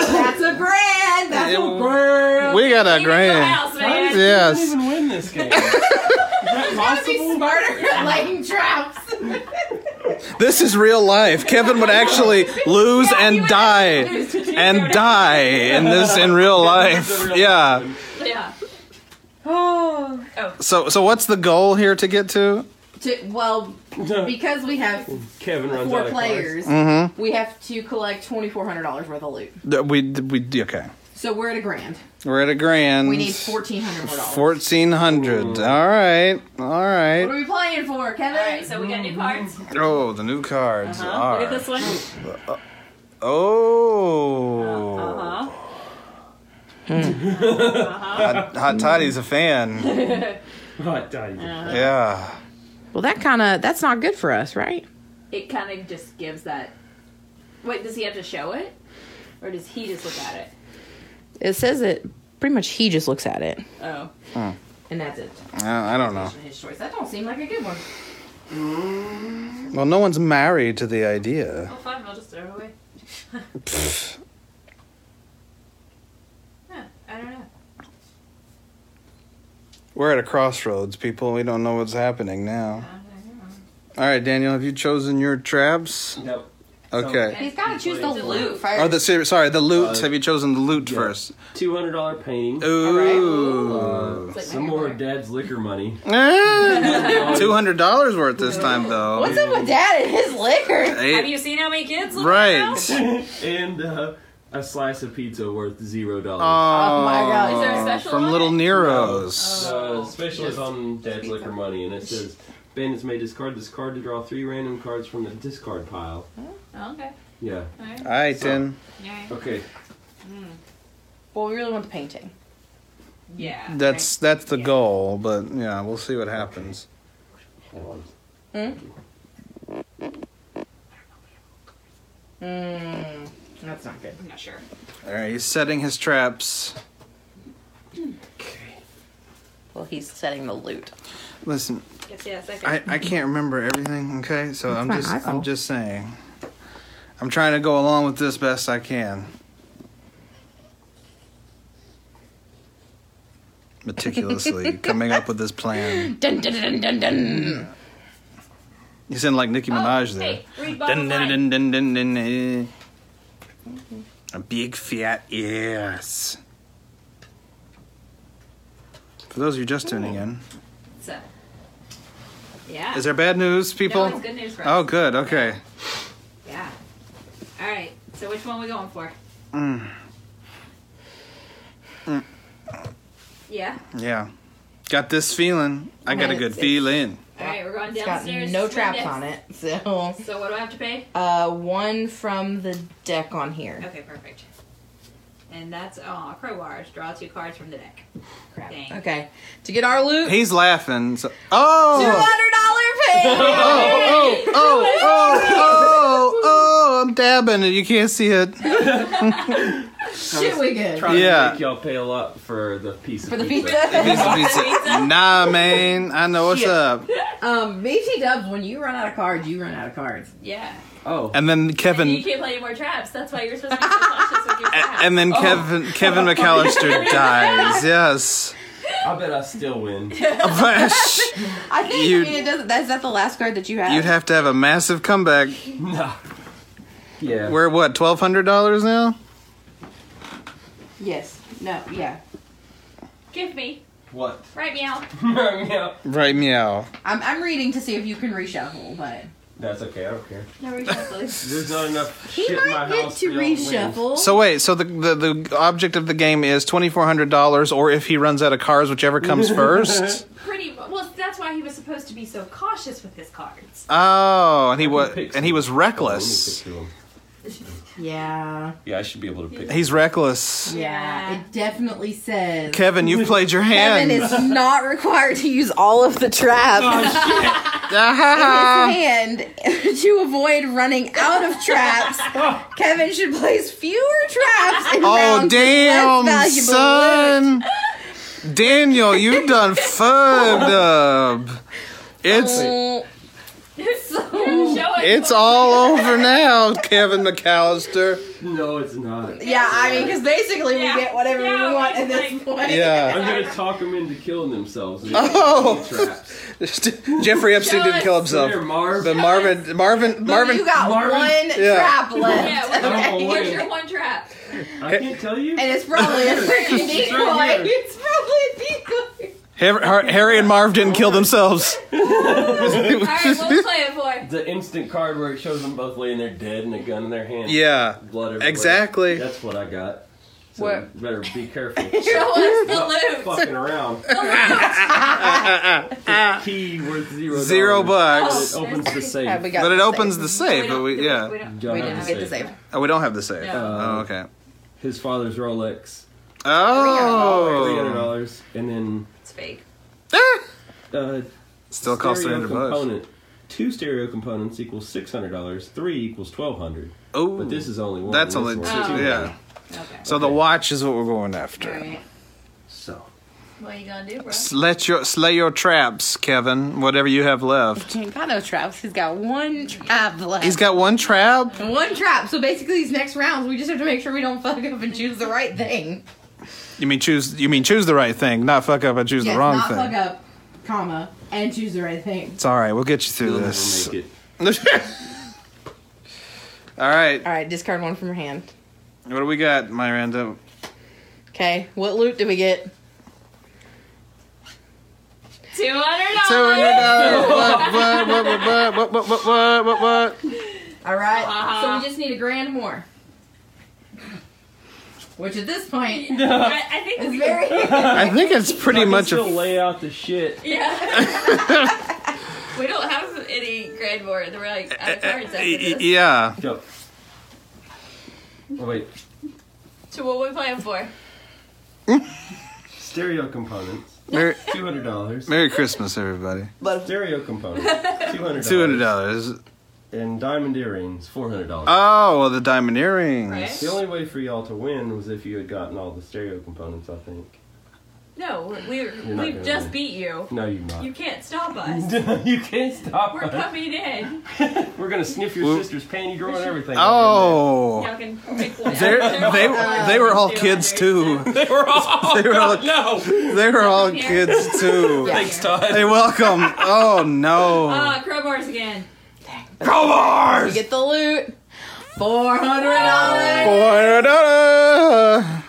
Speaker 2: What?
Speaker 5: That's a grand. That's a grand.
Speaker 2: We got a
Speaker 8: House,
Speaker 2: grand.
Speaker 8: man.
Speaker 9: I
Speaker 2: Yes.
Speaker 9: didn't even win this game. Is that possible?
Speaker 5: Smarter at laying traps.
Speaker 2: This is real life. Kevin would actually lose and die, and die in this in real life. Yeah.
Speaker 8: Yeah.
Speaker 5: Oh.
Speaker 2: So, so what's the goal here to get to?
Speaker 5: To, well, because we have
Speaker 9: Kevin runs out
Speaker 5: four
Speaker 9: of
Speaker 5: players,
Speaker 2: Mm-hmm.
Speaker 5: we have to collect twenty four hundred dollars worth of loot.
Speaker 2: We we okay.
Speaker 5: So we're at a grand.
Speaker 2: We're at a grand.
Speaker 5: We need fourteen hundred more dollars.
Speaker 2: Fourteen hundred. All right. All
Speaker 5: What are
Speaker 2: right.
Speaker 5: we playing for, Kevin?
Speaker 8: Alright, so we got new cards. Uh-huh.
Speaker 2: Oh, the new cards. All
Speaker 8: Look at
Speaker 2: right.
Speaker 8: this one.
Speaker 2: Oh. Hmm.
Speaker 8: Uh-huh.
Speaker 2: Hot, Hot Toddy's a fan.
Speaker 9: cards. Oh, I died.
Speaker 5: Uh-huh.
Speaker 2: Yeah.
Speaker 5: Well, that kind of that's not good for us, right?
Speaker 8: It kind of just gives that. Wait, does he have to show it? Or does he just look at it?
Speaker 5: It says that pretty much he just looks at it,
Speaker 8: Oh.
Speaker 5: and that's it.
Speaker 2: I I don't know.
Speaker 5: His choice. That don't seem like a good one.
Speaker 2: Well, no one's married to the idea.
Speaker 8: Well, fine, we'll just throw it away.
Speaker 2: Pfft.
Speaker 8: Huh, I don't know.
Speaker 2: We're at a crossroads, people. We don't know what's happening now. All right, Daniel, have you chosen your traps?
Speaker 9: No.
Speaker 2: Okay.
Speaker 5: He's got to choose the
Speaker 9: Please.
Speaker 5: loot
Speaker 2: Oh,
Speaker 5: first.
Speaker 2: the ser- sorry, the loot.
Speaker 9: Uh,
Speaker 2: have you chosen the loot
Speaker 9: yeah.
Speaker 2: first?
Speaker 9: Two hundred dollar painting.
Speaker 2: Ooh.
Speaker 9: Uh, some more dad's liquor money.
Speaker 2: Two hundred dollars worth this time, though.
Speaker 5: What's up with Dad and his liquor?
Speaker 2: Eight-
Speaker 8: Have you seen how many kids live now? Is
Speaker 2: right.
Speaker 9: and uh, a slice of pizza worth zero dollars.
Speaker 2: Oh
Speaker 5: my God. Is
Speaker 8: there a special
Speaker 2: From
Speaker 8: on
Speaker 2: Little
Speaker 8: it?
Speaker 2: Nero's.
Speaker 9: uh, special is on dad's liquor money, and it says. Bandits may discard this card to draw three random cards from the discard pile.
Speaker 8: Oh, okay.
Speaker 9: Yeah.
Speaker 8: Alright.
Speaker 2: All right, then.
Speaker 8: Alright.
Speaker 9: Okay.
Speaker 5: Well, we really want the painting.
Speaker 8: Yeah.
Speaker 2: That's that's the goal, but yeah, we'll see what happens.
Speaker 9: Hold
Speaker 5: Mm, that's not good.
Speaker 8: I'm not sure.
Speaker 2: All right, he's setting his traps.
Speaker 5: Well, he's setting the loot.
Speaker 2: Listen,
Speaker 8: Yes, yes, okay.
Speaker 2: I, I can't remember everything. Okay, so I'm
Speaker 5: not
Speaker 2: just
Speaker 5: my
Speaker 2: I'm
Speaker 5: fault.
Speaker 2: just saying. I'm trying to go along with this best I can. Meticulously coming up with this plan.
Speaker 6: Dun dun dun dun dun.
Speaker 2: You sound like
Speaker 8: Oh,
Speaker 2: Nicki Minaj there.
Speaker 6: hey, read
Speaker 2: dun, dun, dun, dun, dun, dun, eh. A big fat ass. For those of you just tuning in,
Speaker 8: So, yeah.
Speaker 2: is there bad news, people?
Speaker 8: No, it's good news for us.
Speaker 2: oh, good. Okay.
Speaker 8: Yeah. All right. So which one we going for?
Speaker 2: Mm,
Speaker 8: Yeah.
Speaker 2: yeah. Got this feeling. I got a good
Speaker 6: It's-
Speaker 2: feeling.
Speaker 8: All right, we're going
Speaker 6: It's got
Speaker 8: downstairs.
Speaker 6: no
Speaker 8: swim
Speaker 6: traps
Speaker 8: decks.
Speaker 6: on it, so.
Speaker 8: So what do I have to pay?
Speaker 6: Uh, one from the deck on here.
Speaker 8: Okay, perfect. And that's oh, crowbars. Draw two cards from the deck. Crap. Dang.
Speaker 6: Okay. To get our loot,
Speaker 2: He's laughing. So, oh!
Speaker 6: $200 pay!
Speaker 2: Oh, oh, oh, oh, oh, oh, I'm dabbing it. You can't see it.
Speaker 5: Shit, we good.
Speaker 9: Trying
Speaker 2: Yeah.
Speaker 9: to make y'all pay a lot for the piece of
Speaker 5: For the
Speaker 9: pizza.
Speaker 5: pizza.
Speaker 2: Piece of pizza. Nah, man. I know what's
Speaker 5: Shit.
Speaker 2: up.
Speaker 5: Um, BT Dubs, when you run out of cards, you run out of cards.
Speaker 8: Yeah.
Speaker 9: Oh.
Speaker 2: And then
Speaker 8: You
Speaker 2: Kevin.
Speaker 8: can't play any more traps. That's why you're supposed to be so cautious with your traps.
Speaker 2: And
Speaker 6: Oh.
Speaker 2: then Kevin Kevin McAllister dies. Yes.
Speaker 9: I bet I still win.
Speaker 5: I
Speaker 2: think, I You- mean,
Speaker 5: it doesn't. That's that the last card that you have.
Speaker 2: You'd have to have a massive comeback.
Speaker 9: No. Yeah.
Speaker 2: We're what, twelve hundred dollars now?
Speaker 5: Yes. No. Yeah.
Speaker 8: Give me.
Speaker 9: What?
Speaker 8: Right meow.
Speaker 9: yeah.
Speaker 2: Right meow.
Speaker 5: I'm I'm reading to see if you can reshuffle, but
Speaker 9: That's okay. I don't care.
Speaker 5: no
Speaker 9: There's not enough
Speaker 5: He
Speaker 9: shit in my
Speaker 5: might get
Speaker 9: house
Speaker 5: to
Speaker 9: for y'all win.
Speaker 5: reshuffle.
Speaker 2: So wait, so the, the the object of the game is twenty four hundred dollars, or if he runs out of cars, whichever comes first.
Speaker 8: Pretty mu- well. That's why he was supposed to be so cautious with his cards.
Speaker 2: Oh, and he was and he was reckless.
Speaker 5: yeah.
Speaker 9: Yeah, I should be able to pick.
Speaker 2: He's reckless.
Speaker 5: Yeah. It definitely says.
Speaker 2: Kevin, you've played your hand. Ah,
Speaker 6: Kevin is not required to use all of the traps.
Speaker 2: Ah-ha-ha.
Speaker 6: In his hand, to avoid running out of traps, Kevin should place fewer traps in
Speaker 2: Oh
Speaker 6: rounds with less
Speaker 2: damn,
Speaker 6: valuable loot.
Speaker 2: son! Daniel, you done fucked up. It's it's all over now, Kevin McAllister.
Speaker 9: No, it's not.
Speaker 6: Yeah, I mean, because basically
Speaker 5: Yeah.
Speaker 6: we get whatever
Speaker 5: Yeah,
Speaker 6: we want
Speaker 5: it's
Speaker 6: at this
Speaker 5: like-
Speaker 6: point.
Speaker 2: Yeah.
Speaker 9: I'm gonna talk them into killing themselves.
Speaker 2: Oh.
Speaker 9: Traps.
Speaker 2: Jeffrey Epstein didn't kill himself,
Speaker 9: Here, Marv.
Speaker 2: but Marvin, Marvin, Marvin.
Speaker 6: you got one
Speaker 2: Yeah.
Speaker 6: trap left.
Speaker 8: Yeah,
Speaker 9: I don't
Speaker 8: what's
Speaker 9: know
Speaker 8: your,
Speaker 9: what
Speaker 8: what's
Speaker 9: it-
Speaker 8: your one trap?
Speaker 9: I can't tell you.
Speaker 6: And it's probably a freaking
Speaker 9: It's
Speaker 6: decoy.
Speaker 9: right here.
Speaker 6: it's probably a decoy.
Speaker 2: Har- Har- Harry and Marv didn't kill themselves.
Speaker 8: All right, we'll play it for.
Speaker 9: The instant card where it shows them both laying there dead and a gun in their hand.
Speaker 2: Yeah,
Speaker 9: Blood everywhere.
Speaker 2: exactly.
Speaker 9: That's what I got. So
Speaker 6: What?
Speaker 9: you better be careful.
Speaker 6: You know what's the
Speaker 9: Not
Speaker 6: loot?
Speaker 9: fucking around. Key worth zero.
Speaker 2: Zero
Speaker 9: dollars.
Speaker 2: bucks.
Speaker 9: It opens the safe.
Speaker 6: Yeah, we got
Speaker 2: But it
Speaker 6: the
Speaker 2: opens
Speaker 6: safe.
Speaker 2: the safe. But we yeah.
Speaker 9: John
Speaker 6: Oh. We
Speaker 9: has
Speaker 6: didn't
Speaker 9: a
Speaker 6: get the safe.
Speaker 2: Oh, we don't have the safe.
Speaker 9: Uh,
Speaker 2: Oh, okay.
Speaker 9: His father's Rolex. Three hundred
Speaker 2: Oh, Ah.
Speaker 9: dollars, and then
Speaker 8: It's fake.
Speaker 9: uh,
Speaker 2: still costs
Speaker 9: stereo
Speaker 2: 300 bucks.
Speaker 9: component. Two stereo components equals six hundred dollars. Three equals twelve hundred.
Speaker 2: Oh,
Speaker 9: But this is only one.
Speaker 2: that's
Speaker 9: and
Speaker 2: only
Speaker 9: this
Speaker 2: two.
Speaker 9: one's
Speaker 5: Oh,
Speaker 2: Yeah.
Speaker 8: Okay.
Speaker 2: So the watch is what we're going after.
Speaker 9: So
Speaker 8: What are you gonna do, bro?
Speaker 2: Let your slay your traps, Kevin. Whatever you have left.
Speaker 5: He ain't got no traps. He's got one trap left.
Speaker 2: He's got one trap.
Speaker 5: one trap. So basically, these next rounds, we just have to make sure we don't fuck up and choose the right thing.
Speaker 2: You mean choose? You mean choose the right thing, not fuck up and choose
Speaker 5: yes,
Speaker 2: the wrong
Speaker 5: not
Speaker 2: thing.
Speaker 5: fuck up, comma, and choose the right thing.
Speaker 2: It's all right. We'll get you through
Speaker 9: you'll never
Speaker 2: this.
Speaker 9: make it.
Speaker 2: all right.
Speaker 6: All right, discard one from your hand.
Speaker 2: What do we got, Miranda?
Speaker 6: Okay, what loot do we get?
Speaker 8: Two
Speaker 2: Two
Speaker 8: hundred
Speaker 2: hundred dollars. What? What? What? What? What? What? What? What? What? what?
Speaker 5: All right.
Speaker 8: Uh-huh.
Speaker 5: So we just need a grand more. Which at this point
Speaker 8: dollars. I, I think
Speaker 5: is
Speaker 8: we
Speaker 5: very.
Speaker 2: I think it's pretty
Speaker 9: I can
Speaker 2: much a.
Speaker 9: still lay out the shit.
Speaker 8: Yeah. we don't have any grade more. They're like out of cards after this.
Speaker 2: Yeah.
Speaker 9: Go. Oh wait,
Speaker 8: So what we playing for?
Speaker 9: stereo components.
Speaker 2: Merry,
Speaker 9: Two hundred dollars.
Speaker 2: Merry Christmas, everybody.
Speaker 9: Stereo components. Two hundred.
Speaker 2: Two hundred dollars.
Speaker 9: And diamond earrings. Four hundred dollars.
Speaker 2: Oh, well, the diamond earrings.
Speaker 8: Right.
Speaker 9: The only way for y'all to win was if you had gotten all the stereo components, I think.
Speaker 8: No, we
Speaker 9: You're not
Speaker 8: we've
Speaker 9: gonna
Speaker 8: just
Speaker 9: win.
Speaker 8: beat you.
Speaker 9: No, you're not.
Speaker 8: You can't stop us.
Speaker 9: you can't stop
Speaker 8: We're
Speaker 9: us.
Speaker 8: coming in.
Speaker 9: We're gonna sniff your sister's panty grow and everything.
Speaker 2: Oh.
Speaker 8: Y'all can pick one.
Speaker 2: They're- They they were all kids too.
Speaker 9: They were all
Speaker 2: they were all, They were all kids too.
Speaker 7: Thanks, Todd.
Speaker 2: Hey, welcome. Oh no.
Speaker 8: Ah, crowbars again.
Speaker 2: Crowbars.
Speaker 6: You get the loot. Four hundred dollars.
Speaker 2: Boy-da-da.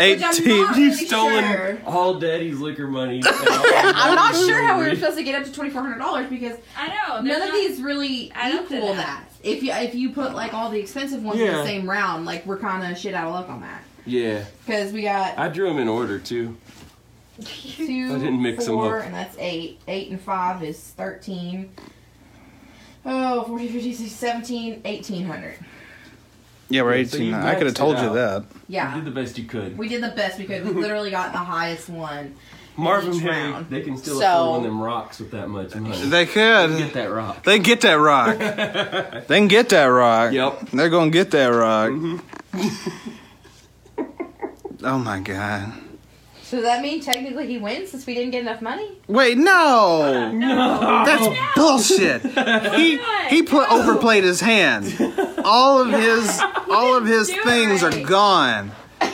Speaker 2: Eighteen.
Speaker 9: You've stolen all daddy's liquor money.
Speaker 5: I'm not sure how we were supposed to get up to twenty four hundred dollars because
Speaker 8: I know
Speaker 5: none of these really equal that. If you if you put like all the expensive ones in
Speaker 9: Yeah.
Speaker 5: the same round, like we're kind of shit out of luck on that
Speaker 9: Yeah,
Speaker 5: because we got
Speaker 9: I drew them in order too.
Speaker 5: two,
Speaker 9: I didn't mix 'em
Speaker 5: four,
Speaker 9: up.
Speaker 5: and that's eight. Eight and five is thirteen. Oh, 40, 50, 60, 17, 1800.
Speaker 2: Yeah, we're
Speaker 9: So
Speaker 2: eighteen.
Speaker 9: you
Speaker 2: I could have
Speaker 9: maxed
Speaker 2: told
Speaker 9: it
Speaker 2: you
Speaker 9: out.
Speaker 2: that.
Speaker 5: Yeah.
Speaker 9: You did the best you could.
Speaker 5: We did the best we could. We literally got the highest one.
Speaker 9: Marvin
Speaker 5: each
Speaker 9: Hay,
Speaker 5: round.
Speaker 9: they can still
Speaker 5: So-
Speaker 9: afford one of them rocks with that much money.
Speaker 2: They could.
Speaker 9: get that rock.
Speaker 2: They can get that rock. they can get that rock.
Speaker 9: Yep.
Speaker 2: They're gonna get that rock. oh my god.
Speaker 5: So does that mean technically he wins since we didn't get enough money?
Speaker 2: Wait, no.
Speaker 5: No.
Speaker 2: That's bullshit. He he put overplayed his hand. All of his all of his things are gone.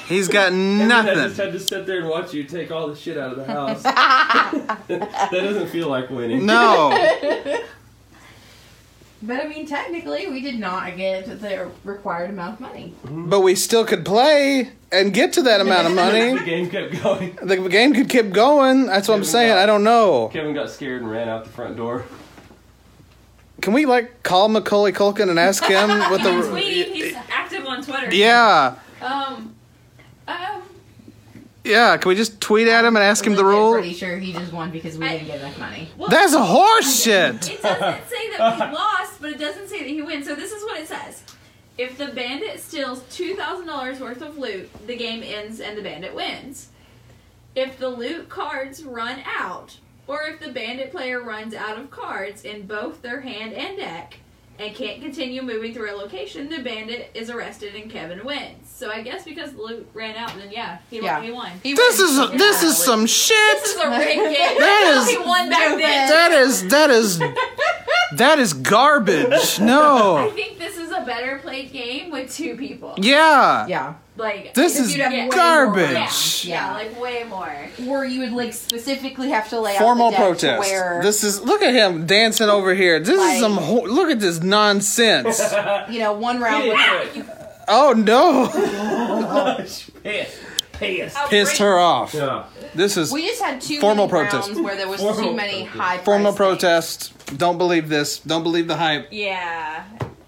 Speaker 2: He's got
Speaker 9: I just
Speaker 2: nothing.
Speaker 9: had to sit there and watch you take all the shit out of the house. that doesn't feel like winning.
Speaker 2: No.
Speaker 5: But I mean, technically, we did not get the required amount of money.
Speaker 2: But we still could play and get to that amount of
Speaker 9: the
Speaker 2: money.
Speaker 9: game kept going.
Speaker 2: The game could keep going. That's what I'm saying. I don't know.
Speaker 9: Kevin got scared and ran out the front door.
Speaker 2: Can we like call Macaulay Culkin and ask him what
Speaker 8: He can
Speaker 2: the
Speaker 8: tweet. He's active on Twitter.
Speaker 2: yeah
Speaker 8: Um. Um.
Speaker 2: yeah? Can we just tweet at him and ask him the rule?
Speaker 5: Pretty sure he just won because we didn't get enough money.
Speaker 2: That's a horse shit.
Speaker 8: It doesn't say that he lost, but it doesn't say that he wins. So this is what it says. If the bandit steals $2,000 worth of loot, the game ends and the bandit wins. If the loot cards run out, or if the bandit player runs out of cards in both their hand and deck and can't continue moving through a location, the bandit is arrested and Kevin wins. So I guess because the loot ran out, then yeah, he,
Speaker 5: Yeah.
Speaker 8: he won.
Speaker 2: This is this is some shit.
Speaker 8: This is a rigged game.
Speaker 2: That is
Speaker 8: he won back then.
Speaker 2: that is that is that is garbage.
Speaker 8: I
Speaker 2: No.
Speaker 8: think this is a better played game with two people.
Speaker 2: Yeah.
Speaker 5: Yeah.
Speaker 8: Like
Speaker 2: This is
Speaker 8: you'd have way more-
Speaker 2: garbage.
Speaker 8: Yeah, yeah, like way more.
Speaker 5: Or you would like specifically have to lay
Speaker 2: Formal
Speaker 5: out the deck to
Speaker 2: protest.
Speaker 5: where
Speaker 2: This is look at him dancing over here. This is some ho- look at this nonsense.
Speaker 5: you know one round.
Speaker 9: Would,
Speaker 2: Oh no.
Speaker 9: Piss. Piss.
Speaker 2: Pissed her off.
Speaker 9: Yeah.
Speaker 2: This is
Speaker 5: we just had two
Speaker 2: formal
Speaker 5: many
Speaker 2: protest.
Speaker 5: rounds where there was
Speaker 9: Formal
Speaker 5: too many high.
Speaker 2: Formal protest. Don't believe this. Don't believe the hype.
Speaker 8: Yeah.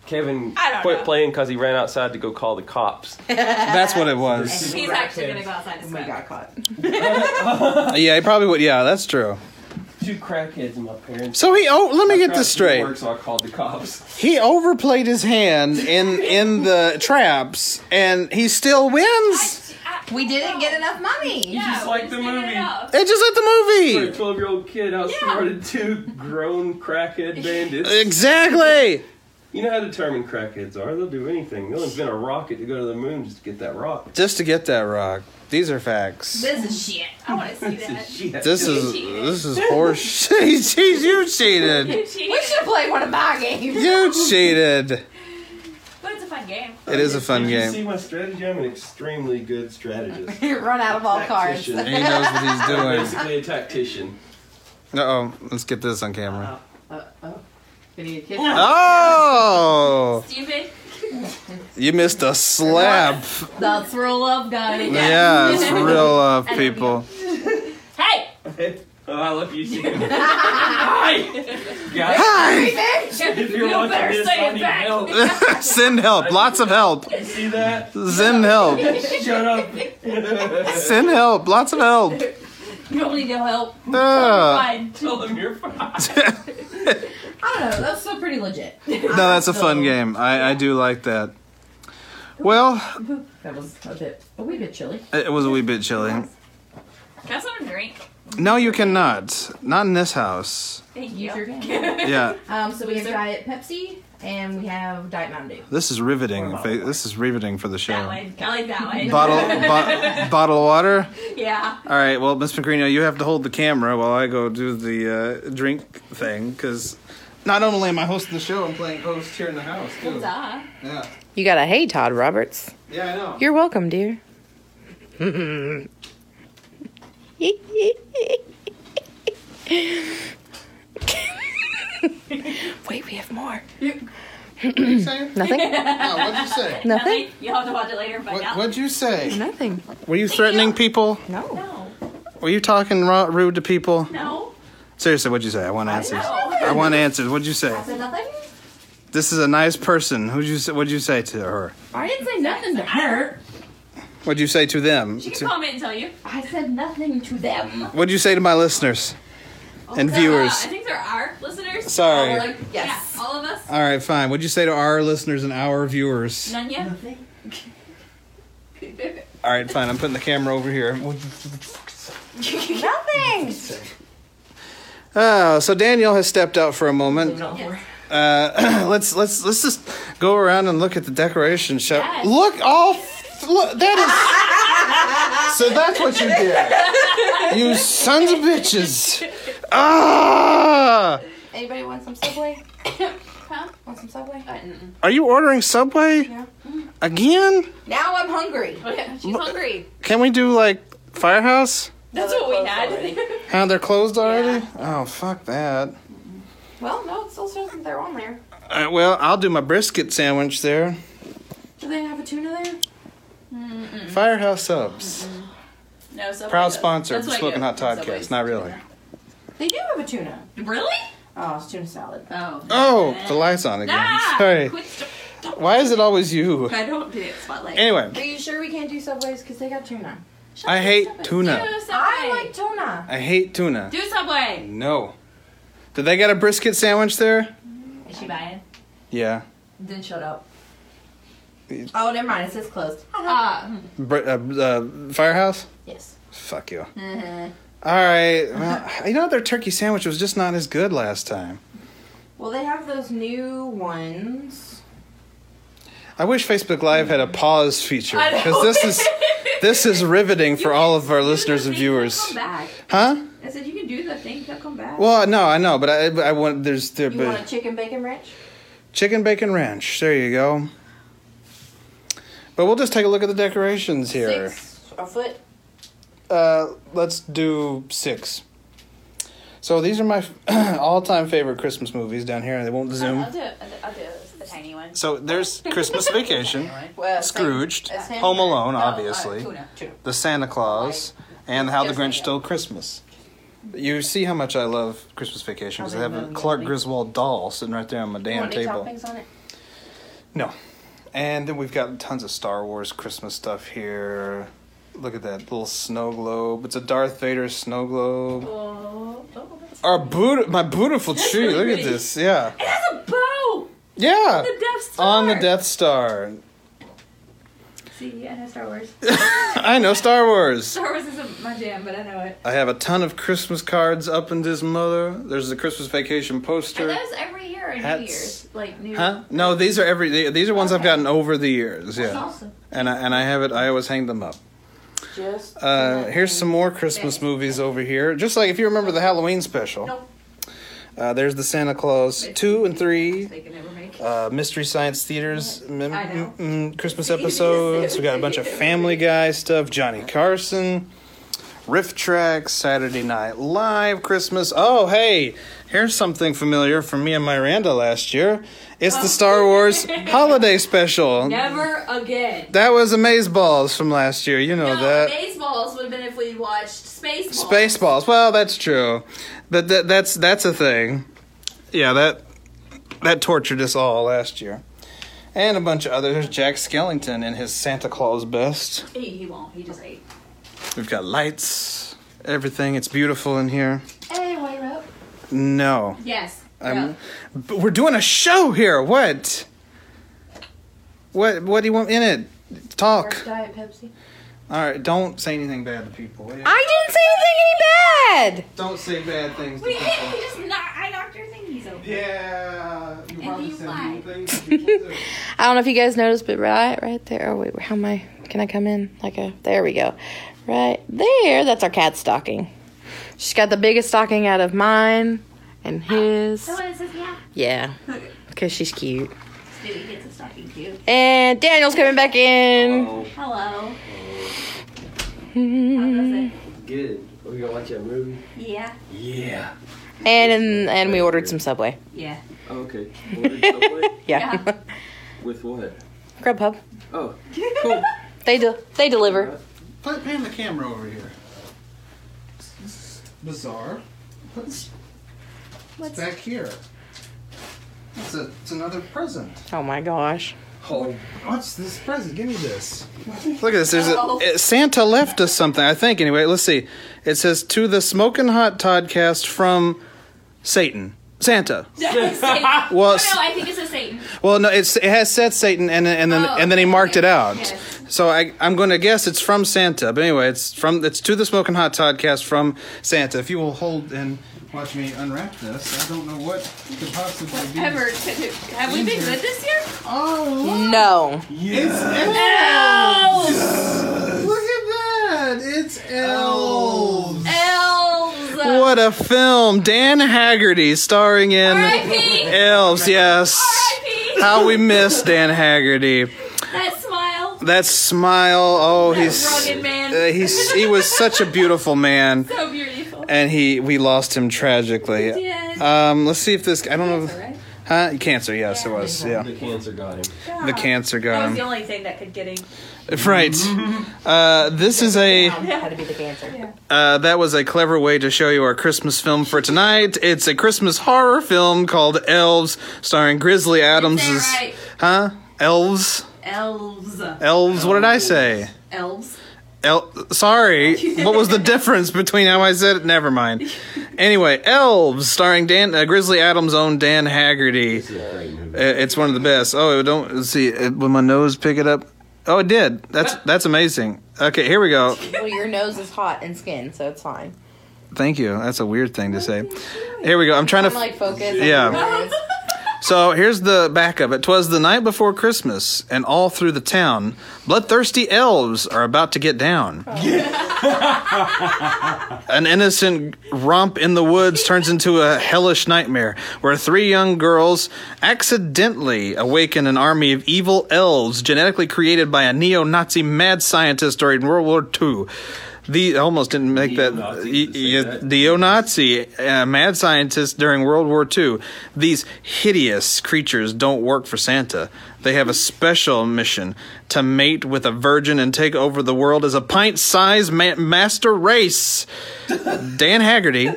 Speaker 9: Kevin
Speaker 8: I don't
Speaker 9: quit
Speaker 8: know.
Speaker 9: playing because he ran outside to go call the cops.
Speaker 2: That's what it was.
Speaker 8: He's actually gonna go outside and smoke.
Speaker 5: got caught.
Speaker 2: Uh, Yeah, he probably would. Yeah, that's true.
Speaker 9: Two crackheads and my parents.
Speaker 2: So he oh, let me get
Speaker 9: Tried
Speaker 2: this
Speaker 9: to
Speaker 2: straight.
Speaker 9: Work, so I called the cops.
Speaker 2: He overplayed his hand in in the traps, and he still wins.
Speaker 5: We didn't get enough money.
Speaker 8: Yeah,
Speaker 9: Just like the movie.
Speaker 2: It's just like
Speaker 9: For a
Speaker 2: the
Speaker 9: 12 year old kid outsmarted two grown crackhead bandits.
Speaker 2: movie. Exactly.
Speaker 9: You know how determined crackheads are. They'll do anything. They'll invent a rocket to go to the moon just to get that rock.
Speaker 2: Just to get that rock. These are facts.
Speaker 5: This is shit.
Speaker 8: I want to see
Speaker 9: This is
Speaker 8: that.
Speaker 9: shit.
Speaker 2: This is this is horse. Jeez, you cheated.
Speaker 5: We should have played one of my games.
Speaker 2: You cheated.
Speaker 8: But it's a fun game.
Speaker 2: It is a fun
Speaker 9: Did You
Speaker 2: game.
Speaker 9: see my strategy? I'm an extremely good strategist.
Speaker 5: Run out of all cards.
Speaker 9: Tactician.
Speaker 2: He knows what he's
Speaker 9: I'm
Speaker 2: doing.
Speaker 9: basically a tactician.
Speaker 2: Uh oh. Let's get this on camera.
Speaker 5: Uh, oh. We need a kiss.
Speaker 2: Oh!
Speaker 8: Stupid.
Speaker 2: You missed a slap.
Speaker 5: The thrill of gun.
Speaker 2: Yeah, it's real love, people.
Speaker 8: Hey!
Speaker 9: oh, I love you too. Hi! Guys,
Speaker 2: Hi!
Speaker 9: if you're
Speaker 8: You
Speaker 9: watching
Speaker 8: better
Speaker 9: this,
Speaker 8: say
Speaker 9: I
Speaker 8: it
Speaker 9: need
Speaker 8: back.
Speaker 9: help.
Speaker 2: Send help. Lots of help.
Speaker 9: You see that?
Speaker 2: Send help.
Speaker 9: Shut up.
Speaker 2: Send help. Lots of help.
Speaker 8: You don't need no help.
Speaker 2: Uh,
Speaker 8: Fine.
Speaker 9: Tell them you're fine.
Speaker 5: I don't know. That's still pretty legit.
Speaker 2: no, that's a fun game. I, I do like that. Well,
Speaker 5: That was a bit, a wee bit chilly.
Speaker 2: it was a wee bit chilly.
Speaker 8: Can I have someone drink?
Speaker 2: No, you cannot. Not in this house.
Speaker 5: Thank you. Use your camera.
Speaker 2: Yeah.
Speaker 5: Um, so we have Diet Pepsi and we have Diet Mountain Dew.
Speaker 2: This is riveting. fa- This is riveting for the show.
Speaker 5: I like that one.
Speaker 2: Bottle, bo- bottle of water.
Speaker 5: yeah.
Speaker 2: All right. Well, Miss Macrino, you have to hold the camera while I go do the uh, drink thing because not only am I hosting the show, I'm playing host here in the house too. Yeah.
Speaker 6: You got a hey, Todd Roberts.
Speaker 2: Yeah, I know.
Speaker 6: You're welcome, dear. Wait, we have more. Nothing?
Speaker 2: No, what'd you say?
Speaker 6: Nothing?
Speaker 8: You'll have to watch it later and find
Speaker 2: What,
Speaker 8: out.
Speaker 2: what'd you say?
Speaker 6: Nothing.
Speaker 2: Were you threatening people?
Speaker 6: No.
Speaker 2: Were you talking ru- rude to people?
Speaker 8: No.
Speaker 2: Seriously, what'd you say? I want answers. I, want answers. What'd you say?
Speaker 8: said nothing.
Speaker 2: This is a nice person. Who'd you say, what'd you say to her?
Speaker 5: I didn't say nothing to her.
Speaker 2: What'd you say to them? To-
Speaker 5: comment and tell you. I said nothing to them.
Speaker 2: what'd you say to my listeners and
Speaker 8: Uh,
Speaker 2: viewers?
Speaker 8: I think there are listeners.
Speaker 2: Sorry.
Speaker 8: Oh, like, yes. all of us.
Speaker 2: All right, fine. What'd you say to our listeners and our viewers?
Speaker 8: None yet.
Speaker 2: All right, fine. I'm putting the camera over here.
Speaker 6: Nothing.
Speaker 2: Oh, so Daniel has stepped out for a moment. Uh, let's let's let's just go around and look at the decoration show. Look, all f- look, that is. so that's what you did. You sons of bitches. Ah!
Speaker 6: Anybody want some Subway? huh? Want some Subway?
Speaker 2: Are you ordering Subway? Again?
Speaker 6: Now I'm hungry.
Speaker 8: She's hungry.
Speaker 2: Can we do like Firehouse?
Speaker 8: That's what we had.
Speaker 2: How they're closed already? Oh fuck that.
Speaker 6: Well, no, it still shows that they're on there.
Speaker 2: Uh, well, I'll do my brisket sandwich there.
Speaker 6: Do they have a tuna there?
Speaker 2: Firehouse subs.
Speaker 8: Mm-hmm. No, so
Speaker 2: Proud sponsor of Smoking Hot Podcast. Not really.
Speaker 6: They do have a tuna.
Speaker 8: Really?
Speaker 6: Oh, it's tuna salad.
Speaker 8: Oh.
Speaker 2: Oh, the lights on again.
Speaker 8: Ah!
Speaker 2: Sorry. Why is it always you?
Speaker 6: I don't do it spotlight.
Speaker 2: Anyway.
Speaker 6: Are you sure we can't do Subways? Because they got tuna.
Speaker 2: I hate tuna.
Speaker 6: I like tuna.
Speaker 2: I hate tuna.
Speaker 8: Do Subway.
Speaker 2: No. Did they get a brisket sandwich there?
Speaker 5: Is she buying?
Speaker 2: Yeah.
Speaker 5: Then shut up. Oh, never mind. It says closed.
Speaker 2: Br- uh, uh, firehouse?
Speaker 5: Yes.
Speaker 2: Fuck you.
Speaker 5: Uh-huh.
Speaker 8: Mm-hmm.
Speaker 2: All right. Well, you know their turkey sandwich was just not as good last time.
Speaker 5: Well, they have those new ones.
Speaker 2: I wish Facebook Live had a
Speaker 8: Mm-hmm.
Speaker 2: pause feature
Speaker 5: I know.
Speaker 2: because this is this is riveting for all of our listeners and
Speaker 8: Come
Speaker 2: viewers.
Speaker 8: back.
Speaker 2: Huh?
Speaker 8: I said you can do the thing. They'll come back.
Speaker 2: Well, no, I know, but I but I want there's there
Speaker 6: You
Speaker 2: but
Speaker 6: want a chicken bacon ranch?
Speaker 2: chicken bacon ranch. There you go. But we'll just take a look at the decorations here.
Speaker 6: A foot?
Speaker 2: Uh, let's do six. So these are my all-time favorite Christmas movies down here. They won't zoom.
Speaker 8: I'll do it. I'll do- I'll do it. the tiny one.
Speaker 2: So there's Christmas Vacation,
Speaker 5: uh,
Speaker 8: Well,
Speaker 2: Scrooged,
Speaker 8: same- same.
Speaker 2: Home Alone,
Speaker 5: Oh,
Speaker 8: No,
Speaker 2: obviously,
Speaker 8: uh, tuna, tuna.
Speaker 2: The Santa Claus, and How the Grinch Stole Christmas. You see how much I love Christmas Vacation because I have a Clark Griswold doll sitting right there on my damn
Speaker 6: Want any
Speaker 2: table.
Speaker 6: toppings on it?
Speaker 2: No. And then we've got tons of Star Wars Christmas stuff here. Look at that little snow globe. It's a Darth Vader snow globe.
Speaker 8: Oh, oh, that's-
Speaker 2: Our Buddha, my beautiful tree. Look at this. Yeah.
Speaker 8: It has a bow.
Speaker 2: Yeah.
Speaker 8: On the Death Star.
Speaker 2: On the Death Star.
Speaker 8: See, I know Star Wars.
Speaker 2: I know Star Wars.
Speaker 8: Star Wars isn't my jam, but I know it.
Speaker 2: I have a ton of Christmas cards up in this mother. There's a Christmas vacation
Speaker 8: Are
Speaker 2: poster.
Speaker 8: those every year or
Speaker 2: Hats.
Speaker 8: New Year's? Like New
Speaker 2: Huh? No, these are every. they- These are ones I've gotten over the years. Yeah.
Speaker 8: That's awesome.
Speaker 2: And I and I have it. I always hang them up.
Speaker 6: Just.
Speaker 2: Uh, here's some more Christmas movies over here. Just like if you remember the Halloween special. Uh, there's the Santa Claus two and three. Uh, Mystery Science Theater's m-
Speaker 8: I know.
Speaker 2: m- m- Christmas episodes. We got a bunch of Family Guy stuff, Johnny Carson, Riff Track, Saturday Night Live, Christmas. Oh, hey, here's something familiar from me and Miranda last year. It's
Speaker 8: Oh.
Speaker 2: the Star Wars Holiday Special.
Speaker 8: Never again.
Speaker 2: That was Amazeballs from last year. You know
Speaker 8: No,
Speaker 2: that.
Speaker 8: Baseballs would have been if we watched Spaceballs.
Speaker 2: Spaceballs. Well, that's true. That, that that's that's a thing. Yeah, that that tortured us all last year, and a bunch of others. There's Jack Skellington in his Santa Claus best.
Speaker 8: He, he won't. He just ate.
Speaker 2: We've got lights, everything. It's beautiful in here.
Speaker 8: Hey, white rope.
Speaker 2: No,
Speaker 8: Yes.
Speaker 2: I'm, but we're doing a show here. What? What? What do you want in it? Talk.
Speaker 6: Diet Pepsi.
Speaker 2: All right, don't say anything bad to people. will ya?
Speaker 6: I didn't say anything any bad.
Speaker 2: Don't say bad things to
Speaker 8: We
Speaker 2: people.
Speaker 8: hit. We just knocked. I knocked your thingies over.
Speaker 13: Yeah. You
Speaker 8: and you lied.
Speaker 6: I don't know if you guys noticed, but right, right there. Oh wait, how am I? Can I come in? Like a there we go, right there. That's our cat stocking. She's got the biggest stocking out of mine and his.
Speaker 8: The one that says yeah.
Speaker 6: Yeah, because she's cute.
Speaker 8: Dude, he gets a stocking cue.
Speaker 6: And Daniel's coming back
Speaker 9: Oh,
Speaker 6: in.
Speaker 8: Hello.
Speaker 9: Good. We gonna watch that movie?
Speaker 8: Yeah.
Speaker 9: Yeah.
Speaker 6: And and, and we ordered some Subway.
Speaker 8: Yeah.
Speaker 9: Oh, okay. Ordered Subway?
Speaker 6: Yeah.
Speaker 9: With what?
Speaker 6: Grubhub.
Speaker 9: Oh.
Speaker 6: They do. They deliver.
Speaker 13: Put pan the camera over here. Bizarre. What's, what's back here? It's, a, it's another present.
Speaker 6: Oh my gosh.
Speaker 13: Oh, what's this present? Give me this.
Speaker 2: Look at this. There's a,
Speaker 8: Oh.
Speaker 2: uh, Santa left us something, I think. Anyway, let's see. It says to the smoking hot Toddcast from Satan. Santa.
Speaker 8: well,
Speaker 2: Well,
Speaker 8: no,
Speaker 2: s-
Speaker 8: I think it's a Satan.
Speaker 2: Well, no, it's, it has said Satan, and and then
Speaker 8: Oh,
Speaker 2: and then he marked it out.
Speaker 8: Yes.
Speaker 2: So I, I'm going to guess it's from Santa. But anyway, it's from it's to the smoking hot Toddcast from Santa. If you will hold and watch me unwrap this, I don't know what could possibly be.
Speaker 8: Ever could- have we been good this year?
Speaker 13: Oh,
Speaker 6: No.
Speaker 13: look, look at that! It's elves.
Speaker 8: Elves.
Speaker 2: What a film! Dan Haggerty starring in
Speaker 8: R.I.P..
Speaker 2: Elves. Yes. How we miss Dan Haggerty.
Speaker 8: That smile.
Speaker 2: That smile. Oh, he's
Speaker 8: rugged man.
Speaker 2: uh, he's he was such a beautiful man.
Speaker 8: So beautiful.
Speaker 2: and he we lost him tragically.
Speaker 8: We did.
Speaker 2: Um, let's see if this. I don't know. if- Huh? Cancer. Yes, it was. Yeah.
Speaker 9: The cancer got him.
Speaker 2: The cancer
Speaker 14: That
Speaker 2: got
Speaker 14: was the
Speaker 2: him.
Speaker 14: only thing that could get him.
Speaker 2: Right. Uh, this is a.
Speaker 14: Had to be the cancer.
Speaker 2: Uh, that was a clever way to show you our Christmas film for tonight. It's a Christmas horror film called Elves, starring Grizzly Adams. as-
Speaker 8: right.
Speaker 2: Huh? Elves.
Speaker 8: Elves.
Speaker 2: Elves. What did I say?
Speaker 8: Elves.
Speaker 2: El- Sorry, what was the difference between how I said it? Never mind. Anyway, Elves, starring Dan uh, Grizzly Adams' own Dan Haggerty. Uh, It's one of the best. Oh, it don't let's see. uh will my nose pick it up? Oh, it did. That's that's amazing. Okay, here we go.
Speaker 6: Well, your nose is hot and skin, so it's fine.
Speaker 2: Thank you. That's a weird thing to say. Here we go. I'm trying to.
Speaker 6: I'm like focus.
Speaker 2: Yeah. So here's the back of it. Twas the night before Christmas, and all through the town, bloodthirsty elves are about to get down. An innocent romp in the woods turns into a hellish nightmare where three young girls accidentally awaken an army of evil elves genetically created by a neo Nazi mad scientist during World War II. The I almost didn't make that neo Nazi uh, mad scientist during World War II. These hideous creatures don't work for Santa. They have a special mission to mate with a virgin and take over the world as a pint sized ma- master race. Dan Haggerty.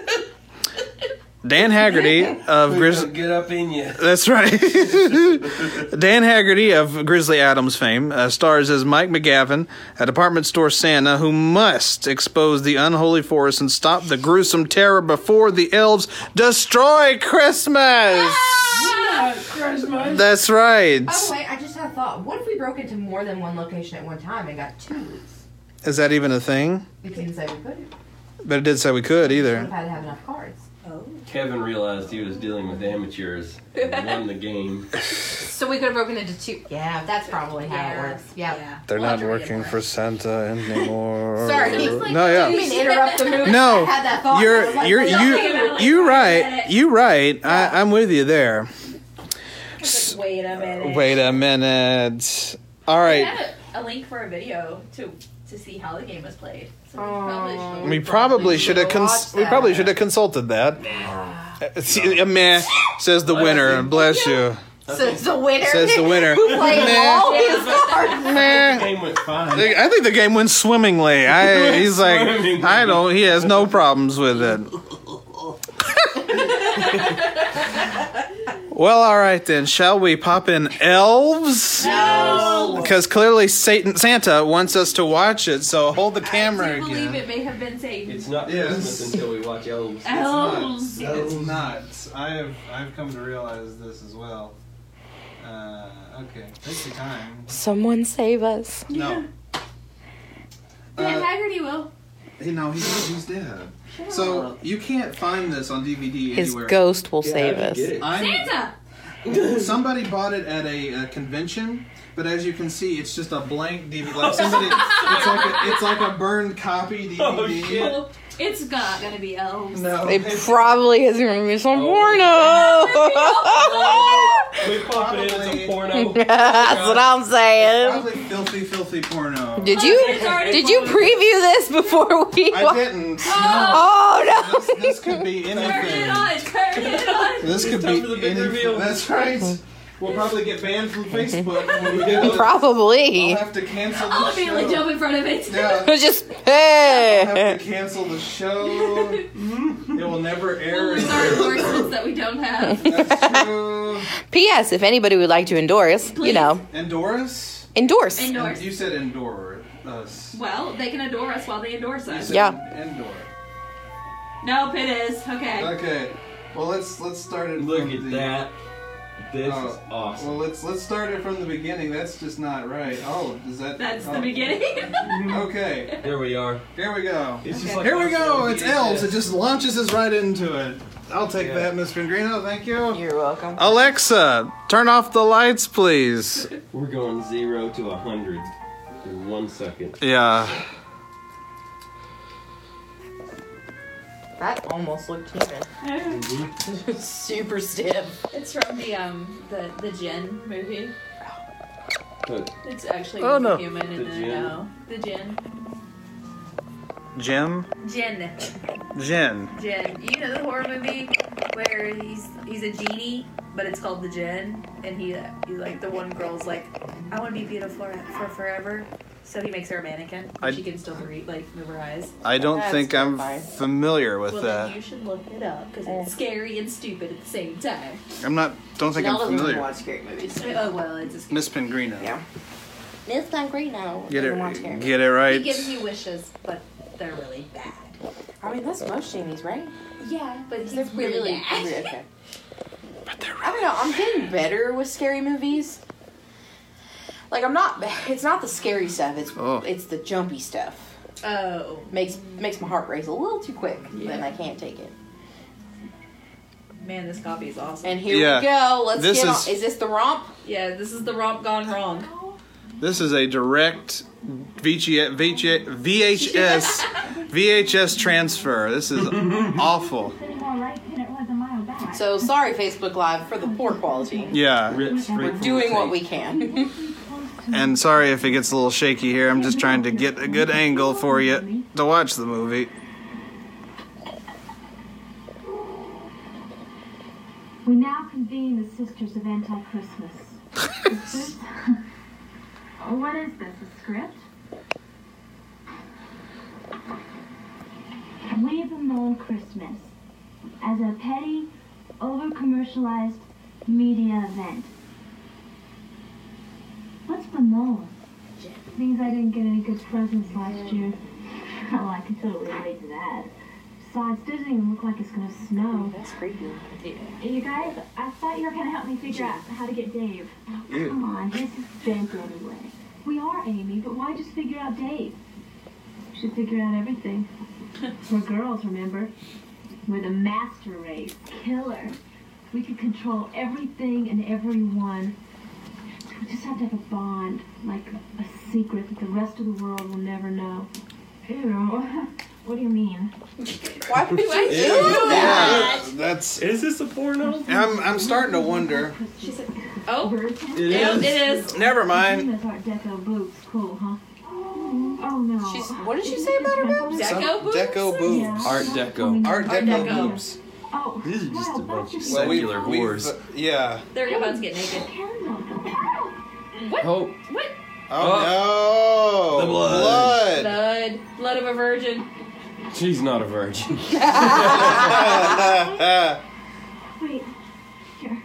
Speaker 2: Dan Haggerty of Grizz.
Speaker 9: Get up in you.
Speaker 2: That's right. Dan Haggerty of Grizzly Adams fame uh, stars as Mike McGavin, a department store Santa who must expose the unholy forest and stop the gruesome terror before the elves destroy Christmas. That's right.
Speaker 5: Oh wait, I just had a thought. What if we broke into more than one location at one time and got two leads?
Speaker 2: Is that even a thing?
Speaker 5: We couldn't say we could.
Speaker 2: But it did say we could
Speaker 5: We would
Speaker 2: either.
Speaker 5: have had to have enough cards. Oh.
Speaker 9: Kevin realized he was dealing with amateurs and won the game.
Speaker 5: So we could have broken into two. Yeah, that's probably how it works. Yeah.
Speaker 2: They're not working for Santa anymore.
Speaker 5: Sorry, he's
Speaker 2: no,
Speaker 5: like-
Speaker 2: yeah.
Speaker 5: You mean interrupt the movie? I
Speaker 2: No,
Speaker 5: had that thought. I
Speaker 2: you're
Speaker 5: was like,
Speaker 2: you're
Speaker 5: what are talking about?
Speaker 2: you you
Speaker 5: Like, wait a
Speaker 2: right
Speaker 5: minute.
Speaker 2: you right. I, I'm with you there.
Speaker 14: Wait a minute.
Speaker 2: Wait a minute. All
Speaker 8: I
Speaker 2: right,
Speaker 8: have a, a link for a video to to see how the game was played. So
Speaker 2: we
Speaker 8: we probably should.
Speaker 2: probably should have cons- we probably should have consulted that. Uh, see, uh, meh, says the winner. Bless you.
Speaker 5: Says the winner.
Speaker 2: Says the winner.
Speaker 5: Who played
Speaker 2: Meh.
Speaker 5: all his cards?
Speaker 2: Meh.
Speaker 9: game went fine.
Speaker 2: I think the game went swimmingly. I, he's like, I don't. He has no problems with it. well, all right then. Shall we pop in elves? Because clearly Satan Santa wants us to watch it. So hold the camera
Speaker 8: I believe
Speaker 2: again.
Speaker 8: it may have been Satan.
Speaker 9: It's not
Speaker 13: Yes.
Speaker 9: Christmas until we watch Elves.
Speaker 8: Elves.
Speaker 13: It's not. I have I've come to realize this as well. Uh, okay, take your time.
Speaker 6: Someone save us.
Speaker 13: No.
Speaker 8: Yeah,
Speaker 2: Uh,
Speaker 8: Haggerty will.
Speaker 2: You know, he's, he's dead. So you can't find this on DVD
Speaker 5: His
Speaker 2: anywhere.
Speaker 5: ghost will save us.
Speaker 2: I'm- Somebody bought it at a, uh convention, but as you can see, it's just a blank DVD. Like somebody, it's like a, it's like a burned copy DVD.
Speaker 8: Oh, it's not gonna be elves.
Speaker 2: No.
Speaker 5: It probably is going to be some
Speaker 2: Oh.
Speaker 5: porno.
Speaker 9: We pop it in, it's a porno.
Speaker 5: That's what I'm saying.
Speaker 2: Probably filthy, filthy porno.
Speaker 5: Did you did you preview this before we?
Speaker 2: I
Speaker 5: wa-
Speaker 2: didn't.
Speaker 5: Oh no!
Speaker 2: This, this could be anything. This could be anything. That's right. We'll probably get banned from Facebook when we do this.
Speaker 5: Probably.
Speaker 2: I'll have to cancel the
Speaker 8: I'll immediately
Speaker 2: show.
Speaker 8: jump in front of it.
Speaker 2: Yeah.
Speaker 5: Just hey.
Speaker 2: I'll have to cancel the show. it will never air.
Speaker 8: There's our endorsements that we don't have.
Speaker 5: P.S. If anybody would like to endorse, you know,
Speaker 2: Endorse?
Speaker 5: endorse.
Speaker 8: Endorse.
Speaker 2: You said endure us.
Speaker 8: Well, they can adore us while they endorse us.
Speaker 2: Endure.
Speaker 8: Nope, it is. Okay.
Speaker 2: Okay. Well, let's let's start it.
Speaker 9: Look
Speaker 2: from
Speaker 9: at
Speaker 2: the,
Speaker 9: that. This
Speaker 2: Oh,
Speaker 9: is awesome.
Speaker 2: Well, let's let's start it from the beginning. That's just not right. Oh, is that?
Speaker 8: That's
Speaker 2: oh.
Speaker 8: the beginning.
Speaker 2: okay.
Speaker 9: There we are.
Speaker 2: Here we go.
Speaker 9: It's just like
Speaker 2: Here we
Speaker 9: us
Speaker 2: go.
Speaker 9: on
Speaker 2: It's
Speaker 9: VHS.
Speaker 2: elves. It just launches us right into it. I'll take that, Mr. Greeno. Thank you.
Speaker 5: You're welcome.
Speaker 16: Alexa, turn off the lights, please.
Speaker 9: We're going zero to a hundred in one second.
Speaker 16: Yeah.
Speaker 5: That almost looked human. Super stiff.
Speaker 8: It's from the um the the Jin movie. It's actually
Speaker 16: Oh, no.
Speaker 8: human
Speaker 16: The
Speaker 8: and then
Speaker 16: Jin.
Speaker 8: no. The Jin.
Speaker 16: Jim?
Speaker 17: Jin.
Speaker 16: Jin.
Speaker 17: Jin. You know the horror movie where he's he's a genie, but it's called the Jin, and he he like the one girl's like, I want to be beautiful for, for forever. So he makes her a mannequin, and
Speaker 16: I-
Speaker 17: she can still breathe, like move her eyes.
Speaker 16: I don't
Speaker 17: That's
Speaker 16: think I'm
Speaker 17: terrifying.
Speaker 16: familiar with
Speaker 17: well, Then
Speaker 16: that.
Speaker 17: you should look it up because it's scary and stupid at the same time.
Speaker 16: I'm not, don't think I'm familiar.
Speaker 5: scary movies.
Speaker 17: Oh well, it's a scary.
Speaker 16: Miss Pingrino. Yeah.
Speaker 5: Miss Sangrino.
Speaker 16: Get
Speaker 5: doesn't want scary
Speaker 16: it, get it right.
Speaker 17: He gives you wishes, but they're really bad.
Speaker 5: I mean, that's most genies, right?
Speaker 17: Yeah, but he's
Speaker 5: They're
Speaker 17: really,
Speaker 5: really
Speaker 17: bad.
Speaker 5: weird, okay. I don't know. I'm getting better with scary movies. Like I'm not. It's not the scary stuff. It's
Speaker 17: Oh.
Speaker 5: it's the jumpy stuff.
Speaker 17: Oh.
Speaker 5: Makes makes my heart race a little too quick,
Speaker 17: Yeah.
Speaker 5: and I can't take it.
Speaker 17: Man, this copy is awesome.
Speaker 5: And here
Speaker 16: Yeah.
Speaker 5: we go. Let's
Speaker 16: This
Speaker 5: get
Speaker 16: is-
Speaker 5: on. Is this the romp?
Speaker 8: Yeah, this is the romp gone wrong.
Speaker 16: This is a direct VG, VG, VHS VHS transfer. This is awful.
Speaker 5: So sorry, Facebook Live, for the poor quality.
Speaker 16: Yeah.
Speaker 5: We're doing what we can.
Speaker 16: And sorry if it gets a little shaky here. I'm just trying to get a good angle for you to watch the movie.
Speaker 18: We now convene the Sisters of Anti-Christmas. Is this- what is this, a script? We've known Christmas as a petty, over-commercialized media event. What's bemoan? Means I didn't get any good presents last year. Oh, I can totally relate to that. Besides, it doesn't even look like it's gonna snow. That's creepy. You guys, I thought you were gonna help me figure out how to get Dave. Oh,
Speaker 16: Ew.
Speaker 18: Come on, this is bent anyway. We are Amy, but why just figure out Dave? Should figure out everything. We're girls, remember? We're the master race, killer. We can control everything and everyone. We just have to have a bond, like a secret that the rest of the world will never know. Ew. What do you mean?
Speaker 5: Why would
Speaker 18: you
Speaker 2: Ew. Yeah, That's. Is this a porno? I'm I'm starting to wonder.
Speaker 8: Oh,
Speaker 18: it
Speaker 8: Yeah, it is.
Speaker 2: Never mind.
Speaker 18: Those Art Deco boobs, cool, huh? Oh no.
Speaker 5: She's. What did she say about her boobs?
Speaker 2: Some- Deco boobs.
Speaker 9: Art Deco.
Speaker 2: Art
Speaker 5: Art
Speaker 2: Deco,
Speaker 5: Deco.
Speaker 2: boobs.
Speaker 18: Oh,
Speaker 9: These are just a bunch of
Speaker 2: Well, we-
Speaker 9: secular
Speaker 2: we've-
Speaker 9: whores.
Speaker 2: Yeah.
Speaker 8: They're about to get naked. What?
Speaker 9: Oh.
Speaker 8: What?
Speaker 2: Oh,
Speaker 9: The
Speaker 2: no!
Speaker 9: blood.
Speaker 8: Blood. Blood of a virgin.
Speaker 9: She's not a virgin.
Speaker 18: Wait. Here.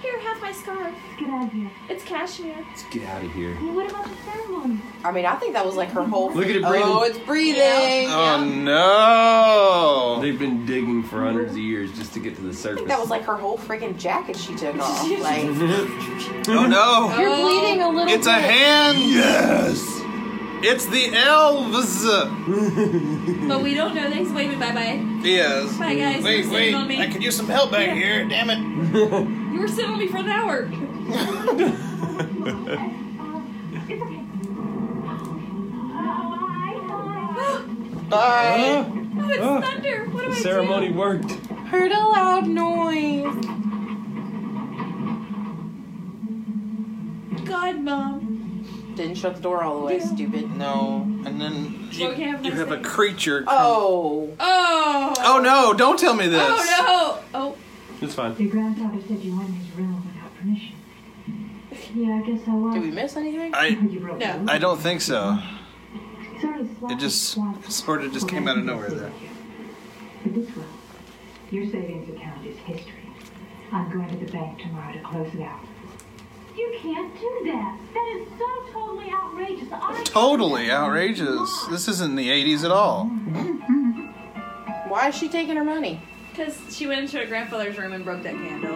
Speaker 8: Here, have my scarf.
Speaker 18: Get out of here.
Speaker 8: It's cashmere.
Speaker 9: Get out of here.
Speaker 18: Well, what about the ceremony?
Speaker 5: I mean, I think that was like her whole.
Speaker 9: Look at it breathing.
Speaker 5: Oh, it's breathing.
Speaker 9: Oh no! They've been digging for hundreds of years just to get to the
Speaker 5: I
Speaker 9: surface.
Speaker 5: think that was like her whole friggin' jacket she took off. Like,
Speaker 9: oh
Speaker 5: You're bleeding a little
Speaker 16: It's a
Speaker 5: bit.
Speaker 16: hand!
Speaker 9: Yes!
Speaker 2: It's the elves.
Speaker 8: But we don't know that he's waving bye bye.
Speaker 2: yes.
Speaker 8: Bye, guys.
Speaker 2: Wait,
Speaker 8: You're sitting
Speaker 2: wait.
Speaker 8: on me.
Speaker 2: I could use some help back
Speaker 8: Yeah.
Speaker 2: here. Damn it.
Speaker 8: You were sitting on me for an hour.
Speaker 18: Uh,
Speaker 2: Bye.
Speaker 8: Oh, it's
Speaker 9: Oh.
Speaker 8: thunder. What am
Speaker 9: The
Speaker 8: I
Speaker 9: ceremony worked.
Speaker 6: Heard a loud noise.
Speaker 8: God, mom.
Speaker 15: Didn't shut the door all the way, stupid.
Speaker 2: No. And then you,
Speaker 8: we can't have
Speaker 2: you
Speaker 8: nice
Speaker 2: have a
Speaker 8: things.
Speaker 2: creature.
Speaker 15: Oh.
Speaker 8: Oh.
Speaker 2: Oh no! Don't tell me this.
Speaker 8: Oh no. Oh.
Speaker 9: It's fine.
Speaker 18: Your grandfather said you went in his room without permission. Yeah, I guess I was.
Speaker 15: Did we miss anything?
Speaker 2: I
Speaker 18: No.
Speaker 2: I don't think so.
Speaker 18: It's already
Speaker 2: It
Speaker 18: slapped
Speaker 2: just
Speaker 18: once,
Speaker 2: it sort of just came out of nowhere there.
Speaker 18: but this will. Your savings account is history. I'm going to the bank tomorrow to close it out. You can't do that. That is so totally outrageous. I
Speaker 2: Totally outrageous. This isn't the 80s at all.
Speaker 15: Why is she taking her money?
Speaker 8: Because she went into her grandfather's room and broke that candle.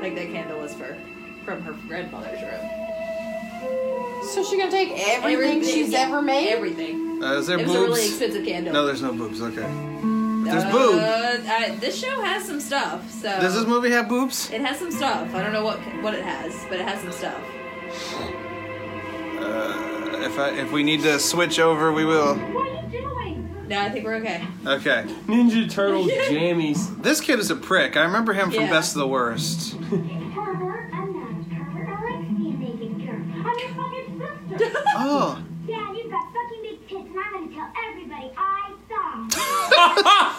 Speaker 8: Like that candle was for from her grandfather's room.
Speaker 15: So she gonna take everything, she's
Speaker 8: yeah.
Speaker 15: ever made?
Speaker 8: Everything.
Speaker 2: Uh, is there
Speaker 8: it was a really
Speaker 2: boobs?
Speaker 8: expensive candle.
Speaker 2: No, there's no boobs. Okay. But there's
Speaker 8: uh,
Speaker 2: boobs.
Speaker 8: I, this show has some stuff. So
Speaker 2: Does this movie have boobs?
Speaker 8: It has some stuff. I don't know what what it has, but it has some stuff.
Speaker 2: Uh, if I if we need to switch over, we will.
Speaker 8: No, I think we're okay.
Speaker 2: Okay.
Speaker 9: Ninja Turtles jammies.
Speaker 2: This kid is a prick. I remember him from
Speaker 8: Yeah.
Speaker 2: Best of the Worst.
Speaker 18: Trevor, I'm not Trevor. Alexia naked girl. I'm your fucking sister.
Speaker 2: Oh.
Speaker 18: Yeah, you've got fucking big tits, and I'm gonna tell everybody I saw.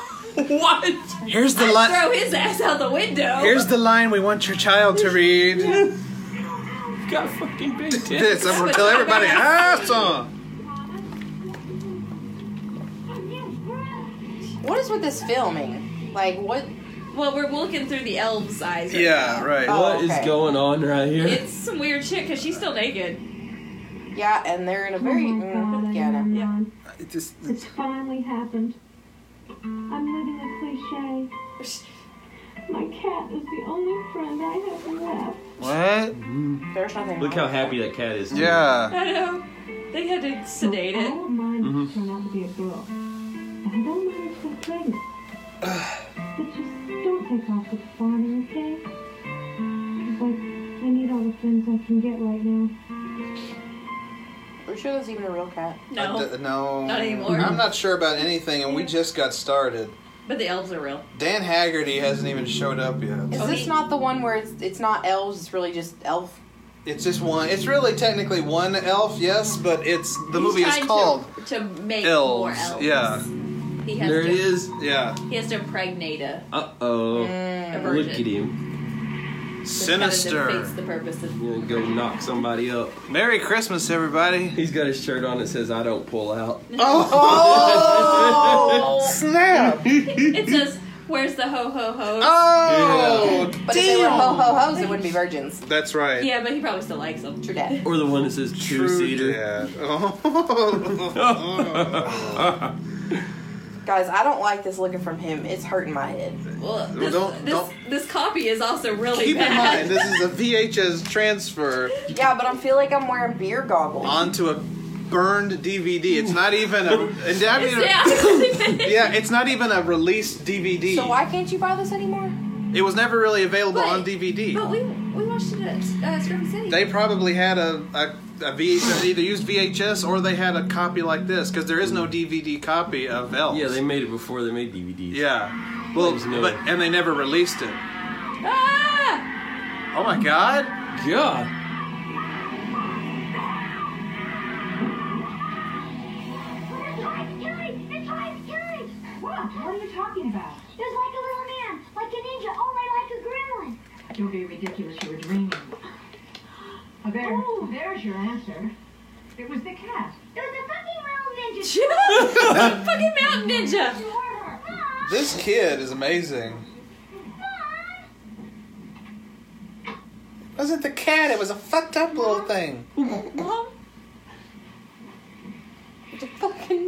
Speaker 8: what?
Speaker 2: Here's the
Speaker 8: I'd
Speaker 2: line.
Speaker 8: Throw his ass out the window.
Speaker 2: Here's the line we want your child to read.
Speaker 9: Got fucking big tits.
Speaker 2: This I'm gonna tell everybody. "Ah, I saw.
Speaker 15: What is with this filming? Like what?
Speaker 8: Well, we're looking through the elves' eyes. Right
Speaker 2: Yeah,
Speaker 8: now.
Speaker 2: right.
Speaker 9: What is going on right here?
Speaker 8: It's some weird shit because she's still naked.
Speaker 15: Yeah, and they're in a very. mm, yeah, no.
Speaker 2: It just,
Speaker 18: It's finally happened. I'm living a cliche. My cat is the only friend I have left.
Speaker 2: What?
Speaker 15: There's nothing.
Speaker 9: Look how happy that cat is. too.
Speaker 2: Yeah.
Speaker 8: I know. They had to sedate
Speaker 18: I
Speaker 8: it.
Speaker 18: don't mind if
Speaker 9: Mhm.
Speaker 18: you turn out to be a girl. And I don't mind if you're pregnant. but just don't take off with Barney, okay? Because, like, I need all the friends I can get right now.
Speaker 15: Are you sure that's even a real cat?
Speaker 2: I d- no.
Speaker 8: Not anymore.
Speaker 2: I'm not sure about anything, and we just got started.
Speaker 8: But the elves are real.
Speaker 2: Dan Haggerty hasn't even showed up
Speaker 15: Is Oh,
Speaker 2: yet.
Speaker 15: this not the one where it's it's not elves? It's really just elf.
Speaker 2: It's just one. It's really technically one elf, yes, but it's the
Speaker 8: He's
Speaker 2: movie is
Speaker 8: trying to-
Speaker 2: called
Speaker 8: To make more
Speaker 2: Elves.
Speaker 8: elves.
Speaker 2: Yeah.
Speaker 8: He has
Speaker 9: There
Speaker 8: to,
Speaker 9: it is.
Speaker 2: Yeah.
Speaker 8: He has to impregnate a.
Speaker 9: Uh oh. Look
Speaker 8: Aversion.
Speaker 9: at him.
Speaker 8: That kind of defeats the purpose of.
Speaker 9: Gonna go knock somebody up.
Speaker 2: Merry Christmas, everybody.
Speaker 9: He's got his shirt on that says "I don't pull out."
Speaker 2: Oh! Snap!
Speaker 8: it says, "Where's the ho ho ho?"
Speaker 2: Ah! Oh!
Speaker 15: But if they were ho ho hoes, it wouldn't be virgins.
Speaker 2: That's right.
Speaker 8: Yeah, but he probably still likes them.
Speaker 15: True dad.
Speaker 9: Or the one that says two seater.
Speaker 2: Oh.
Speaker 15: Guys, I don't like this looking from him. It's hurting my head.
Speaker 8: Well, this,
Speaker 2: don't-
Speaker 8: this,
Speaker 2: don't-
Speaker 8: this copy is also really
Speaker 2: Keep in mind,
Speaker 8: bad.
Speaker 2: this is a VHS transfer
Speaker 15: Yeah, but I feel like I'm wearing beer goggles.
Speaker 2: onto a burned DVD. It's not even a. And I mean,
Speaker 8: yeah.
Speaker 2: yeah, it's not even a released DVD.
Speaker 15: So why can't you buy this anymore?
Speaker 2: It was never really available on
Speaker 8: But
Speaker 2: DVD.
Speaker 8: we we watched it at uh, Scrum City.
Speaker 2: They probably had a, a, a VHS, either used VHS or they had a copy like this, because there is no DVD copy of Elf.
Speaker 9: Yeah, they made it before they made DVDs.
Speaker 2: Yeah. Well,
Speaker 9: There's no-
Speaker 2: but and they never released it.
Speaker 8: ah!
Speaker 2: Oh my god.
Speaker 9: God.
Speaker 18: It's like killing! It's like killing! What? What are you talking about?
Speaker 4: It was like a little man, like a ninja, only like a gremlin.
Speaker 18: Don't be ridiculous. You were dreaming. Oh, there, oh, there's your answer. It was the cat.
Speaker 4: It was a fucking little ninja.
Speaker 8: Fucking mountain ninja.
Speaker 2: This kid is amazing. Wasn't the cat? It was a fucked up little thing.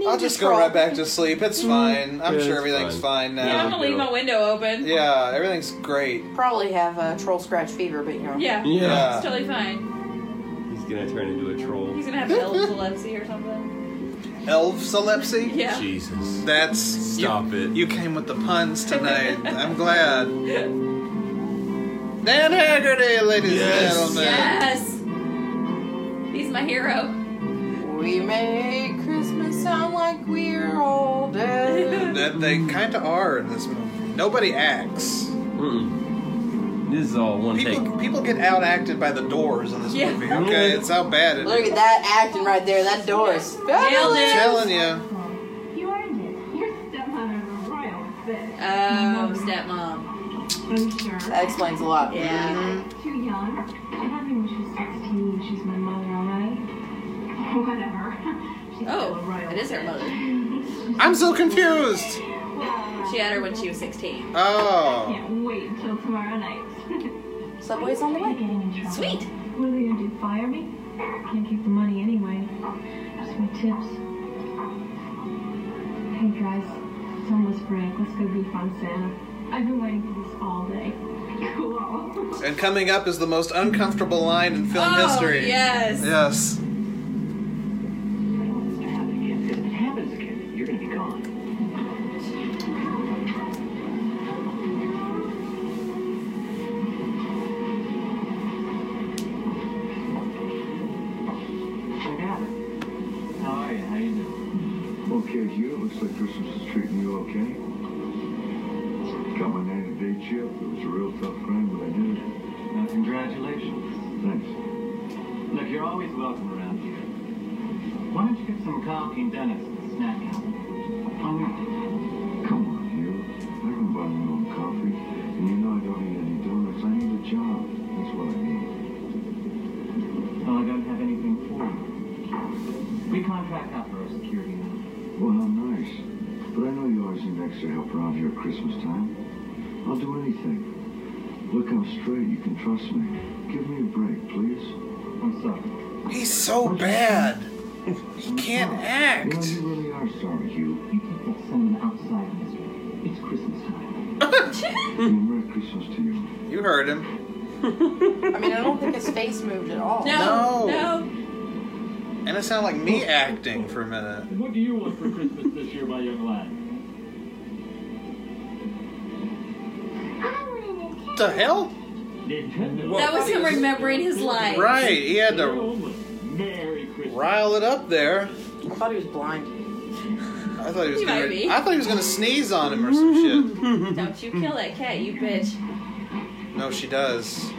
Speaker 2: I'll just go right back to sleep. It's fine. I'm sure
Speaker 9: Yeah, it's
Speaker 2: everything's fine,
Speaker 9: fine.
Speaker 8: Yeah,
Speaker 2: now.
Speaker 8: I'm gonna leave my window open.
Speaker 2: Yeah, everything's great.
Speaker 15: Probably have a troll scratch fever, but you know.
Speaker 8: Yeah.
Speaker 9: Yeah.
Speaker 8: It's totally fine.
Speaker 9: He's gonna turn into a troll.
Speaker 8: He's gonna have elf epilepsy or something.
Speaker 2: Elf Selepsy?
Speaker 8: Yeah.
Speaker 9: Jesus.
Speaker 2: That's. Stop
Speaker 9: it.
Speaker 2: You came with the puns tonight. I'm glad. Dan Haggerty, ladies
Speaker 13: Yes.
Speaker 2: and gentlemen.
Speaker 8: Yes. He's my hero. Um,
Speaker 5: We make Christmas sound like we're old.
Speaker 2: That they kind of are in this movie. Nobody acts.
Speaker 9: This is all one
Speaker 2: people,
Speaker 9: take.
Speaker 2: People get out acted by the doors in this
Speaker 5: Yeah.
Speaker 2: movie. Okay, it's how bad it is.
Speaker 6: Look at that acting right there. That door is
Speaker 8: Nailed
Speaker 2: I'm
Speaker 8: it.
Speaker 2: telling you.
Speaker 18: You earned it. Your stepmother is a royal bitch.
Speaker 8: Oh, stepmom.
Speaker 18: I'm sure.
Speaker 6: That explains a lot.
Speaker 8: Yeah.
Speaker 18: Too young. I had her when she was 16. She's my mother, alright? Whatever. She's still a
Speaker 8: Oh,
Speaker 18: royal
Speaker 8: it is her mother.
Speaker 2: I'm so confused.
Speaker 8: She had her when she was 16.
Speaker 2: Oh.
Speaker 18: Can't wait until tomorrow night.
Speaker 6: Subway's on the way.
Speaker 18: Getting in trouble.
Speaker 8: Sweet.
Speaker 18: What are they gonna do? Fire me? Can't keep the money anyway. Just my tips. Hey guys, it's almost break. Let's go beef on Santa. I've been waiting for this all day. Cool.
Speaker 2: And coming up is the most uncomfortable line in film
Speaker 8: Oh,
Speaker 2: history.
Speaker 8: yes.
Speaker 2: Yes.
Speaker 18: If it happens again, you're gonna be gone.
Speaker 12: I got it. How are you? How you doing? Okay, Gio. Looks like Christmas is treating you okay. eh? Got my 90-day chip. It was a real tough run, but I did it. Now, congratulations. Thanks. Look, you're always welcome around here. Why don't you get some coffee and donuts at the snack hour? Why not? Come on, Gio. I can buy my own coffee. And you know I don't need any donuts. I need a job. That's what I need. Well, I don't have anything for you. We contract out for our security now. Well, how nice. But I know you always need extra help around here at Christmas time. I'll do anything. Look, I'm straight. You can trust me. Give me a break, please. I'm sorry.
Speaker 2: He's so bad. He can't
Speaker 12: You know,
Speaker 2: act.
Speaker 12: Oh, you really are sorry, Hugh. You take that someone outside misery. It's Christmas time. Merry Christmas to you.
Speaker 2: You heard him.
Speaker 6: I mean, I don't think his face moved at all.
Speaker 2: No,
Speaker 8: No.
Speaker 2: No.
Speaker 8: No.
Speaker 2: And it sounded like me acting for a minute.
Speaker 12: What do you want for Christmas this year, my young lad?
Speaker 2: What the hell?
Speaker 8: That was him remembering his life.
Speaker 2: Right, he had to rile it up there.
Speaker 6: I thought he was blind.
Speaker 2: I thought he was
Speaker 8: He might
Speaker 2: gonna.
Speaker 8: be.
Speaker 2: I thought he was gonna sneeze on him or some shit.
Speaker 8: Don't you kill that cat, you bitch.
Speaker 2: No, she does.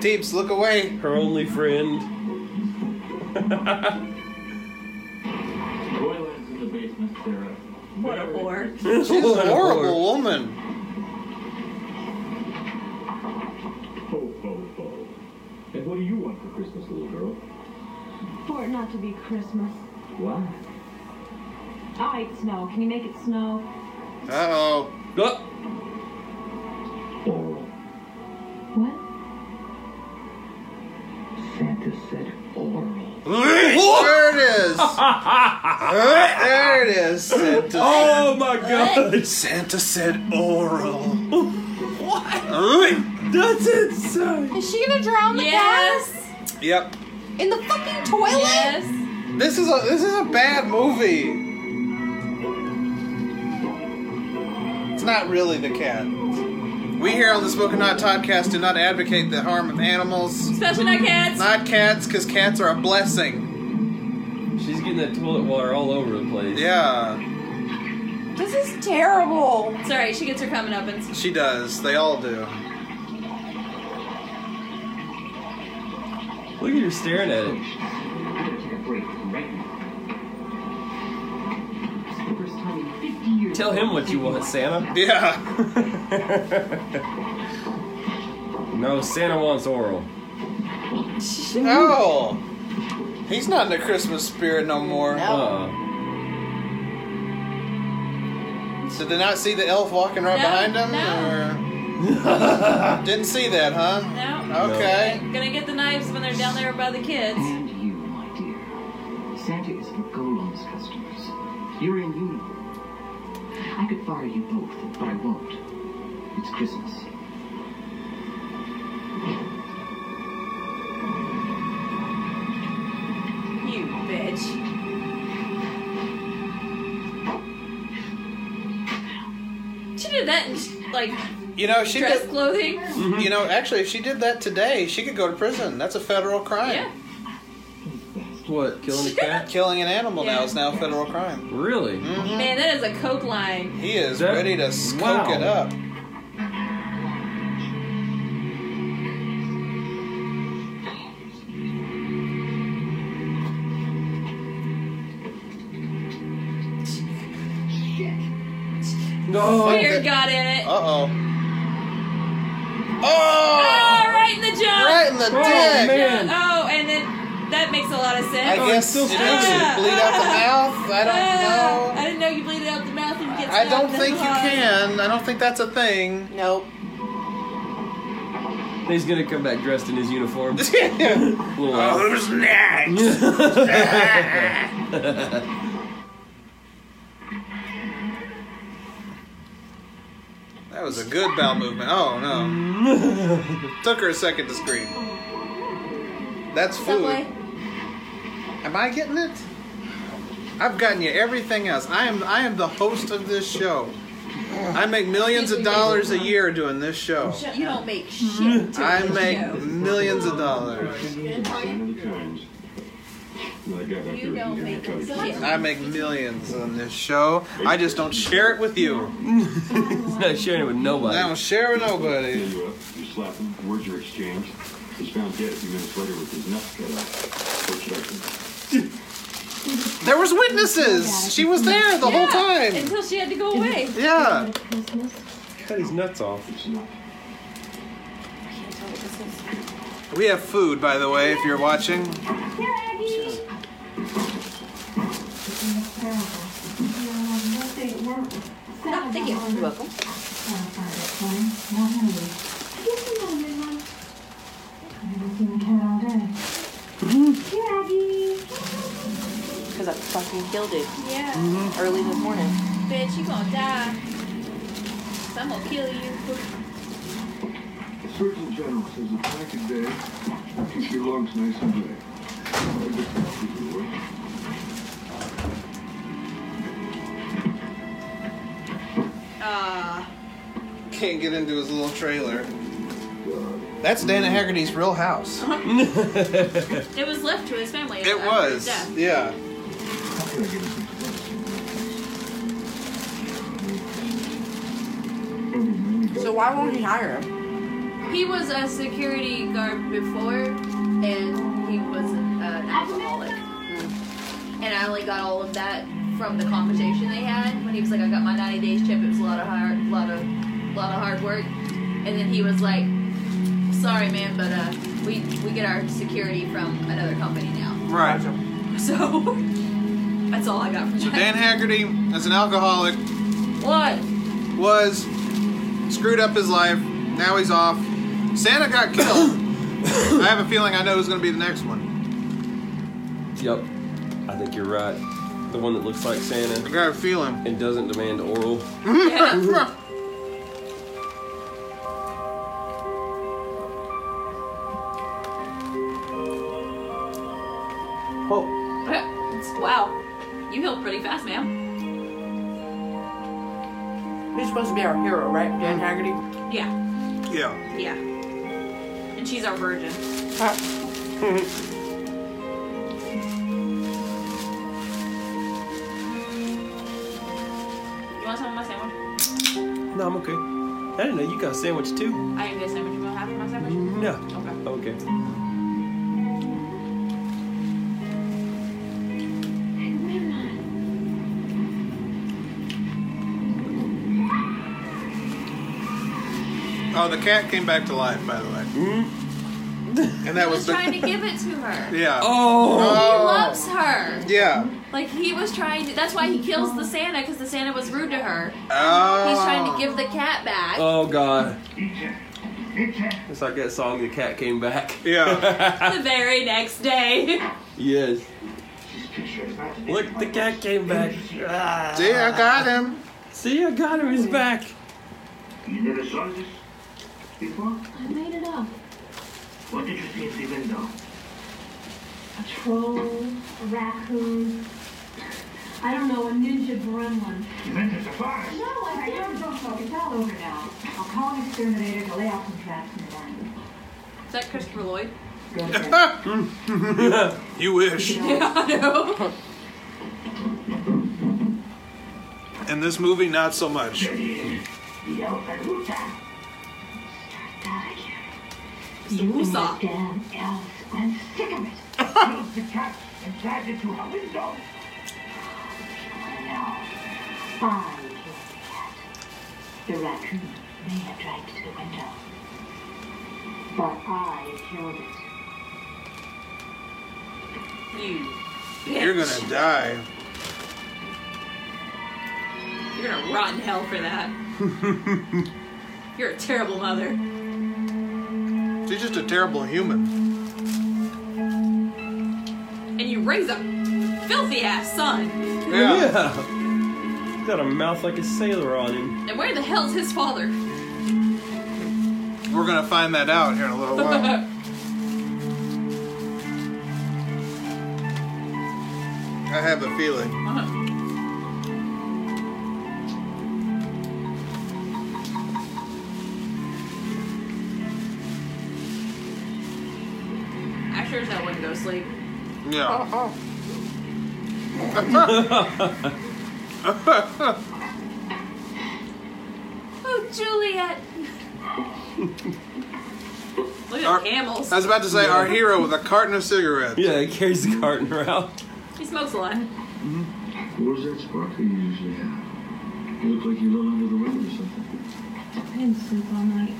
Speaker 2: Deeps, look away.
Speaker 9: Her only friend.
Speaker 12: Boiler's in the basement, Sarah.
Speaker 8: What a bore.
Speaker 2: She's a horrible woman.
Speaker 12: Ho, ho, ho. And what do you want for Christmas, little girl?
Speaker 18: For it not to be Christmas.
Speaker 12: What?
Speaker 18: All right, snow. Can you make it snow?
Speaker 2: Uh oh.
Speaker 12: Oral.
Speaker 18: What?
Speaker 12: Santa said oral.
Speaker 2: There it is. there it is. Santa.
Speaker 9: Oh my god!
Speaker 2: Santa said oral.
Speaker 6: What?
Speaker 9: That's insane!
Speaker 6: Is she gonna drown the
Speaker 8: Yes.
Speaker 6: cat?
Speaker 2: Yep.
Speaker 6: In the fucking toilet?
Speaker 8: Yes.
Speaker 2: This is a this is a bad movie. It's not really the cat. We here on the Spoken Not Podcast do not advocate the harm of animals,
Speaker 8: Especially not cats.
Speaker 2: not cats, because cats are a blessing.
Speaker 9: She's getting that toilet water all over the place.
Speaker 2: Yeah,
Speaker 6: This is terrible.
Speaker 8: It's alright, she gets her coming up and
Speaker 2: she does. They all do.
Speaker 9: Look at her staring at it.
Speaker 12: I'm gonna take a break right now.
Speaker 18: It's the first time in 50 years.
Speaker 9: Tell him what you want, Santa.
Speaker 2: Yeah.
Speaker 9: No, Santa wants oral.
Speaker 2: No. Oh. He's not in the Christmas spirit no more.
Speaker 9: Uh,
Speaker 2: Did they not see the elf walking right
Speaker 8: No,
Speaker 2: behind him?
Speaker 9: uh.
Speaker 2: Or... Didn't see that, huh?
Speaker 8: no.
Speaker 2: Okay.
Speaker 8: Gonna get the knives when they're down there by the kids.
Speaker 12: And you, my dear. Santa is for Golem's customers. You're in uniform. I could fire you both, but I won't. It's Christmas. Yes.
Speaker 8: She did that in just, like
Speaker 2: You know, she
Speaker 8: dress
Speaker 2: did.
Speaker 8: clothing.
Speaker 2: You know, actually, if she did that today, she could go to prison. That's a federal crime.
Speaker 8: Yeah.
Speaker 2: What? Killing a cat? Killing an animal now is now a federal crime.
Speaker 9: Really?
Speaker 2: Mm.
Speaker 8: Man, that is a coke line.
Speaker 2: He is ready to scoke it up.
Speaker 8: No. Fear got in it.
Speaker 2: Uh oh. Oh!
Speaker 8: Oh, right in the junk.
Speaker 2: Right in the Oh, dick. man. Oh,
Speaker 8: Oh, and then that makes a lot of sense. Uh,
Speaker 2: I guess it makes it bleed out the mouth. I don't know.
Speaker 8: I didn't know you bleed it out the mouth and get.
Speaker 2: I don't
Speaker 8: snubbed.
Speaker 2: think you
Speaker 8: That's why.
Speaker 2: can. I don't think that's a thing.
Speaker 6: Nope.
Speaker 9: He's gonna come back dressed in his uniform.
Speaker 2: Oh, who's
Speaker 9: next?
Speaker 2: That was a good bowel movement. Oh no. Took her a second to scream. That's food. Am I getting it? I've gotten you everything else. I am I am the host of this show. I make millions of dollars a year doing this show.
Speaker 8: You don't make shit. to
Speaker 2: I
Speaker 8: this show.
Speaker 2: make millions of dollars.
Speaker 8: You don't make shit.
Speaker 2: I make millions on this show. I just don't share it with you. He's
Speaker 9: not sharing it with nobody.
Speaker 2: I don't share it with nobody.
Speaker 12: You up, you slap him, words are exchanged. He's found dead a few minutes later with his nuts cut out. Or choked.
Speaker 2: There was witnesses. She was there the whole
Speaker 8: Yeah,
Speaker 2: time.
Speaker 8: Until she had to go away.
Speaker 2: Yeah.
Speaker 9: Cut his nuts off.
Speaker 2: We have food, by the way, if you're watching.
Speaker 18: Thank you. You're welcome.
Speaker 4: Here, Aggie.
Speaker 6: Because I fucking killed it
Speaker 8: Yeah.
Speaker 2: Mm-hmm.
Speaker 6: early this morning.
Speaker 8: Bitch, you gonna die. So I'm gonna kill you.
Speaker 12: The Surgeon General says a pack a day keeps your lungs nice and dry. I guess that's the way.
Speaker 8: Ah.
Speaker 2: Can't get into his little trailer. That's Dana Haggerty's real house. it
Speaker 8: It was left to his family. after his
Speaker 2: was,
Speaker 8: death.
Speaker 2: yeah.
Speaker 6: So why won't he hire him?
Speaker 8: He was a security guard before, and he was an alcoholic. And I only got all of that from the conversation they had when he was like, "I got my 90 days chip. It was a lot of hard, lot of, lot of hard work." And then he was like, "Sorry, man, but uh, we we get our security from another company now."
Speaker 2: Right.
Speaker 8: So that's all I got from
Speaker 2: So
Speaker 8: that.
Speaker 2: Dan Haggerty, as an alcoholic,
Speaker 8: what?
Speaker 2: was screwed up his life. Now he's off. Santa got killed. I have a feeling I know who's going to be the next one.
Speaker 9: Yep. I think you're right. The one that looks like Santa. I
Speaker 2: got a feeling.
Speaker 9: And doesn't demand oral.
Speaker 2: Oh.
Speaker 8: wow, you healed pretty fast, ma'am.
Speaker 6: He's supposed to be our hero, right? Dan Haggerty?
Speaker 8: Yeah,
Speaker 2: Yeah.
Speaker 8: yeah. And she's our virgin. You want some of my sandwich?
Speaker 9: No, I'm okay. I didn't know you got a sandwich too.
Speaker 8: I didn't get a sandwich. You want half of my sandwich?
Speaker 9: No.
Speaker 8: Okay.
Speaker 9: Okay.
Speaker 2: Oh, the cat came back to life, by the way. And that
Speaker 8: he was,
Speaker 2: was the.
Speaker 8: trying to give it to her.
Speaker 2: Yeah.
Speaker 8: He
Speaker 2: Oh.
Speaker 8: loves her.
Speaker 2: Yeah.
Speaker 8: Like he was trying to. That's why he kills the Santa because the Santa was rude to her.
Speaker 9: Oh.
Speaker 8: He's trying to give the cat back.
Speaker 9: Oh god. It's like that song The Cat Came Back. Yeah.
Speaker 8: The very next day.
Speaker 9: yes. Look, the cat came back. Ah.
Speaker 2: See, I got him.
Speaker 9: See, I got him. He's back.
Speaker 12: You never saw this before?
Speaker 18: I made it up.
Speaker 12: What did you see at the window?
Speaker 18: a troll, a raccoon. I don't know, a ninja gremlin.
Speaker 12: Ninjas are fine.
Speaker 18: No, I don't think so. It's all over now. I'll call an exterminator to lay out some traps in the line.
Speaker 8: Is that Christopher Lloyd?
Speaker 2: you wish.
Speaker 8: yeah, I know.
Speaker 2: In this movie, not so much.
Speaker 18: You saw. Damn elves. I'm sick of it. Close the cat and drag it to her window. I killed the cat. The raccoon may have dragged it to the window. But I killed it.
Speaker 8: You.
Speaker 2: You're gonna die.
Speaker 8: You're gonna rot in hell for that. You're a terrible mother.
Speaker 2: She's just a terrible human.
Speaker 8: And you raise a filthy ass son.
Speaker 9: He's got a mouth like a sailor on him.
Speaker 8: And where the hell's his father?
Speaker 2: We're gonna find that out here in a little while. I have a feeling.
Speaker 8: I sure as hell wouldn't go to sleep.
Speaker 2: Yeah.
Speaker 8: Oh, Juliet! Look at the camels.
Speaker 2: I was about to say our hero with a carton of cigarettes.
Speaker 9: Yeah, he carries the carton around.
Speaker 8: He smokes a lot.
Speaker 12: What is that sparkle you usually have? You look like you live under the rain or something.
Speaker 18: I didn't sleep all night.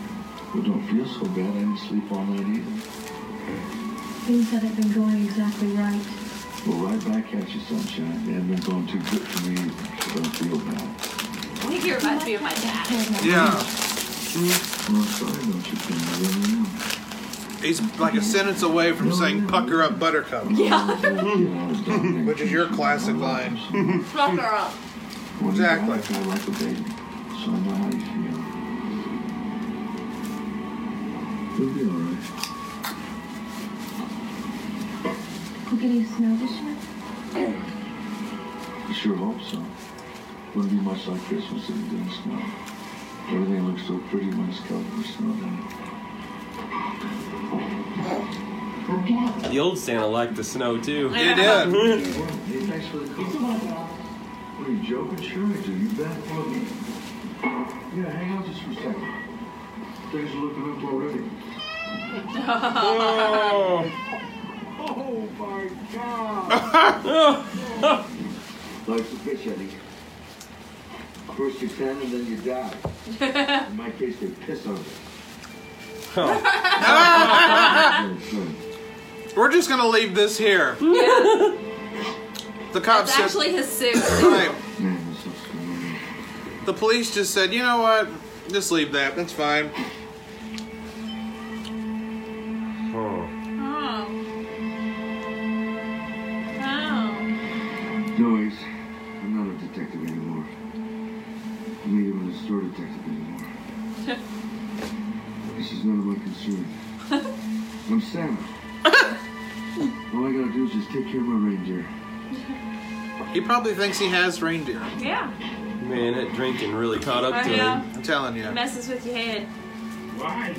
Speaker 12: Well, don't feel so bad. I didn't sleep all night either.
Speaker 18: Things haven't been going exactly right.
Speaker 12: Well, right back at you, sunshine. They haven't been going too good for me either, so don't feel bad.
Speaker 8: I think he reminds me of my dad.
Speaker 12: Well, I'm sorry, don't you think I really am?
Speaker 2: He's like a sentence away from saying "pucker up, buttercup."
Speaker 8: Yeah.
Speaker 2: Which is your classic line.
Speaker 8: Fuck her up.
Speaker 2: Exactly.
Speaker 12: I like a baby, so I know how you feel. You'll be all right.
Speaker 18: We'll get you snow this year.
Speaker 12: I sure hope so. Wouldn't be much like Christmas if it didn't snow. Everything looks so pretty when it's covered with snow. doesn't it?
Speaker 9: The old Santa liked the snow too.
Speaker 12: He did. Hey, thanks for the call. What are you joking? Sure I do. You bet. Yeah, hang on just for a second. Things are looking up already. Oh my god! Life's a bitch, Eddie. First you can and then you die. In my case, they piss on it.
Speaker 2: We're just gonna leave this here. The cops
Speaker 8: It's
Speaker 2: said-
Speaker 8: actually his suit.
Speaker 2: Right. The police just said, you know what? Just leave that. That's fine.
Speaker 12: Noise. I'm not a detective anymore. I'm not even a store detective anymore. This is none of my concern. I'm Santa. All I gotta do is just take care of my reindeer.
Speaker 2: He probably thinks he has reindeer.
Speaker 8: Yeah.
Speaker 9: Man, that drinking really caught up to
Speaker 8: Oh, yeah.
Speaker 9: him.
Speaker 2: I'm telling you.
Speaker 8: Messes with your head.
Speaker 12: Why?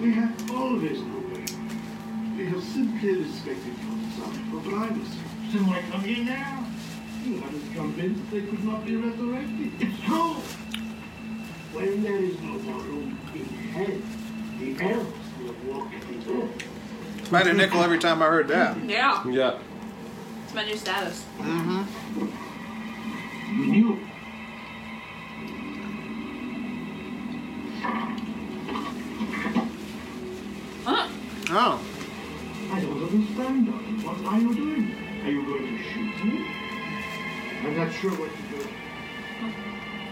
Speaker 12: We have always obeyed. We have simply respected your desire for privacy. Then why come here now? You haven't convinced they could not be resurrected. It's true. When there is no more room in hell, the elves will walk the earth.
Speaker 2: I had a nickel every time I heard that.
Speaker 8: Yeah.
Speaker 9: Yeah.
Speaker 8: It's my new status.
Speaker 2: Mm-hmm.
Speaker 12: You knew.
Speaker 8: Huh?
Speaker 2: Oh.
Speaker 12: I don't understand, darling. What are you doing? Are you going to shoot me? I'm not sure what to do.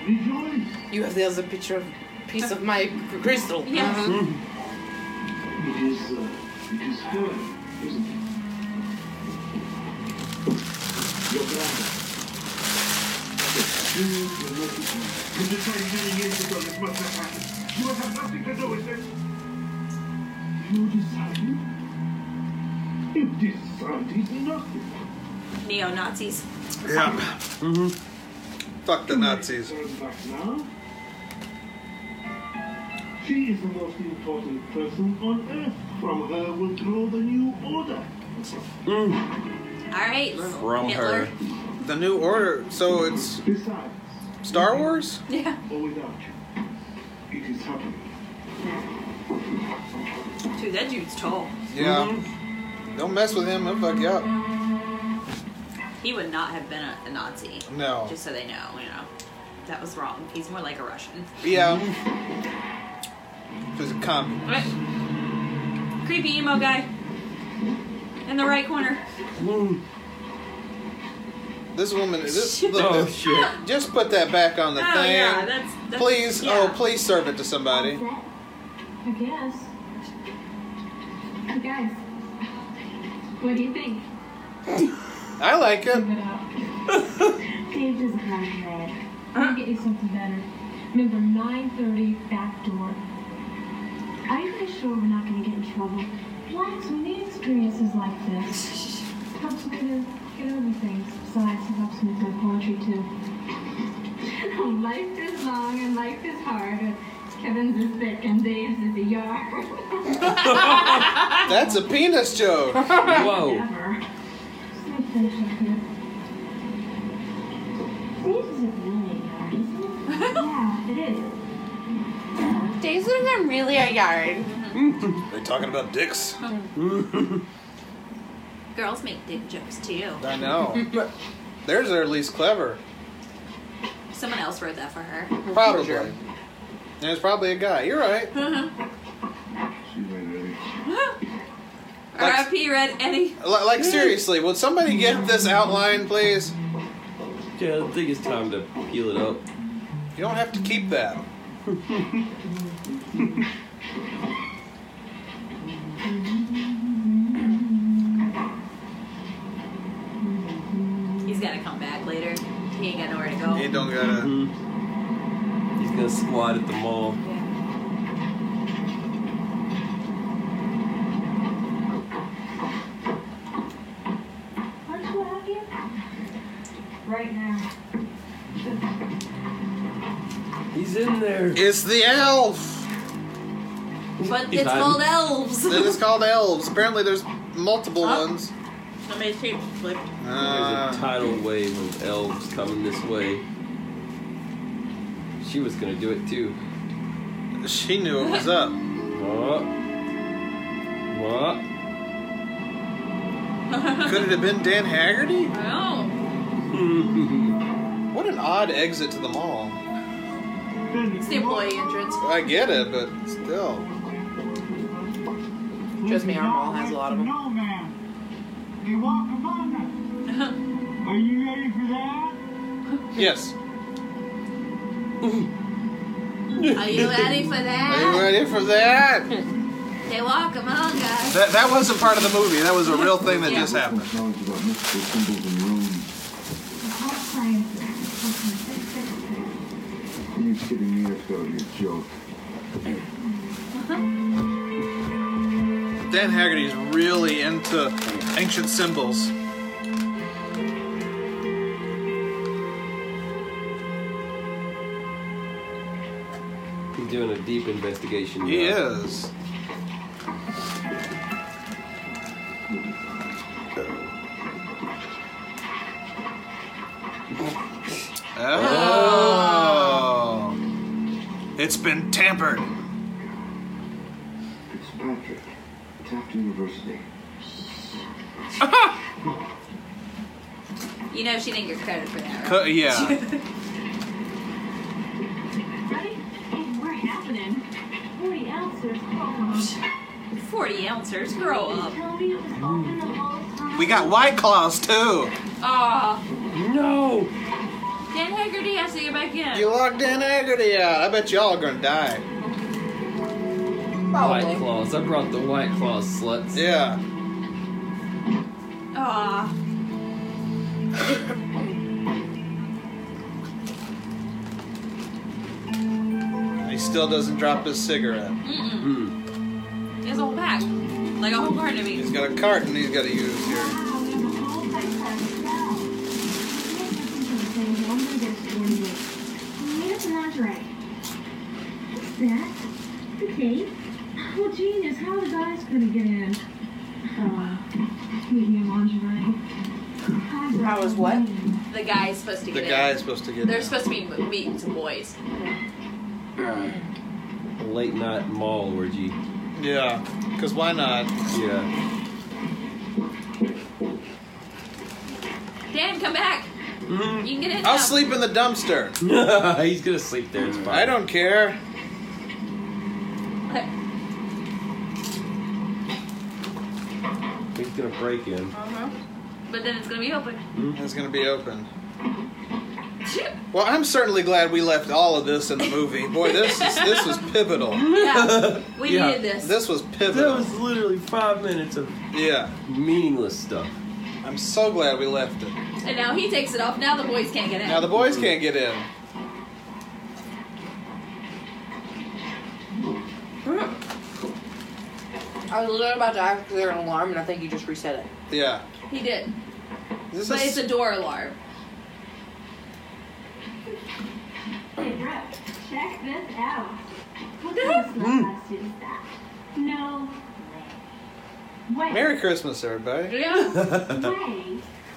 Speaker 12: Rejoice.
Speaker 5: You have the other picture of piece of my crystal. Mm-hmm.
Speaker 12: Yes. It is, uh, it is her, isn't it? Your brother. You will not be found. You decided many years ago this must have happened. You would have nothing to do with it. You decided? This sound is nothing.
Speaker 8: Neo Nazis.
Speaker 2: Yep. Mm-hmm. Fuck the Nazis.
Speaker 12: Back now. She is the most important person on earth. From her will grow the new order.
Speaker 8: All right.
Speaker 2: From
Speaker 8: Hitler.
Speaker 2: her. The New Order. So it's Star Wars.
Speaker 8: Yeah.
Speaker 12: Or without you. It is happening.
Speaker 8: Dude, that dude's tall.
Speaker 2: Yeah. Don't mess with him. He'll fuck you up.
Speaker 8: He would not have been a, a Nazi.
Speaker 2: No.
Speaker 8: Just so they know, you know. That was wrong. He's more like a Russian.
Speaker 2: Yeah. Cause it come.
Speaker 8: Alright. Creepy emo guy. In the right corner.
Speaker 2: This woman. This, look,
Speaker 8: Oh,
Speaker 2: this- Just put that back on the
Speaker 8: Oh,
Speaker 2: thing.
Speaker 8: yeah, that's- that's-
Speaker 2: please.
Speaker 8: yeah.
Speaker 2: Oh, please serve it to somebody.
Speaker 18: I guess. Hey guys, what do you think?
Speaker 2: I like it.
Speaker 18: Dave doesn't like red. I'll get you something better. Number 930, back door. Are you guys sure we're not going to get in trouble? Relax, we need experiences like this. Helps me to get over things. Besides, it helps me with my poetry too. life is long and life is hard. and Kevin's is thick and Dave's is a yard.
Speaker 2: That's a penis joke.
Speaker 18: Whoa. Let's finish up here. This is a really yard, isn't it? Yeah, it is.
Speaker 5: Dave's isn't really a yard.
Speaker 2: They talking about dicks?
Speaker 8: Girls make dick jokes too.
Speaker 2: I know. But theirs are at least clever.
Speaker 8: Someone else wrote that for her.
Speaker 2: Probably. And it's probably a guy. You're right.
Speaker 12: See you later, Eddie.
Speaker 8: R.I.P. Red Eddie.
Speaker 2: Like, like seriously, would somebody get this outline, please?
Speaker 9: Yeah, I think it's time to peel it up.
Speaker 2: You don't have to keep that.
Speaker 8: He's gonna come back later. He ain't got nowhere to go.
Speaker 2: You don't gotta.
Speaker 9: He's gonna squat at the mall.
Speaker 18: Aren't you happy? Right now.
Speaker 9: He's in there.
Speaker 2: It's the elf.
Speaker 8: But
Speaker 2: He's
Speaker 8: it's
Speaker 2: hiding.
Speaker 8: called elves.
Speaker 2: it is called elves. Apparently, there's multiple ones.
Speaker 8: Somebody's tape flipped.
Speaker 2: Uh.
Speaker 9: There's a tidal wave of elves coming this way. She was gonna do it too.
Speaker 2: She knew it was up.
Speaker 9: What? What?
Speaker 2: Could it have been Dan Haggerty?
Speaker 8: Oh.
Speaker 2: What an odd exit to the mall.
Speaker 8: It's the employee entrance.
Speaker 2: I get it, but still.
Speaker 19: Trust me, our mall has a lot of them.
Speaker 12: No, man. They walk upon us. Are you ready for that?
Speaker 2: Yes.
Speaker 8: Are you ready for
Speaker 2: Are you
Speaker 8: that?
Speaker 2: ready for that?
Speaker 8: They walk among us.
Speaker 2: That, that wasn't part of the movie. That was a real thing that
Speaker 8: Yeah.
Speaker 2: just happened.
Speaker 12: Knowledge about mystical symbols and runes. Are you kidding me? I thought you joke.
Speaker 2: Dan Haggerty's really into ancient symbols.
Speaker 9: He's doing a deep investigation.
Speaker 2: He
Speaker 9: now.
Speaker 2: is. Oh. It's been tampered.
Speaker 12: Fitzpatrick, Taft University.
Speaker 8: You know she didn't get credit for that.
Speaker 2: Co- yeah.
Speaker 18: Ready? Hey, we're happening. 40 ounces.
Speaker 8: right? Forty ounces. Grow up.
Speaker 18: Tell me it was open the whole time.
Speaker 2: We got White Claws too.
Speaker 8: Aw.
Speaker 9: No.
Speaker 8: Dan Haggerty has to get back in.
Speaker 2: You locked Dan Haggerty out. I bet y'all are gonna die.
Speaker 9: White claws. I brought the white claws, sluts.
Speaker 2: Yeah.
Speaker 8: Aw.
Speaker 2: He still doesn't drop his cigarette.
Speaker 8: Mm-mm. There's a whole pack. Like a whole card of
Speaker 2: He's
Speaker 8: me.
Speaker 2: got a carton he's got to use here.
Speaker 18: Here's lingerie. That? The cake? Well, genius, how did ice gonna get in? Uh, medium lingerie.
Speaker 8: How is what? The guy is supposed to
Speaker 2: The
Speaker 8: get
Speaker 2: guy
Speaker 8: in.
Speaker 2: is supposed to get
Speaker 8: They're
Speaker 2: in.
Speaker 8: supposed to be meeting some boys.
Speaker 9: A late night mall orgy.
Speaker 2: Yeah, because why not?
Speaker 9: Yeah.
Speaker 8: Dan, come back. You can get in.
Speaker 2: Mm-hmm. I'll
Speaker 8: now.
Speaker 2: sleep in the dumpster.
Speaker 9: He's gonna sleep there. It's fine.
Speaker 2: I don't care.
Speaker 9: He's gonna break in.
Speaker 8: Uh-huh. But then it's gonna be open.
Speaker 2: It's gonna be open. Well, I'm certainly glad we left all of this in the movie. Boy, this is, this was pivotal.
Speaker 8: Yeah, we
Speaker 2: Yeah.
Speaker 8: needed this.
Speaker 2: This was pivotal.
Speaker 9: That was literally five minutes of
Speaker 2: yeah
Speaker 9: meaningless stuff.
Speaker 2: I'm so glad we left it.
Speaker 8: And now he takes it off. Now the boys can't get in.
Speaker 2: Now the boys can't get in.
Speaker 15: I was literally about to ask their alarm, and I think you just reset it.
Speaker 2: Yeah.
Speaker 8: He did.
Speaker 2: This
Speaker 8: but
Speaker 2: is-
Speaker 8: it's a door alarm.
Speaker 18: Hey, Brooke, check this out. What kind of slap is that? No way.
Speaker 2: Merry Christmas, everybody.
Speaker 18: way.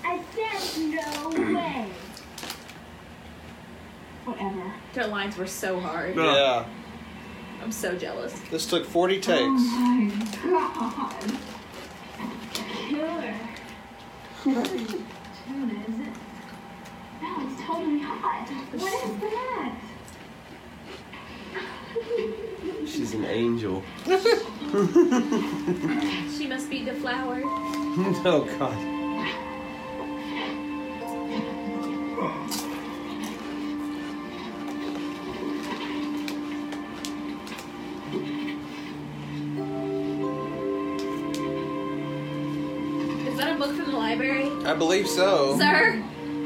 Speaker 18: I said no way. Whatever.
Speaker 8: Their lines were so hard.
Speaker 2: yeah.
Speaker 8: I'm so jealous.
Speaker 2: This took 40 takes.
Speaker 18: My God. Killer. Tuna, is it? That was totally hot. What is that?
Speaker 9: She's an angel.
Speaker 8: She must be the flower.
Speaker 9: oh god.
Speaker 8: Is that a book from the library?
Speaker 2: I believe so.
Speaker 8: Sir,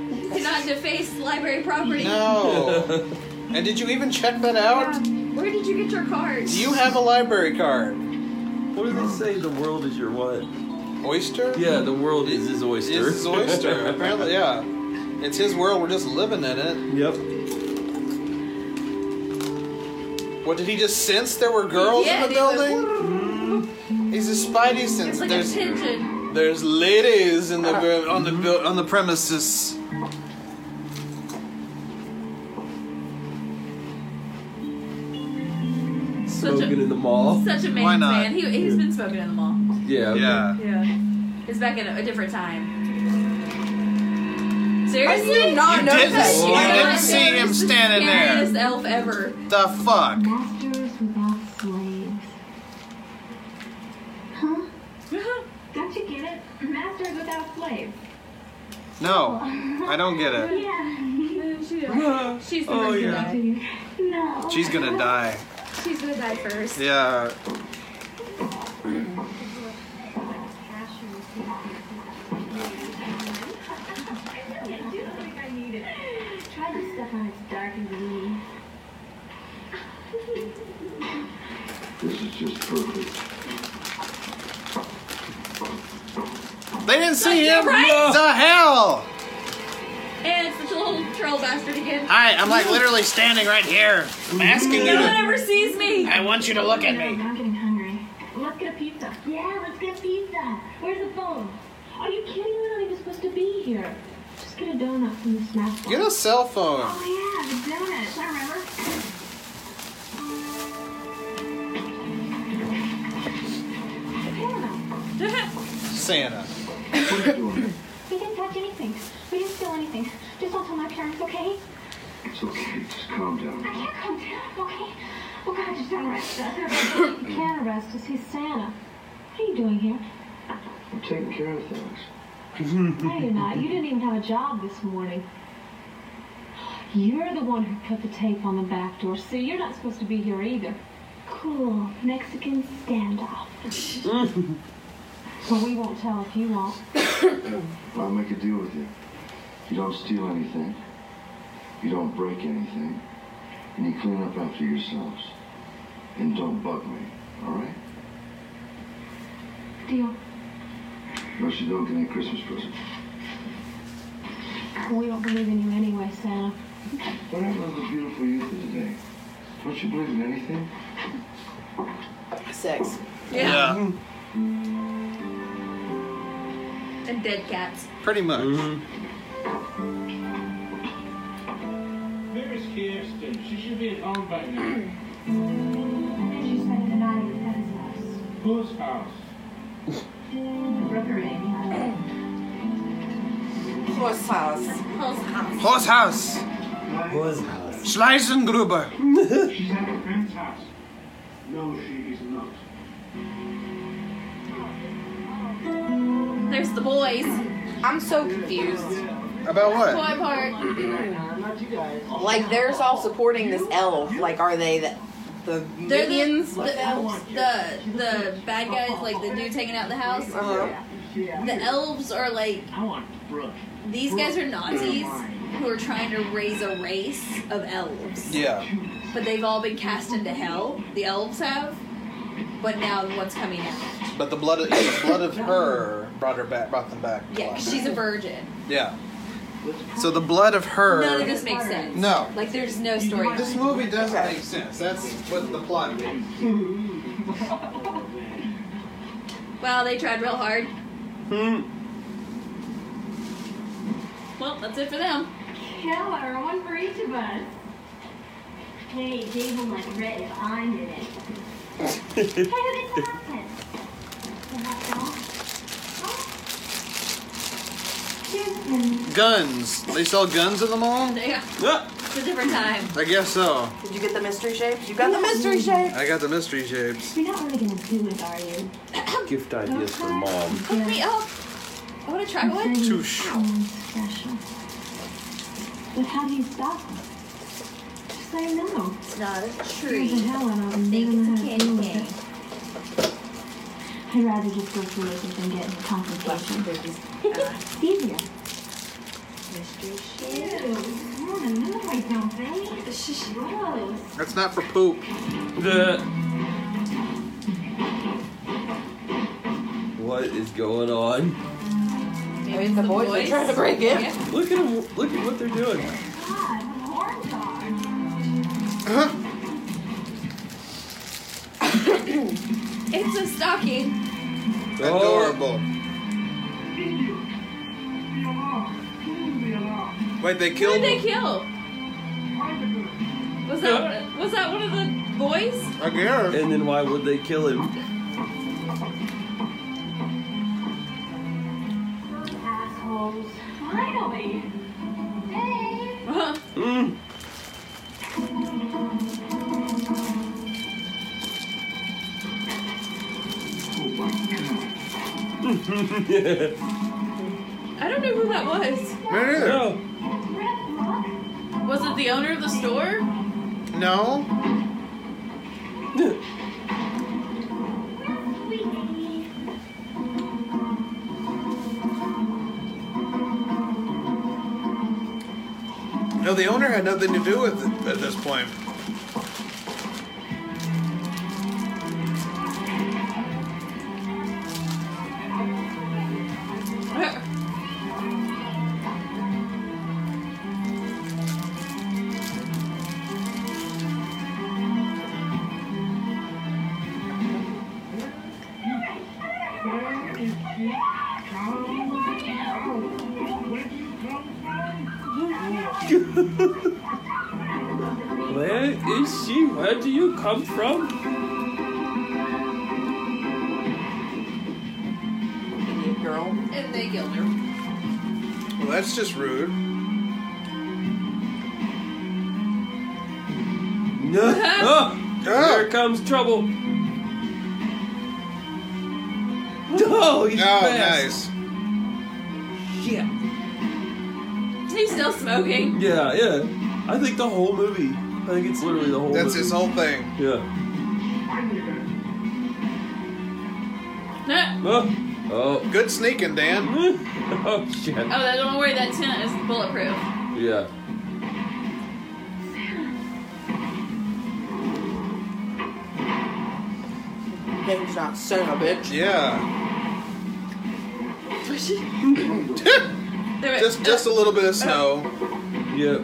Speaker 8: do not deface library property.
Speaker 2: No. and did you even check that out?
Speaker 8: Um, Where did you get your cards?
Speaker 2: Do you have a library card?
Speaker 9: What do they say? The world is your what?
Speaker 2: Oyster?
Speaker 9: Yeah, the world is his oyster.
Speaker 2: It's his oyster. Apparently, yeah. It's his world. We're just living in it.
Speaker 9: Yep.
Speaker 2: What did he just sense? There were girls
Speaker 8: Yeah,
Speaker 2: in the
Speaker 8: he was-
Speaker 2: building. Mm-hmm. He's a spidey sense.
Speaker 8: It's like
Speaker 2: there's
Speaker 8: a pigeon.
Speaker 2: there's ladies in the bu- on the bu- on the premises.
Speaker 9: Smoking in the mall.
Speaker 8: Such a man's
Speaker 9: Why not?
Speaker 8: man. He, he's been smoking in the mall.
Speaker 9: Yeah. okay.
Speaker 2: Yeah.
Speaker 8: Yeah. It's back in a, a different time. Seriously?
Speaker 15: I did not You notice
Speaker 2: didn't- that. you didn't see him standing there.
Speaker 8: Scariest elf ever.
Speaker 2: The fuck.
Speaker 18: Masters without slaves. Huh?
Speaker 4: Don't you get it? Masters without slaves.
Speaker 2: No, I don't get it.
Speaker 8: Yeah. She's the
Speaker 2: Oh,
Speaker 8: one who
Speaker 2: yeah.
Speaker 8: died.
Speaker 18: No.
Speaker 2: She's gonna die.
Speaker 8: She's gonna die first.
Speaker 2: Yeah.
Speaker 18: Try this stuff on, it's dark and gloomy.
Speaker 12: This is just perfect.
Speaker 2: They didn't see him.
Speaker 8: right?
Speaker 2: The hell!
Speaker 8: And it's the little troll bastard again.
Speaker 2: I I'm like literally standing right here. I'm asking you
Speaker 8: No one
Speaker 2: to.
Speaker 8: ever sees me.
Speaker 2: I want you to look at me.
Speaker 18: I'm getting hungry. Let's get a pizza. Yeah, let's get a pizza. Where's the phone? Are you kidding? We're not even supposed to be here. Just get a donut from the snack bar.
Speaker 2: Get a cell phone.
Speaker 18: Oh yeah, the donuts. I remember.
Speaker 2: Santa.
Speaker 18: We didn't touch anything. We didn't steal anything. Just don't tell my parents, okay?
Speaker 12: It's okay. Just calm
Speaker 18: I
Speaker 12: down.
Speaker 18: can't come down, okay? Oh God, just don't arrest us. You can't arrest us. He's Santa. What are you doing here?
Speaker 12: I'm taking care of things.
Speaker 18: No, you're not. You didn't even have a job this morning. You're the one who put the tape on the back door, so you're not supposed to be here either. Cool. Mexican standoff. well, we won't tell if you won't.
Speaker 12: I'll make a deal with you. You don't steal anything. You don't break anything. And you clean up after yourselves. And don't bug me, all right?
Speaker 18: Deal.
Speaker 12: What's your dog tonight Christmas present?
Speaker 18: We don't believe in you anyway, Santa.
Speaker 12: What happened to the beautiful youth of today? Don't you believe in anything?
Speaker 6: Sex.
Speaker 20: Yeah.
Speaker 8: And dead cats.
Speaker 2: Pretty much.
Speaker 20: Mm-hmm.
Speaker 12: Where is Kirsten? She should be at home by now.
Speaker 18: And she's spending the night at Kevin's house.
Speaker 12: Whose house?
Speaker 18: The Rookery.
Speaker 5: Horse house. Horse house.
Speaker 20: Horse house. Horse house. Schleisengruber.
Speaker 12: She's at her friend's house. No, she is not.
Speaker 8: There's the boys.
Speaker 5: I'm so confused.
Speaker 2: About
Speaker 5: Boy
Speaker 2: what?
Speaker 5: part. Like they're all supporting this elf. Like are they the the
Speaker 8: They're the,
Speaker 5: minions?
Speaker 8: the, the, the bad guys, like the dudes hanging out in the house. The elves are like these guys are Nazis who are trying to raise a race of elves,
Speaker 20: Yeah.
Speaker 8: but they've all been cast into hell. The elves have, but now what's coming out?
Speaker 20: But the blood of, the blood of her brought her back, brought them back.
Speaker 8: Yeah, 'cause she's a virgin.
Speaker 20: Yeah. So the blood of her.
Speaker 8: None of this makes sense.
Speaker 20: No.
Speaker 8: like there's no story.
Speaker 13: This movie doesn't make sense. That's what the plot is.
Speaker 8: Wow, they tried real hard.
Speaker 20: Hmm.
Speaker 8: Well, that's it for them.
Speaker 18: Killer, one for each of us. Hey, Dave will like red if I did it. Hey, who did that?
Speaker 2: Guns. They sell guns in the mall?
Speaker 8: Yeah.
Speaker 2: Ah,
Speaker 8: It's a different time.
Speaker 2: I guess so.
Speaker 5: Did you get the mystery shapes? You got the mystery shapes.
Speaker 2: I got the mystery shapes.
Speaker 18: You're not really gonna do it, are you?
Speaker 9: Gift ideas for mom.
Speaker 8: Hook me up. I want to try one.
Speaker 18: Touche. But how do you stop them? Just say no.
Speaker 8: It's not a
Speaker 18: Here's a
Speaker 8: tree.
Speaker 18: hell out of them. They don't know how to deal with it. I'd rather just go through with it than get into complications. It's easier. Ew, you're in the mood, I don't think. Gross.
Speaker 2: That's not for poop.
Speaker 9: What is going on?
Speaker 5: Maybe it's the boys that trying to break in.
Speaker 9: Look at 'em- Look at what they're doing.
Speaker 18: God, what horns are.
Speaker 8: It's a stocking.
Speaker 2: Adorable. Wait, they
Speaker 8: Who
Speaker 2: killed.
Speaker 8: did they kill? Was that was that one of the boys?
Speaker 2: I guess.
Speaker 9: And then why would they kill him?
Speaker 18: Assholes. Finally. Dave.
Speaker 9: Mm.
Speaker 12: Oh,
Speaker 8: I don't know who that was.
Speaker 2: Me neither.
Speaker 8: Was it the owner of the store?
Speaker 2: No. No, the owner had nothing to do with it at this point.
Speaker 9: Where is she? Where do you come from?
Speaker 5: Girl.
Speaker 8: And they killed her.
Speaker 2: Well, that's just rude.
Speaker 9: No. Ah! Here comes trouble. Oh, he's
Speaker 2: oh,
Speaker 9: fast.
Speaker 2: nice.
Speaker 9: Yeah.
Speaker 8: He's still smoking.
Speaker 9: Yeah, yeah. I think the whole movie. I think it's literally the whole
Speaker 2: That's
Speaker 9: movie.
Speaker 2: his whole thing.
Speaker 9: Yeah.
Speaker 8: No.
Speaker 9: Oh, oh.
Speaker 2: Good sneaking, Dan.
Speaker 9: oh shit.
Speaker 8: Oh, that- don't worry. That tent is bulletproof.
Speaker 9: Yeah.
Speaker 5: Dave's not son of a bitch.
Speaker 2: Yeah. just just a little bit of snow. Yep.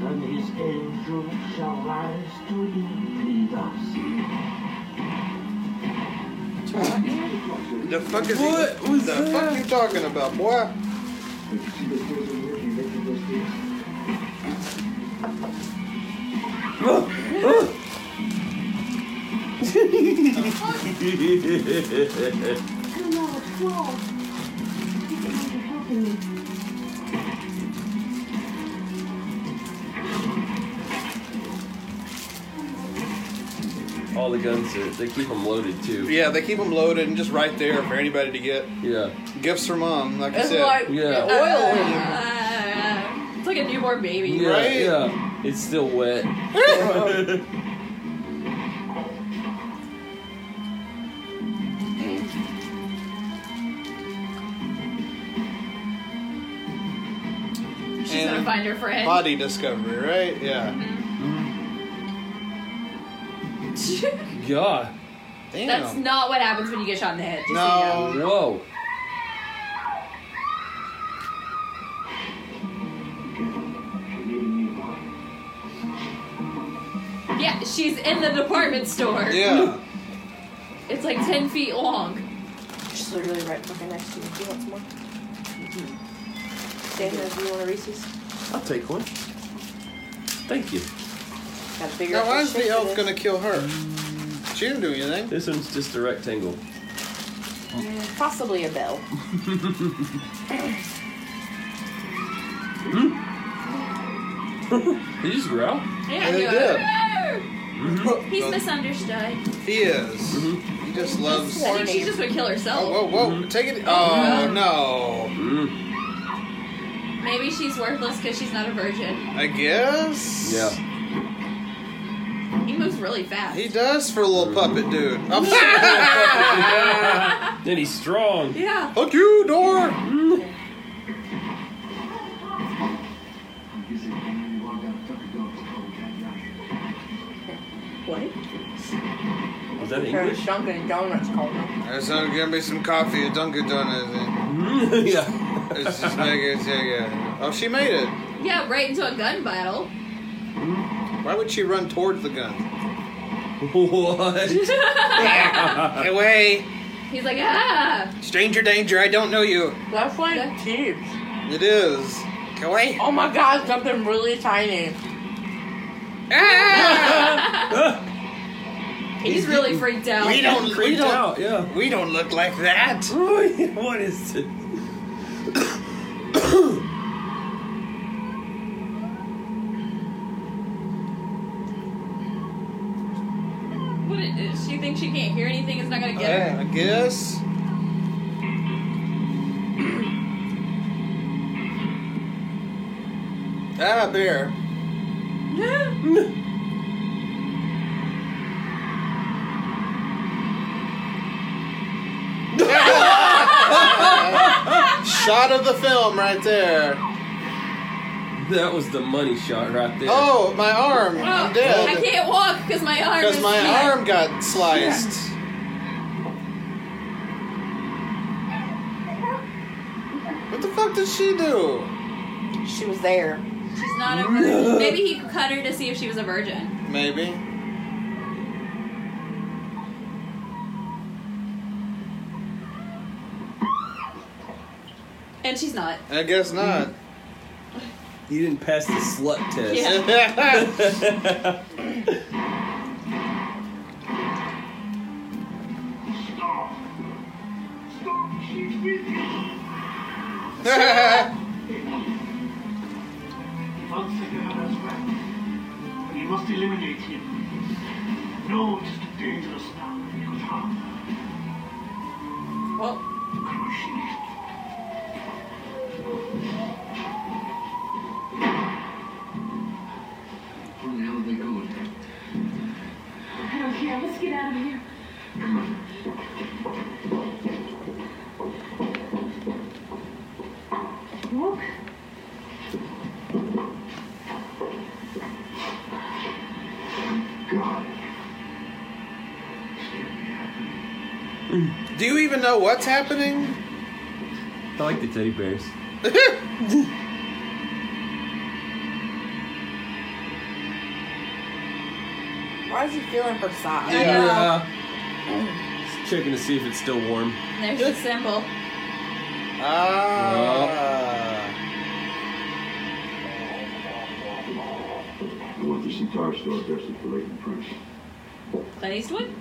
Speaker 12: And his angel shall rise to lead us.
Speaker 21: The fuck is what was the fuck you talking about, boy?
Speaker 18: I don't know what's wrong. I think you're helping me.
Speaker 9: All the guns are, they keep them loaded too.
Speaker 2: Yeah, they keep them loaded and just right there for anybody to get.
Speaker 9: Yeah.
Speaker 2: Gifts for mom, like
Speaker 8: It's
Speaker 2: you said.
Speaker 8: like
Speaker 2: yeah.
Speaker 8: oil. Uh, it's like a newborn baby.
Speaker 9: Yeah, Yeah. It's still wet.
Speaker 8: She's gonna find her friend.
Speaker 2: Body discovery, right? Yeah.
Speaker 9: God.
Speaker 8: That's not what happens when you get shot in the head. Just
Speaker 2: No.
Speaker 9: Whoa.
Speaker 8: so you know. Yeah, she's in the department store.
Speaker 2: Yeah.
Speaker 8: It's like ten feet long.
Speaker 5: She's literally right fucking next to you. Do you want some more? Dana, do you want a Reese's?
Speaker 9: I'll take one. Thank you.
Speaker 5: Got a bigger
Speaker 2: Now why
Speaker 5: apple
Speaker 2: is the
Speaker 5: shape
Speaker 2: elf
Speaker 5: than
Speaker 2: gonna kill her? She didn't do anything.
Speaker 9: This one's just a rectangle.
Speaker 5: this. Mm, Possibly a bell.
Speaker 9: Did you just growl?
Speaker 8: Yeah,
Speaker 2: They
Speaker 8: you
Speaker 2: did.
Speaker 8: are. He's misunderstood.
Speaker 2: He is. He just loves.
Speaker 8: I think she just would kill herself.
Speaker 2: Whoa, whoa! Take it. Oh no!
Speaker 8: Maybe she's worthless because she's not a virgin.
Speaker 2: I guess. Yeah.
Speaker 8: He moves really fast.
Speaker 2: He does for a little puppet dude. I'm
Speaker 9: Then he's strong.
Speaker 8: Yeah.
Speaker 2: Fuck you, door.
Speaker 5: What?
Speaker 9: Was that
Speaker 5: Her Dunkin' Donuts called her.
Speaker 2: There's gonna give me some coffee at Dunkin' Donuts.
Speaker 9: yeah.
Speaker 2: It's just make it, yeah, yeah. Oh, she made it.
Speaker 8: Yeah, right into a gun battle.
Speaker 2: Why would she run towards the gun?
Speaker 9: What?
Speaker 2: Get away!
Speaker 8: He's like, ah.
Speaker 2: Stranger danger, I don't know you.
Speaker 5: That's like cheese.
Speaker 2: It is. Get away!
Speaker 5: Oh my god, something really tiny.
Speaker 2: Ah!
Speaker 8: He's really freaked out.
Speaker 2: We don't, we
Speaker 9: Freaked
Speaker 2: don't,
Speaker 9: out, yeah.
Speaker 2: we don't look like that.
Speaker 9: what is this?
Speaker 8: What is, she thinks she can't hear anything. It's not gonna get
Speaker 2: Yeah, I guess. Ah, bear.
Speaker 8: her.
Speaker 2: Shot of the film right there.
Speaker 9: That was the money shot right there.
Speaker 2: Oh, my arm.
Speaker 8: Oh,
Speaker 2: I'm dead.
Speaker 8: I can't walk because my arm.
Speaker 2: Because
Speaker 8: is
Speaker 2: my
Speaker 8: shot.
Speaker 2: arm got sliced. What the fuck did she do?
Speaker 5: She was there.
Speaker 8: She's not a virgin. Maybe he cut her to see if she was a virgin.
Speaker 2: Maybe.
Speaker 8: And she's not.
Speaker 2: I guess not.
Speaker 9: You didn't pass the slut test.
Speaker 12: He can't figure out his way. We must eliminate him. No, it is too dangerous now. It could harm.
Speaker 8: Well,
Speaker 12: Where the hell are they going?
Speaker 18: I don't care. Let's get out of here. Look.
Speaker 2: Do you even know what's happening?
Speaker 9: I like the teddy bears.
Speaker 5: Why is he feeling her side?
Speaker 9: Just checking to see if it's still warm.
Speaker 8: There's the symbol.
Speaker 2: Ah.
Speaker 12: I want the cigar store adjusted for late and fresh.
Speaker 8: Clint Eastwood?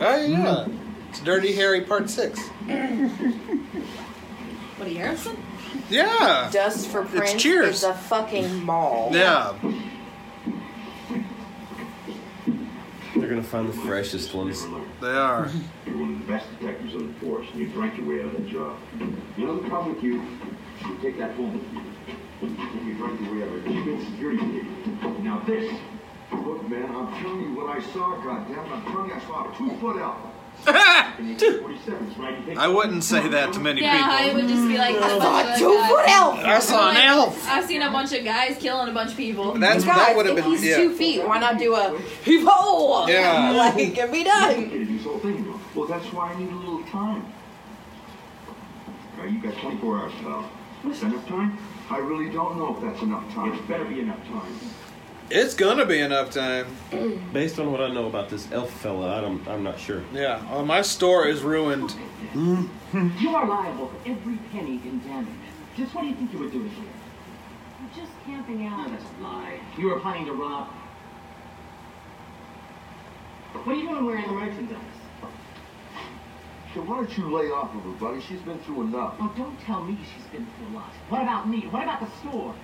Speaker 2: Oh, yeah. It's Dirty Harry Part 6.
Speaker 8: Woody Harrelson?
Speaker 2: Yeah.
Speaker 6: Dust for
Speaker 2: It's
Speaker 6: Prince
Speaker 2: Cheers.
Speaker 6: is a fucking mall.
Speaker 2: Yeah.
Speaker 9: They're gonna find the freshest ones.
Speaker 2: They are.
Speaker 12: You're one of the best detectives on the force, and you drank your way out of that job. You know the problem with you? You take that home with you. You drank your way out of it. You've been security gate. Now this, look, man, I'm telling you what I saw. Goddamn, I'm telling you, I saw a two-foot alpha.
Speaker 2: I wouldn't say that to many
Speaker 8: yeah, I
Speaker 2: people.
Speaker 8: would just be like,
Speaker 2: I saw
Speaker 8: bunch of
Speaker 2: two
Speaker 8: guys-
Speaker 2: foot elf. I saw an
Speaker 8: Like,
Speaker 2: elf.
Speaker 8: I've seen a bunch of guys killing a bunch of people.
Speaker 2: That's- that
Speaker 6: Guys,
Speaker 2: would've
Speaker 6: if
Speaker 2: been-
Speaker 6: he's
Speaker 2: yeah.
Speaker 6: two feet, why not do a heave ho?
Speaker 2: Yeah.
Speaker 6: like it can be done.
Speaker 12: This whole thing, though. Well, that's why I need a little time. Now, you got 24 hours, pal. Is that enough time? I really don't know if that's enough time. It better be enough time.
Speaker 2: It's gonna be enough time.
Speaker 9: Based on what I know about this elf fella, I don't, I'm not sure.
Speaker 2: Yeah. Oh, my store is ruined.
Speaker 22: You are liable for every penny in damage. Just what do you think you were doing here?
Speaker 18: We're just camping
Speaker 22: No,
Speaker 18: out.
Speaker 22: that's a lie. You were planning to rob. What are you doing wearing the merchandise?
Speaker 12: So why don't you lay off of her, buddy? She's been through enough.
Speaker 22: Oh, don't tell me she's been through a lot. What about me? What about the store?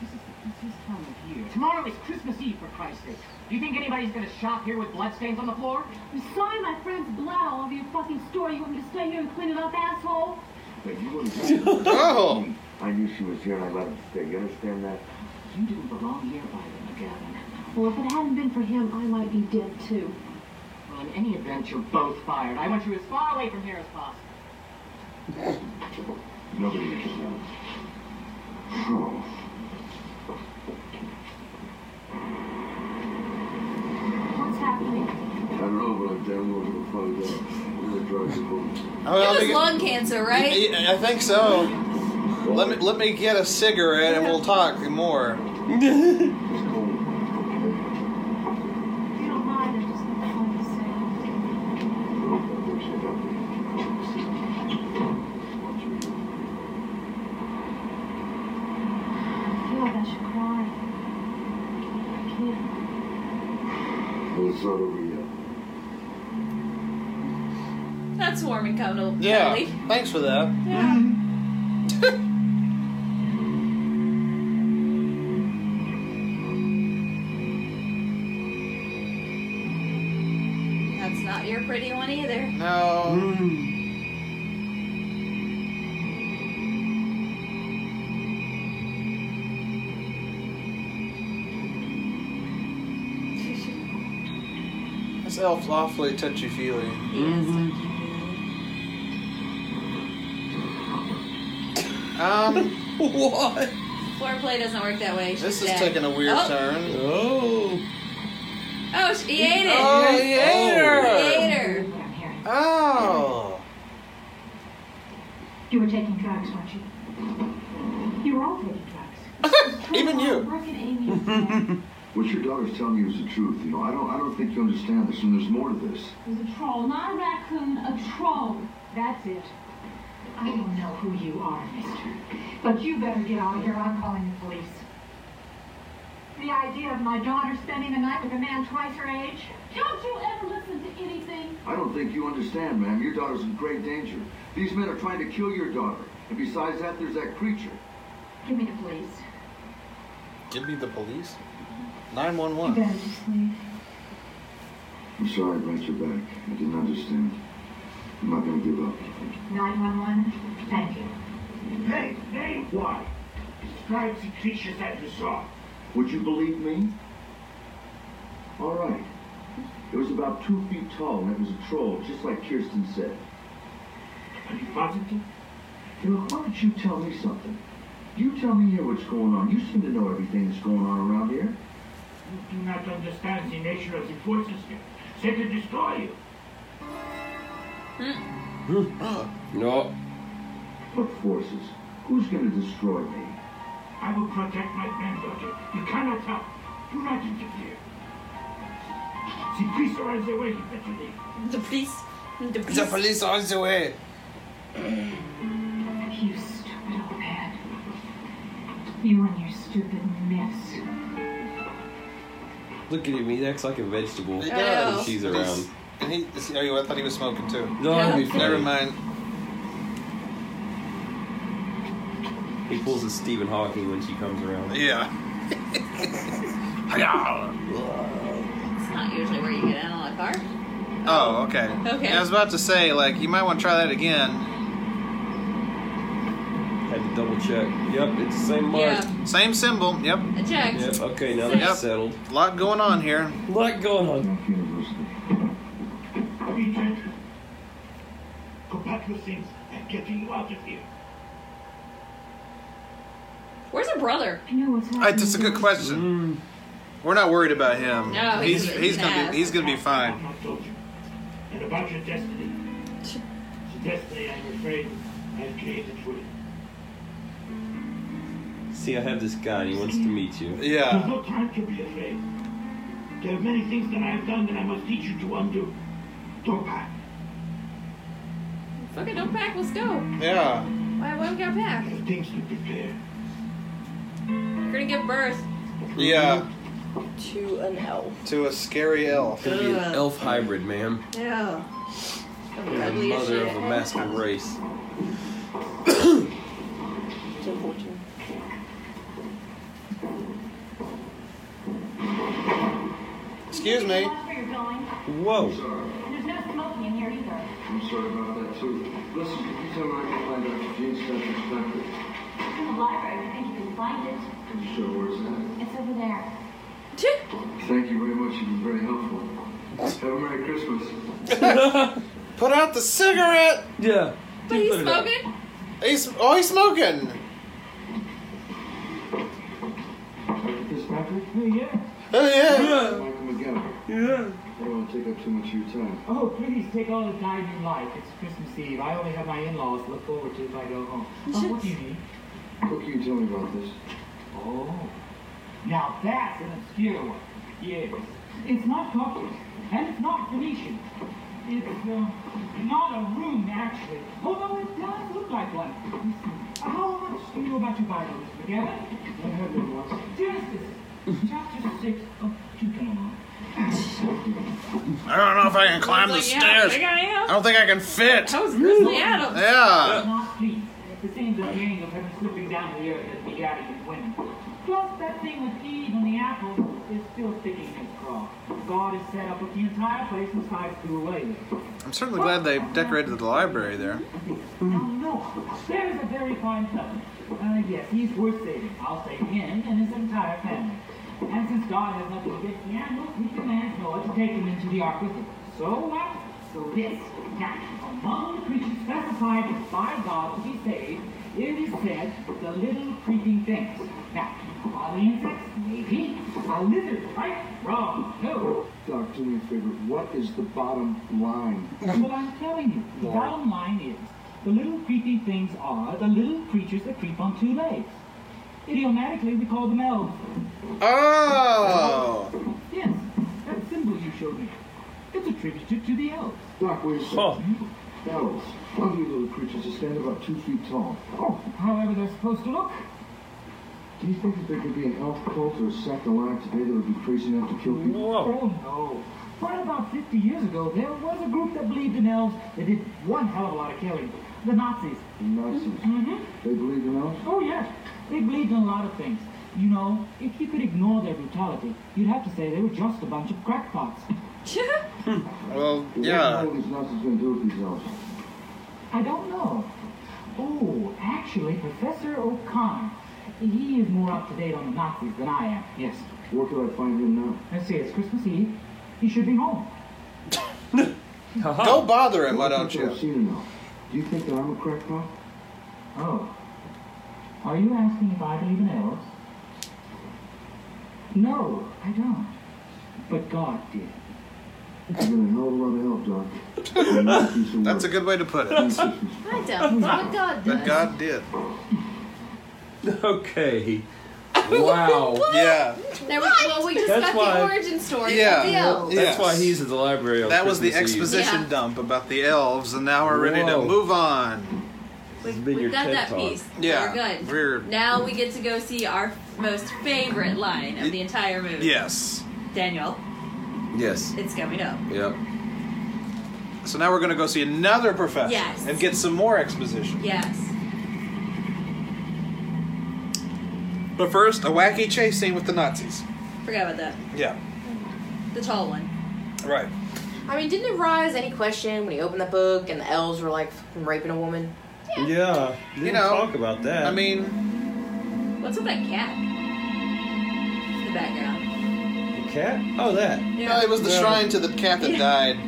Speaker 22: This is the busiest time of year. Tomorrow is Christmas Eve, for Christ's sake. Do you think anybody's gonna shop here with bloodstains on the floor?
Speaker 18: I'm sorry my friend's blood all over your fucking store. You want me to stay here and clean it up, asshole?
Speaker 12: But you wouldn't
Speaker 2: Oh.
Speaker 12: I knew she was here and I let her stay. You understand that?
Speaker 22: You didn't belong here by them, Gavin.
Speaker 18: Well, if it hadn't been for him, I might be dead too.
Speaker 22: Well, in any event, you're both fired. I want you as far away from here as possible.
Speaker 12: Nobody makes sense. So.
Speaker 18: What's happening?
Speaker 12: I don't know, but I'm damn well gonna find out. I'm gonna drive you home.
Speaker 2: Well,
Speaker 8: it
Speaker 2: they Oh,
Speaker 8: was
Speaker 2: get-
Speaker 8: lung cancer, right?
Speaker 2: Y- y- I think so. Let me let me get a cigarette and we'll talk more.
Speaker 18: If you don't mind, I just want to say. I feel like I should cry. I can't.
Speaker 12: Well, it's not over yet.
Speaker 8: That's warm and cuddle- cuddly.
Speaker 2: Yeah. Thanks for that.
Speaker 8: That's not your pretty one either.
Speaker 2: No. This elf's awfully touchy feely. Mm-hmm. Um. what?
Speaker 8: Foreplay doesn't work that way.
Speaker 2: This
Speaker 8: She's
Speaker 2: is
Speaker 8: dead.
Speaker 2: taking a weird
Speaker 8: oh.
Speaker 2: turn. Oh.
Speaker 8: Oh, she he ate it.
Speaker 2: Oh, he ate her.
Speaker 8: He ate her.
Speaker 2: Oh.
Speaker 18: You were taking drugs, weren't you? You were all taking drugs.
Speaker 2: Even you.
Speaker 18: Work at Amy's.
Speaker 12: What your daughter's telling you is the truth. You know, I don't, I don't think you understand this, and there's more to this.
Speaker 18: It was a troll, not a raccoon, a troll. That's it. I don't know who you are, mister, but you better get out of here. I'm calling the police. The idea of my daughter spending the night with a man twice her age? Don't you ever listen to anything?
Speaker 12: I don't think you understand, ma'am. Your daughter's in great danger. These men are trying to kill your daughter, and besides that, there's that creature.
Speaker 18: Give me the police.
Speaker 2: Give me the police.
Speaker 18: You
Speaker 2: 911.
Speaker 18: better just leave.
Speaker 12: I'm sorry I brought you back. I didn't understand. I'm not gonna give up.
Speaker 18: 911, thank you.
Speaker 12: Hey, hey, why? Describe the creature that you saw. Would you believe me? All right. It was about two feet tall, and it was a troll, just like Kirsten said. Are you positive? You know, why don't you tell me something? You tell me here what's going on. You seem to know everything that's going on around here.
Speaker 22: do not understand the nature of the forces here. They could destroy you.
Speaker 9: No.
Speaker 12: What forces? Who's going to destroy me?
Speaker 18: I will protect my granddaughter. You cannot help. Do not interfere. The police are on their way. You better leave.
Speaker 23: The police. The police.
Speaker 2: The police are on the way.
Speaker 24: You stupid old man. You and your stupid myths.
Speaker 9: Look at him. He acts like a vegetable.
Speaker 2: He does.
Speaker 9: When she's
Speaker 2: But he's-
Speaker 9: around.
Speaker 2: And he, is he- oh, I thought he was smoking too.
Speaker 9: No, that'd be funny.
Speaker 2: never mind.
Speaker 9: He pulls a Stephen Hawking when she comes around.
Speaker 2: Yeah.
Speaker 8: It's not usually where you get in on a car.
Speaker 2: Oh, okay.
Speaker 8: Okay.
Speaker 2: I was about to say, like, you might want to try that again.
Speaker 9: Had to double check. Yep, it's the same mark.
Speaker 8: Yeah.
Speaker 2: Same symbol. Yep.
Speaker 8: I checked.
Speaker 9: Yep. Okay, now
Speaker 2: Yep.
Speaker 9: that's settled.
Speaker 2: Lot going on here.
Speaker 9: Lot going on.
Speaker 18: Be gentle. Go pack your things and get you out of here.
Speaker 8: Where's her brother?
Speaker 24: I know what's
Speaker 2: Alright, that's a good question. We're not worried about him.
Speaker 8: No, he's-
Speaker 2: he's
Speaker 8: he's
Speaker 2: he's
Speaker 8: an
Speaker 2: gonna
Speaker 8: ass.
Speaker 2: be he's gonna be fine.
Speaker 18: I told you. And about your destiny. The destiny I'm afraid I've created for you.
Speaker 9: See, I have this guy and he wants to meet you.
Speaker 2: Uh.
Speaker 18: There's no time to be afraid. There are many things that I have done that I must teach you to undo. Don't pack.
Speaker 8: Fucking don't pack. Let's go.
Speaker 2: Yeah.
Speaker 8: Why? Why we got pack?
Speaker 18: There are things to prepare.
Speaker 8: We're gonna give birth.
Speaker 2: Yeah.
Speaker 8: To an elf.
Speaker 2: To a scary elf.
Speaker 9: Gonna be an elf hybrid, ma'am.
Speaker 8: Yeah.
Speaker 9: You're the mother of a masculine race.
Speaker 2: Excuse me.
Speaker 9: Whoa.
Speaker 24: And there's no smoking in here either.
Speaker 12: I'm sorry about that, too. Listen, could you tell her I can find Dr. Gene Spencer's factory?
Speaker 24: It's in the library. You think you can find it?
Speaker 12: Are you sure where it's
Speaker 24: It's over there.
Speaker 12: at? Thank you very much. You've been very helpful. Have a Merry Christmas.
Speaker 2: Put out the cigarette.
Speaker 9: Yeah.
Speaker 8: But he's smoking.
Speaker 2: He's oh he's smoking.
Speaker 12: This factory? Yeah.
Speaker 2: Oh yeah.
Speaker 12: Michael McGowan.
Speaker 18: Yeah.
Speaker 12: I don't want to take up too much of your time.
Speaker 18: Oh, please take all the time you like. It's Christmas Eve. I only have my in-laws to look forward to if I go home. Oh, what do you need?
Speaker 12: What can you tell me about this?
Speaker 18: Oh. Now that's an obscure one. Yes. It's not Caucasus, and it's not Venetian. It's uh, not a room, actually. Although it does look like one. How much do you know about your Bible, Mr. McGavin? I heard one once. Genesis, chapter oh, 6 of Tutankhamun.
Speaker 2: I don't know if I can climb the
Speaker 18: I was like, yeah,
Speaker 2: stairs.
Speaker 18: I think I am.
Speaker 2: I don't think I can fit.
Speaker 18: That was Grizzly Adams.
Speaker 2: Yeah.
Speaker 18: Not pleased. The same the gang of heaven slipping down to the earth as the arrogant women. Plus, that thing with Eve and the apple is still sticking in his craw. God has set up with the entire place and sides threw away there.
Speaker 2: I'm certainly glad they decorated the library there.
Speaker 18: No, Oh, no. There is a very fine fellow. Uh, yes, he's worth saving. I'll save him and his entire family. And since God has nothing against the animals, we command Noah to take them into the ark with him. So what? So this. Now, among the creatures specified by God to be saved, it is said the little creeping things. Now, are they insects? Maybe. A lizard, right? Wrong. No.
Speaker 12: Doc, do me a favor. What is the bottom line?
Speaker 18: Well, I'm telling you, the bottom line is the little creepy things are the little creatures that creep on two legs. Idiomatically, we call them elves.
Speaker 2: Oh.
Speaker 18: Yes, that symbol you showed me. It's attributed to the elves.
Speaker 12: Doc, wait a second. Elves, ugly little creatures that stand about two feet tall.
Speaker 18: Oh, however they're supposed to look.
Speaker 12: Do you think that there could be an elf cult or a sect alive today that would be crazy enough to kill people?
Speaker 18: Oh, no. Right about 50 years ago, there was a group that believed in elves that did one hell of a lot of killing. The Nazis.
Speaker 12: The Nazis.
Speaker 18: Mm-hmm.
Speaker 12: They believe in elves?
Speaker 18: Oh, yes. They believed in a lot of things. You know, if you could ignore their brutality, you'd have to say they were just a bunch of crackpots.
Speaker 2: Well,
Speaker 12: yeah. What are these Nazis going to do with these elves?
Speaker 18: I don't know. Oh, actually, Professor O'Connor. He is more up to date on the Nazis than I am. Yes.
Speaker 12: Where could I find him now?
Speaker 18: Let's see, it's Christmas Eve. He should be home.
Speaker 2: Go bother him, why don't
Speaker 12: I've
Speaker 2: you?
Speaker 12: seen an elf. Do you think that I'm a crackpot?
Speaker 18: Oh. Are you asking if I believe in elves? No, I don't. But God did.
Speaker 12: You've been a hell of a lot of help, Doc. And you're a piece of
Speaker 2: That's a
Speaker 12: work.
Speaker 2: good way to put it.
Speaker 14: I don't. What God
Speaker 2: But
Speaker 14: does.
Speaker 2: God did.
Speaker 9: Okay. Wow.
Speaker 2: Yeah.
Speaker 3: There we, well, we just
Speaker 9: That's
Speaker 3: got
Speaker 9: why-
Speaker 3: the origin story
Speaker 2: Yeah.
Speaker 3: of the elves.
Speaker 9: That's why he's at the library. On
Speaker 2: That was the
Speaker 9: Christmas Eve.
Speaker 2: exposition dump about the elves, and now we're ready
Speaker 9: Whoa.
Speaker 2: to move on.
Speaker 9: We've, been
Speaker 8: We've done that piece.
Speaker 2: Yeah.
Speaker 8: We're good.
Speaker 2: We're-
Speaker 8: Now we get to go see our most favorite line of the entire movie.
Speaker 2: Yes.
Speaker 8: Daniel,
Speaker 2: Yes.
Speaker 8: it's coming up.
Speaker 2: Yep. So now we're going to go see another professor
Speaker 8: Yes.
Speaker 2: and get some more exposition.
Speaker 8: Yes.
Speaker 2: But first, a wacky chase scene with the Nazis.
Speaker 8: Forgot about that.
Speaker 2: Yeah.
Speaker 8: The tall one.
Speaker 2: Right.
Speaker 6: I mean, didn't it rise any question when he opened the book and the elves were like fucking raping a woman?
Speaker 9: Yeah.
Speaker 2: You know,
Speaker 9: talk about that.
Speaker 2: I mean,
Speaker 8: What's with that cat? In the background.
Speaker 9: the cat. Oh, that.
Speaker 2: no, it was the
Speaker 9: Yeah.
Speaker 2: shrine to the cat that
Speaker 8: Yeah.
Speaker 2: died.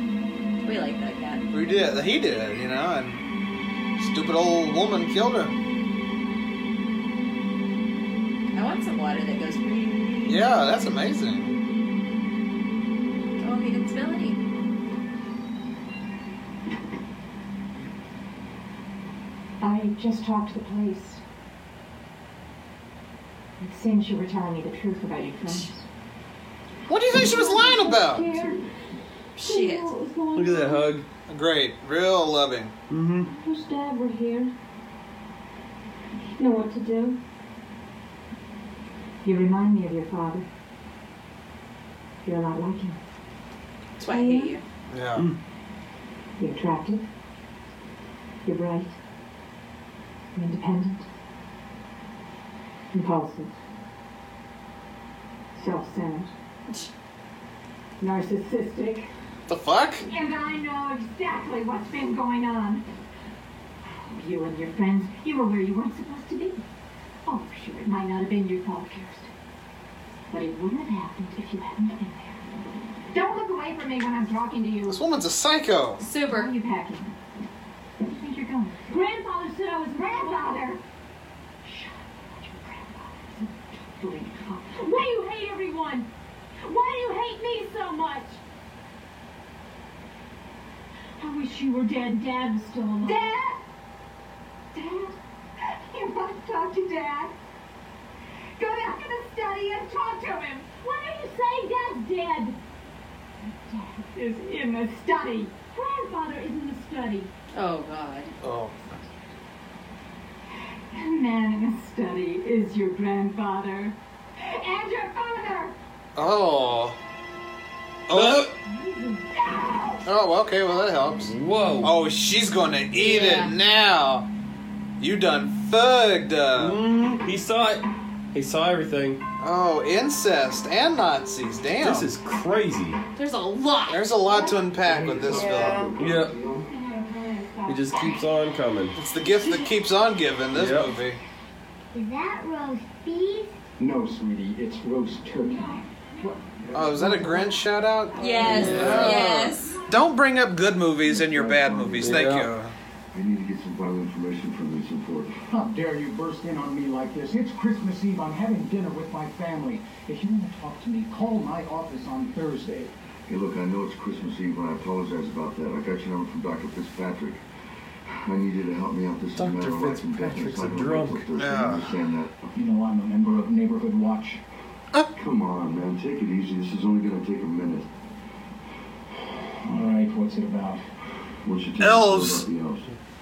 Speaker 8: We like that cat.
Speaker 2: We did. He did. You know, and stupid old woman killed her.
Speaker 8: I want some water that goes.
Speaker 2: Yeah, that's amazing.
Speaker 8: Oh, he didn't spill any.
Speaker 18: I just talked to the police. It seems you were telling me the truth about your friends.
Speaker 2: What do you think she was lying about?
Speaker 8: Shit.
Speaker 9: Look at that hug.
Speaker 2: Great, real loving.
Speaker 9: Mm-hmm.
Speaker 18: Who's dad were here? You know what to do. You remind me of your father. You're a lot like him.
Speaker 8: That's why I hate you.
Speaker 2: Yeah.
Speaker 18: You're attractive. You're bright. You're independent. Impulsive. Self-centered. Narcissistic.
Speaker 2: The fuck?
Speaker 18: And I know exactly what's been going on. You and your friends, you were where you weren't supposed to be. Oh, sure, it might not have been your fault, Kirsten. But it wouldn't have happened if you hadn't been there. Don't look away from me when I'm talking to you.
Speaker 2: This woman's a psycho.
Speaker 8: Super.
Speaker 18: Where are you packing? Where do you think you're going? Grandfather said I was grandfather. Shut up about your grandfather. Why do you hate everyone? Why do you hate me so much? I wish you were dead. Dad was still alive. Dad? Dad? You must talk to Dad. Go back to the study and talk to him. Why do you say Dad's dead? Dad is in the study. Grandfather is in the study.
Speaker 8: Oh God.
Speaker 2: Oh.
Speaker 18: The man in the study is your grandfather. And your father.
Speaker 2: Oh.
Speaker 9: Uh.
Speaker 2: Oh. Oh, well, okay, well, that helps.
Speaker 9: Whoa.
Speaker 2: Oh, she's gonna eat
Speaker 9: Yeah.
Speaker 2: it now. You done fugged up.
Speaker 9: He saw it. He saw everything.
Speaker 2: Oh, incest and Nazis. Damn.
Speaker 9: This is crazy.
Speaker 8: There's a lot.
Speaker 2: There's a lot to unpack with this film.
Speaker 9: Yep. It just keeps on coming.
Speaker 2: It's the gift that keeps on giving, this
Speaker 9: Yep.
Speaker 2: movie.
Speaker 4: Is that roast beef?
Speaker 12: No, sweetie, it's roast turkey.
Speaker 2: Oh, is that a Grinch shout out?
Speaker 8: Yes.
Speaker 2: Yeah.
Speaker 8: Yes.
Speaker 2: Don't bring up good movies in your bad movies. Thank you.
Speaker 12: I need to get some vital information from this report.
Speaker 22: How dare you burst in on me like this? It's Christmas Eve. I'm having dinner with my family. If you want to talk to me, call my office on Thursday.
Speaker 12: Hey, look, I know it's Christmas Eve, and I apologize about that. I got your number from Dr. Fitzpatrick. I need you to help me out. This is a matter of life and death. and
Speaker 22: Fitzpatrick's a
Speaker 12: I don't
Speaker 22: drunk.
Speaker 12: know if there's-
Speaker 22: Yeah.
Speaker 12: I understand that.
Speaker 22: You know I'm a member of Neighborhood Watch.
Speaker 12: Come on, man. Take it easy. This is only going to take a minute.
Speaker 22: All right, what's it about?
Speaker 12: What's your
Speaker 2: Elves.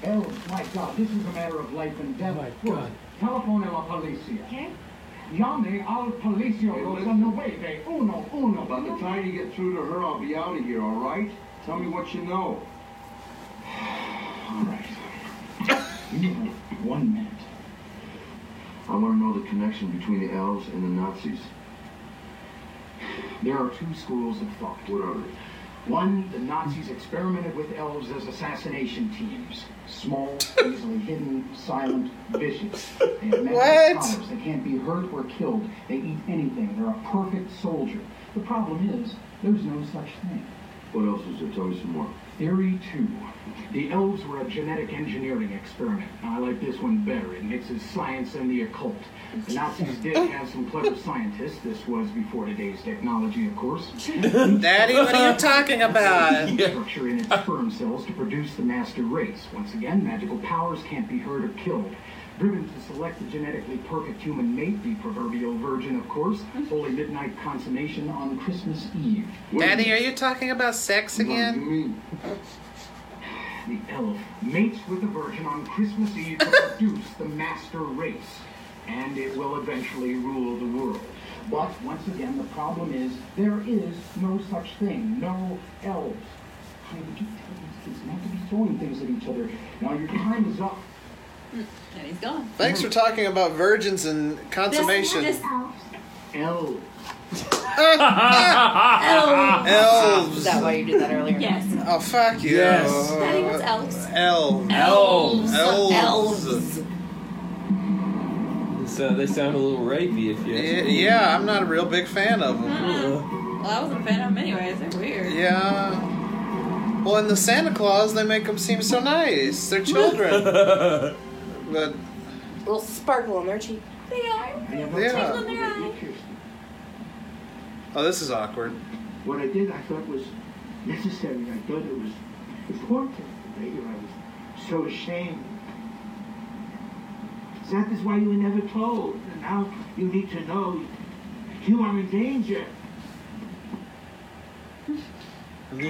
Speaker 22: Oh, my God, this is a matter of life and death. my God. Telephone alla polizia. Okay. Llame al policio los nueve uno uno.
Speaker 12: By the time you get through to her, I'll be out of here, all right? Tell me what you know.
Speaker 22: All right. You have one minute.
Speaker 12: I want to know the connection between the elves and the Nazis.
Speaker 22: There are two schools of thought.
Speaker 12: What are they?
Speaker 22: One, the Nazis experimented with elves as assassination teams. Small, easily hidden, silent, vicious. They have magnetic
Speaker 2: What?
Speaker 22: powers. They can't be hurt or killed. They eat anything. They're a perfect soldier. The problem is, there's no such thing.
Speaker 12: What else is there? Tell me some more. Theory 2. The elves were a genetic engineering experiment. I like this one better. It mixes science and the occult. The Nazis did have some clever scientists. This was before today's technology, of course.
Speaker 2: Daddy, what are you talking about?
Speaker 12: Structure in its sperm cells to produce the master race. Once again, magical powers can't be hurt or killed. Driven to select a genetically perfect human mate, the proverbial virgin, of course. Holy midnight consummation on Christmas Eve.
Speaker 2: Daddy, are you talking about sex again?
Speaker 12: The elf mates with the virgin on Christmas Eve to produce the master race, and it will eventually rule the world. But once again, the problem is there is no such thing, no elves. I would you tell these kids not to be throwing things at each other? Now your time is up.
Speaker 8: And he's gone.
Speaker 2: Thanks for talking about virgins and consummation.
Speaker 8: This- this-
Speaker 12: Elves.
Speaker 2: elves. Ah, Elves.
Speaker 25: Is that why you did that earlier?
Speaker 8: Yes.
Speaker 2: Oh, fuck you.
Speaker 26: Yes.
Speaker 8: Daddy wants elves.
Speaker 2: Elves.
Speaker 26: Elves.
Speaker 2: Elves.
Speaker 8: Elves.
Speaker 9: So they sound a little rapey if you
Speaker 2: Y- Yeah, I'm not a real big fan of them.
Speaker 8: Well, I wasn't a fan of them anyways. They're weird.
Speaker 2: Yeah. Well, in the Santa Claus, they make them seem so nice. They're children. but
Speaker 5: little sparkle on their cheek.
Speaker 8: They are.
Speaker 2: yeah. Oh, this is awkward.
Speaker 12: What I did, I thought was necessary. I thought it was important. Later, I was so ashamed. So That is why you were never told. And now you need to know you are in danger.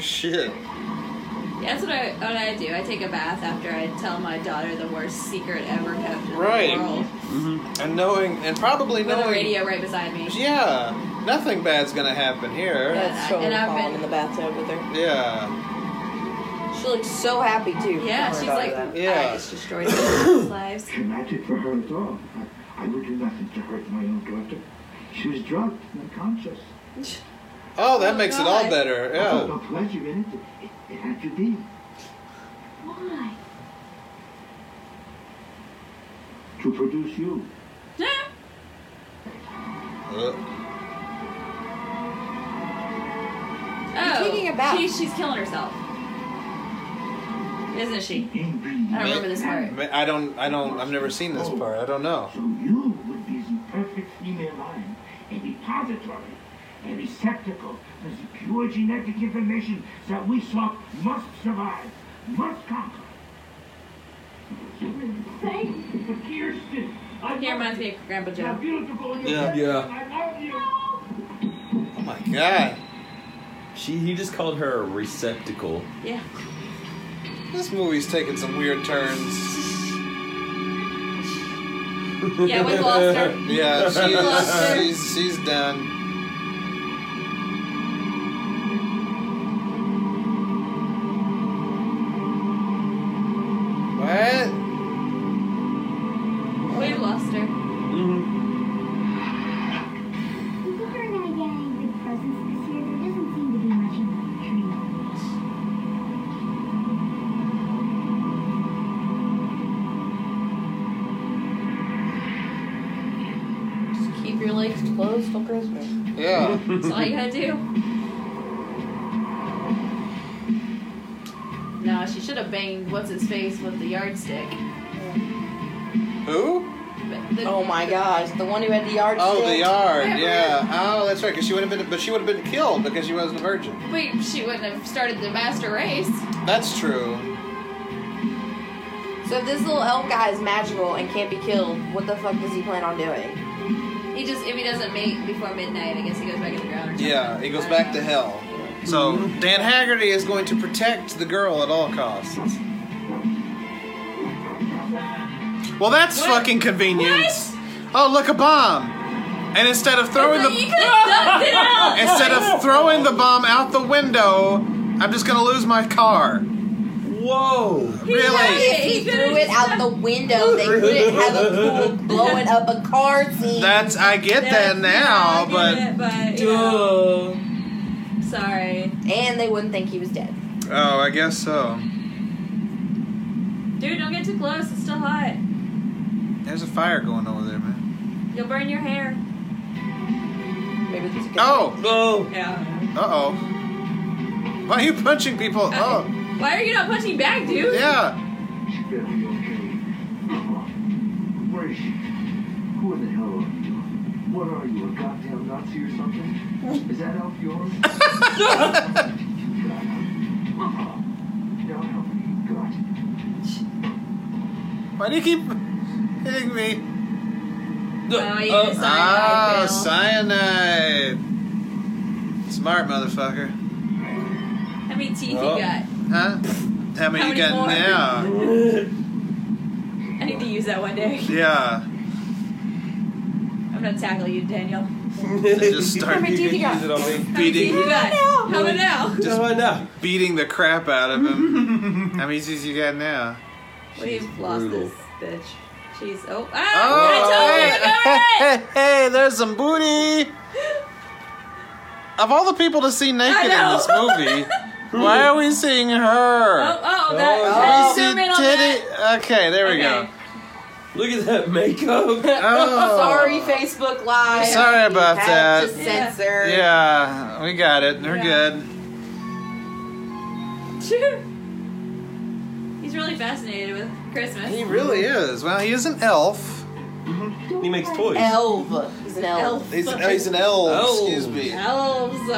Speaker 2: Shit.
Speaker 8: Yeah, that's what I what I do. I take a bath after I tell my daughter the worst secret ever kept in
Speaker 2: Right.
Speaker 8: the world.
Speaker 2: And knowing, and probably
Speaker 8: With a
Speaker 2: knowing.
Speaker 8: radio right beside me.
Speaker 2: Yeah. Nothing bad's gonna happen here.
Speaker 5: That's totally
Speaker 8: And I've
Speaker 5: calm
Speaker 8: been-
Speaker 5: in the bathtub with her.
Speaker 2: Yeah.
Speaker 5: She looks so happy too.
Speaker 8: Yeah, she's like,
Speaker 2: Yeah.
Speaker 8: destroyed people's lives.
Speaker 12: Traumatic for her at all. I, I would do nothing to hurt my own daughter. She was drugged and unconscious.
Speaker 2: Oh, that makes it all
Speaker 12: God.
Speaker 2: better.
Speaker 12: I felt
Speaker 2: Yeah.
Speaker 12: no pleasure in it. It, it had to be.
Speaker 18: Why?
Speaker 12: To produce you.
Speaker 2: Uh,
Speaker 8: Oh,
Speaker 5: taking a bath.
Speaker 8: she- she's killing herself. Isn't she? I don't remember this part.
Speaker 2: Ma- I don't. I don't. I've never seen this part. I don't know.
Speaker 12: You would be the perfect female line, a repository, a receptacle for the pure genetic information that we sought must survive, must conquer. Thank you for Kirsten. I
Speaker 8: He reminds me of Grandpa
Speaker 12: You're
Speaker 8: Joe.
Speaker 12: beautiful. You're
Speaker 9: Yeah.
Speaker 12: perfect,
Speaker 9: Yeah.
Speaker 12: I love you.
Speaker 2: Oh my god.
Speaker 9: She he just called her a receptacle.
Speaker 8: Yeah.
Speaker 2: This movie's taking some weird turns.
Speaker 8: Yeah, we lost her.
Speaker 2: Yeah,
Speaker 8: We lost her.
Speaker 2: she's, she's she's done. What?
Speaker 8: We lost her.
Speaker 18: People are not getting big presents this year. There doesn't seem to be much in the tree.
Speaker 5: Just keep your legs closed till Christmas.
Speaker 2: Yeah.
Speaker 8: That's all you gotta do. No, she should have banged what's his face with the yardstick.
Speaker 2: Who?
Speaker 8: But the-
Speaker 5: Oh my gosh, the one who had the yard.
Speaker 2: Oh, the
Speaker 5: sale?
Speaker 2: yard. Yeah. Oh, that's right. Cause she would have been, but she would have been killed because she wasn't a virgin.
Speaker 8: Wait, she wouldn't have started the master race.
Speaker 2: That's true.
Speaker 5: So if this little elf guy is magical and can't be killed, what the fuck does he plan on doing?
Speaker 8: He just if he doesn't mate before midnight, I guess he goes back in the ground. Or something.
Speaker 2: Yeah, it goes back to hell. So Dan Haggerty is going to protect the girl at all costs. Well, that's fucking convenient. Oh, look a bomb! And instead of throwing Oh, the
Speaker 8: You could have ducked it out.
Speaker 2: instead of throwing the bomb out the window, I'm just gonna lose my car.
Speaker 9: Whoa!
Speaker 2: Really?
Speaker 5: If he threw it out the window, they couldn't have a pool blowing up a car scene.
Speaker 2: That's I get that now, but
Speaker 8: But, you know, sorry,
Speaker 5: and they wouldn't think he was dead.
Speaker 2: oh, I guess so.
Speaker 8: dude. Don't get too close. It's still hot.
Speaker 2: There's a fire going over there, man.
Speaker 8: You'll burn your hair.
Speaker 5: Maybe this is
Speaker 2: Oh,
Speaker 9: Oh.
Speaker 8: Yeah.
Speaker 2: uh oh. Why are you punching people? Oh,
Speaker 8: Why are you not punching back, dude?
Speaker 2: Yeah.
Speaker 12: She better be okay. Come on. Where is she? Who in the hell are you? What are you, a goddamn Nazi or something? Is that elf yours? Now help me, God.
Speaker 2: Why do you keep hitting me?
Speaker 8: Oh,
Speaker 9: uh,
Speaker 8: you
Speaker 2: Oh,
Speaker 8: cyanide
Speaker 2: ah,
Speaker 8: pill.
Speaker 2: cyanide. Smart motherfucker.
Speaker 8: How many teeth
Speaker 2: Oh.
Speaker 8: you got?
Speaker 2: Huh? How many you
Speaker 8: How many
Speaker 2: got
Speaker 8: more?
Speaker 2: now?
Speaker 8: I need to use that one day.
Speaker 2: yeah.
Speaker 8: I'm gonna tackle you, Daniel.
Speaker 2: Just start
Speaker 8: How many teeth you got?
Speaker 2: use it on me.
Speaker 8: How many teeth
Speaker 2: beating.
Speaker 8: you got? How about now?
Speaker 2: Just beating the crap out of him. How many teeth you got now?
Speaker 8: We've lost
Speaker 2: brutal.
Speaker 8: this bitch. She's oh ah!
Speaker 2: Oh, hey, hey, hey, there's some booty. Of all the people to see naked in
Speaker 8: know.
Speaker 2: this movie, why are we seeing her?
Speaker 8: Oh, oh, that-
Speaker 2: Did
Speaker 8: oh,
Speaker 2: we see
Speaker 8: zoom in on
Speaker 2: titty? Okay, there we go.
Speaker 8: Okay.
Speaker 2: Look at that makeup. Oh.
Speaker 5: Sorry, Facebook Live.
Speaker 2: Sorry about
Speaker 5: You
Speaker 2: that.
Speaker 5: have to censor.
Speaker 2: Yeah, we got it. We're
Speaker 8: Yeah.
Speaker 2: good.
Speaker 8: He's really fascinated with Christmas.
Speaker 2: He really is. Well, he is an elf.
Speaker 9: He makes toys.
Speaker 5: Elf. He's an elf.
Speaker 2: He's an, he's an elf.
Speaker 9: Elf.
Speaker 2: Excuse me.
Speaker 8: Elves.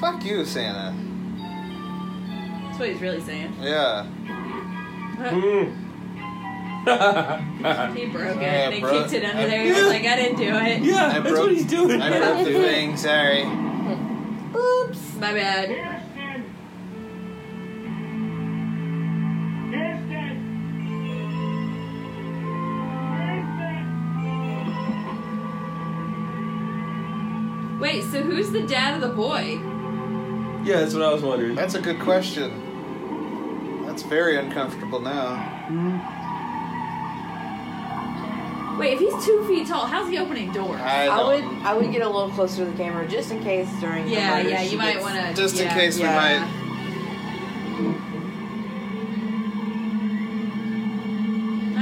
Speaker 2: Fuck you, Santa.
Speaker 8: That's what he's really saying.
Speaker 2: Yeah.
Speaker 8: He
Speaker 2: he
Speaker 8: broke it. they kicked it under there. He was like, I didn't do it.
Speaker 2: I broke, what he's doing. I broke the thing. Sorry.
Speaker 8: Oops. My bad. Wait, so who's the dad of the boy?
Speaker 2: Yeah, that's what I was wondering. That's a good question. That's very uncomfortable now.
Speaker 8: Wait, if he's two feet tall, how's he opening doors?
Speaker 2: I
Speaker 5: I would I would get a little closer to the camera just in case during
Speaker 8: Yeah,
Speaker 5: the murder
Speaker 8: yeah,
Speaker 5: she
Speaker 8: you might
Speaker 5: gets-
Speaker 8: wanna-
Speaker 2: Just in
Speaker 8: Yeah,
Speaker 2: case we
Speaker 5: yeah.
Speaker 2: might.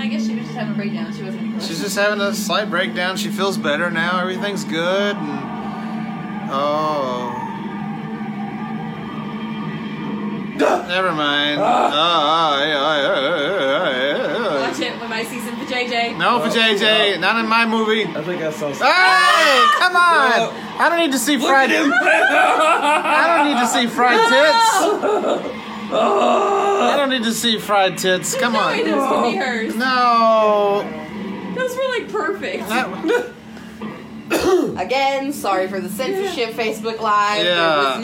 Speaker 8: I guess she was just having a breakdown. She wasn't.
Speaker 2: She's just having a slight breakdown. She feels better now. Everything's good. And oh. Never mind. Ah, ah, ah, ah, ah, ah, ah.
Speaker 8: Watch it. We might see some for JJ.
Speaker 2: No, for JJ. Not in my movie. I think I saw. Hey, come on! I don't need to see fried. I don't need to see fried Ah. tits.
Speaker 9: Ah.
Speaker 2: I don't need to see fried tits. Come
Speaker 8: no
Speaker 2: on.
Speaker 8: way those could be hers.
Speaker 2: No.
Speaker 8: Those were like perfect.
Speaker 5: Again, sorry for the censorship, Facebook Live.
Speaker 2: Yeah.
Speaker 5: It was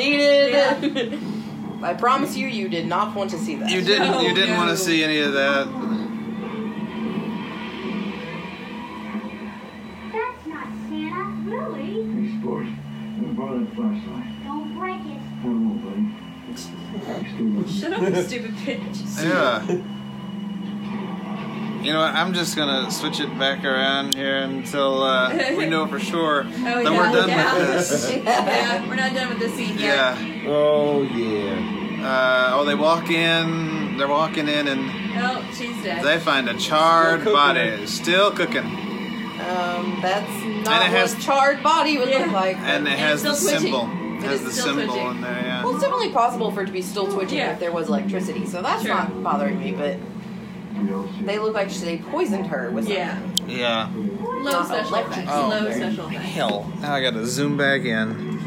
Speaker 5: needed. I promise you, you did not want to see that.
Speaker 2: You didn't. you didn't want to see any of that.
Speaker 18: That's not Santa, really.
Speaker 12: Hey, sport. I'm gonna borrow that flashlight.
Speaker 18: Don't break it.
Speaker 12: I won't, buddy.
Speaker 8: Shut up, you stupid bitch.
Speaker 2: Yeah. You know what? I'm just gonna switch it back around here until uh, we know for sure
Speaker 8: Oh,
Speaker 2: that
Speaker 8: yeah,
Speaker 2: we're done
Speaker 8: yeah.
Speaker 2: with this.
Speaker 8: yeah, we're not done with this scene yet.
Speaker 2: Yeah. Oh yeah. Uh, oh, they walk in. They're walking in, and
Speaker 8: Oh, she's dead.
Speaker 2: they find a charred
Speaker 5: Still cooking.
Speaker 2: body still cooking,
Speaker 5: Um, that's
Speaker 2: And
Speaker 5: not
Speaker 2: it has-
Speaker 5: what charred body would look like.
Speaker 2: and it has the symbol. It has the symbol in there.
Speaker 5: Well,
Speaker 2: Yeah.
Speaker 5: it's definitely possible for it to be still twitching
Speaker 8: Yeah.
Speaker 5: if there was electricity, so that's not bothering me. But they look like they poisoned her with
Speaker 8: Yeah.
Speaker 2: Yeah.
Speaker 8: Low special effects.
Speaker 2: Oh.
Speaker 8: Low special effects.
Speaker 2: Hell. Now I gotta zoom back in.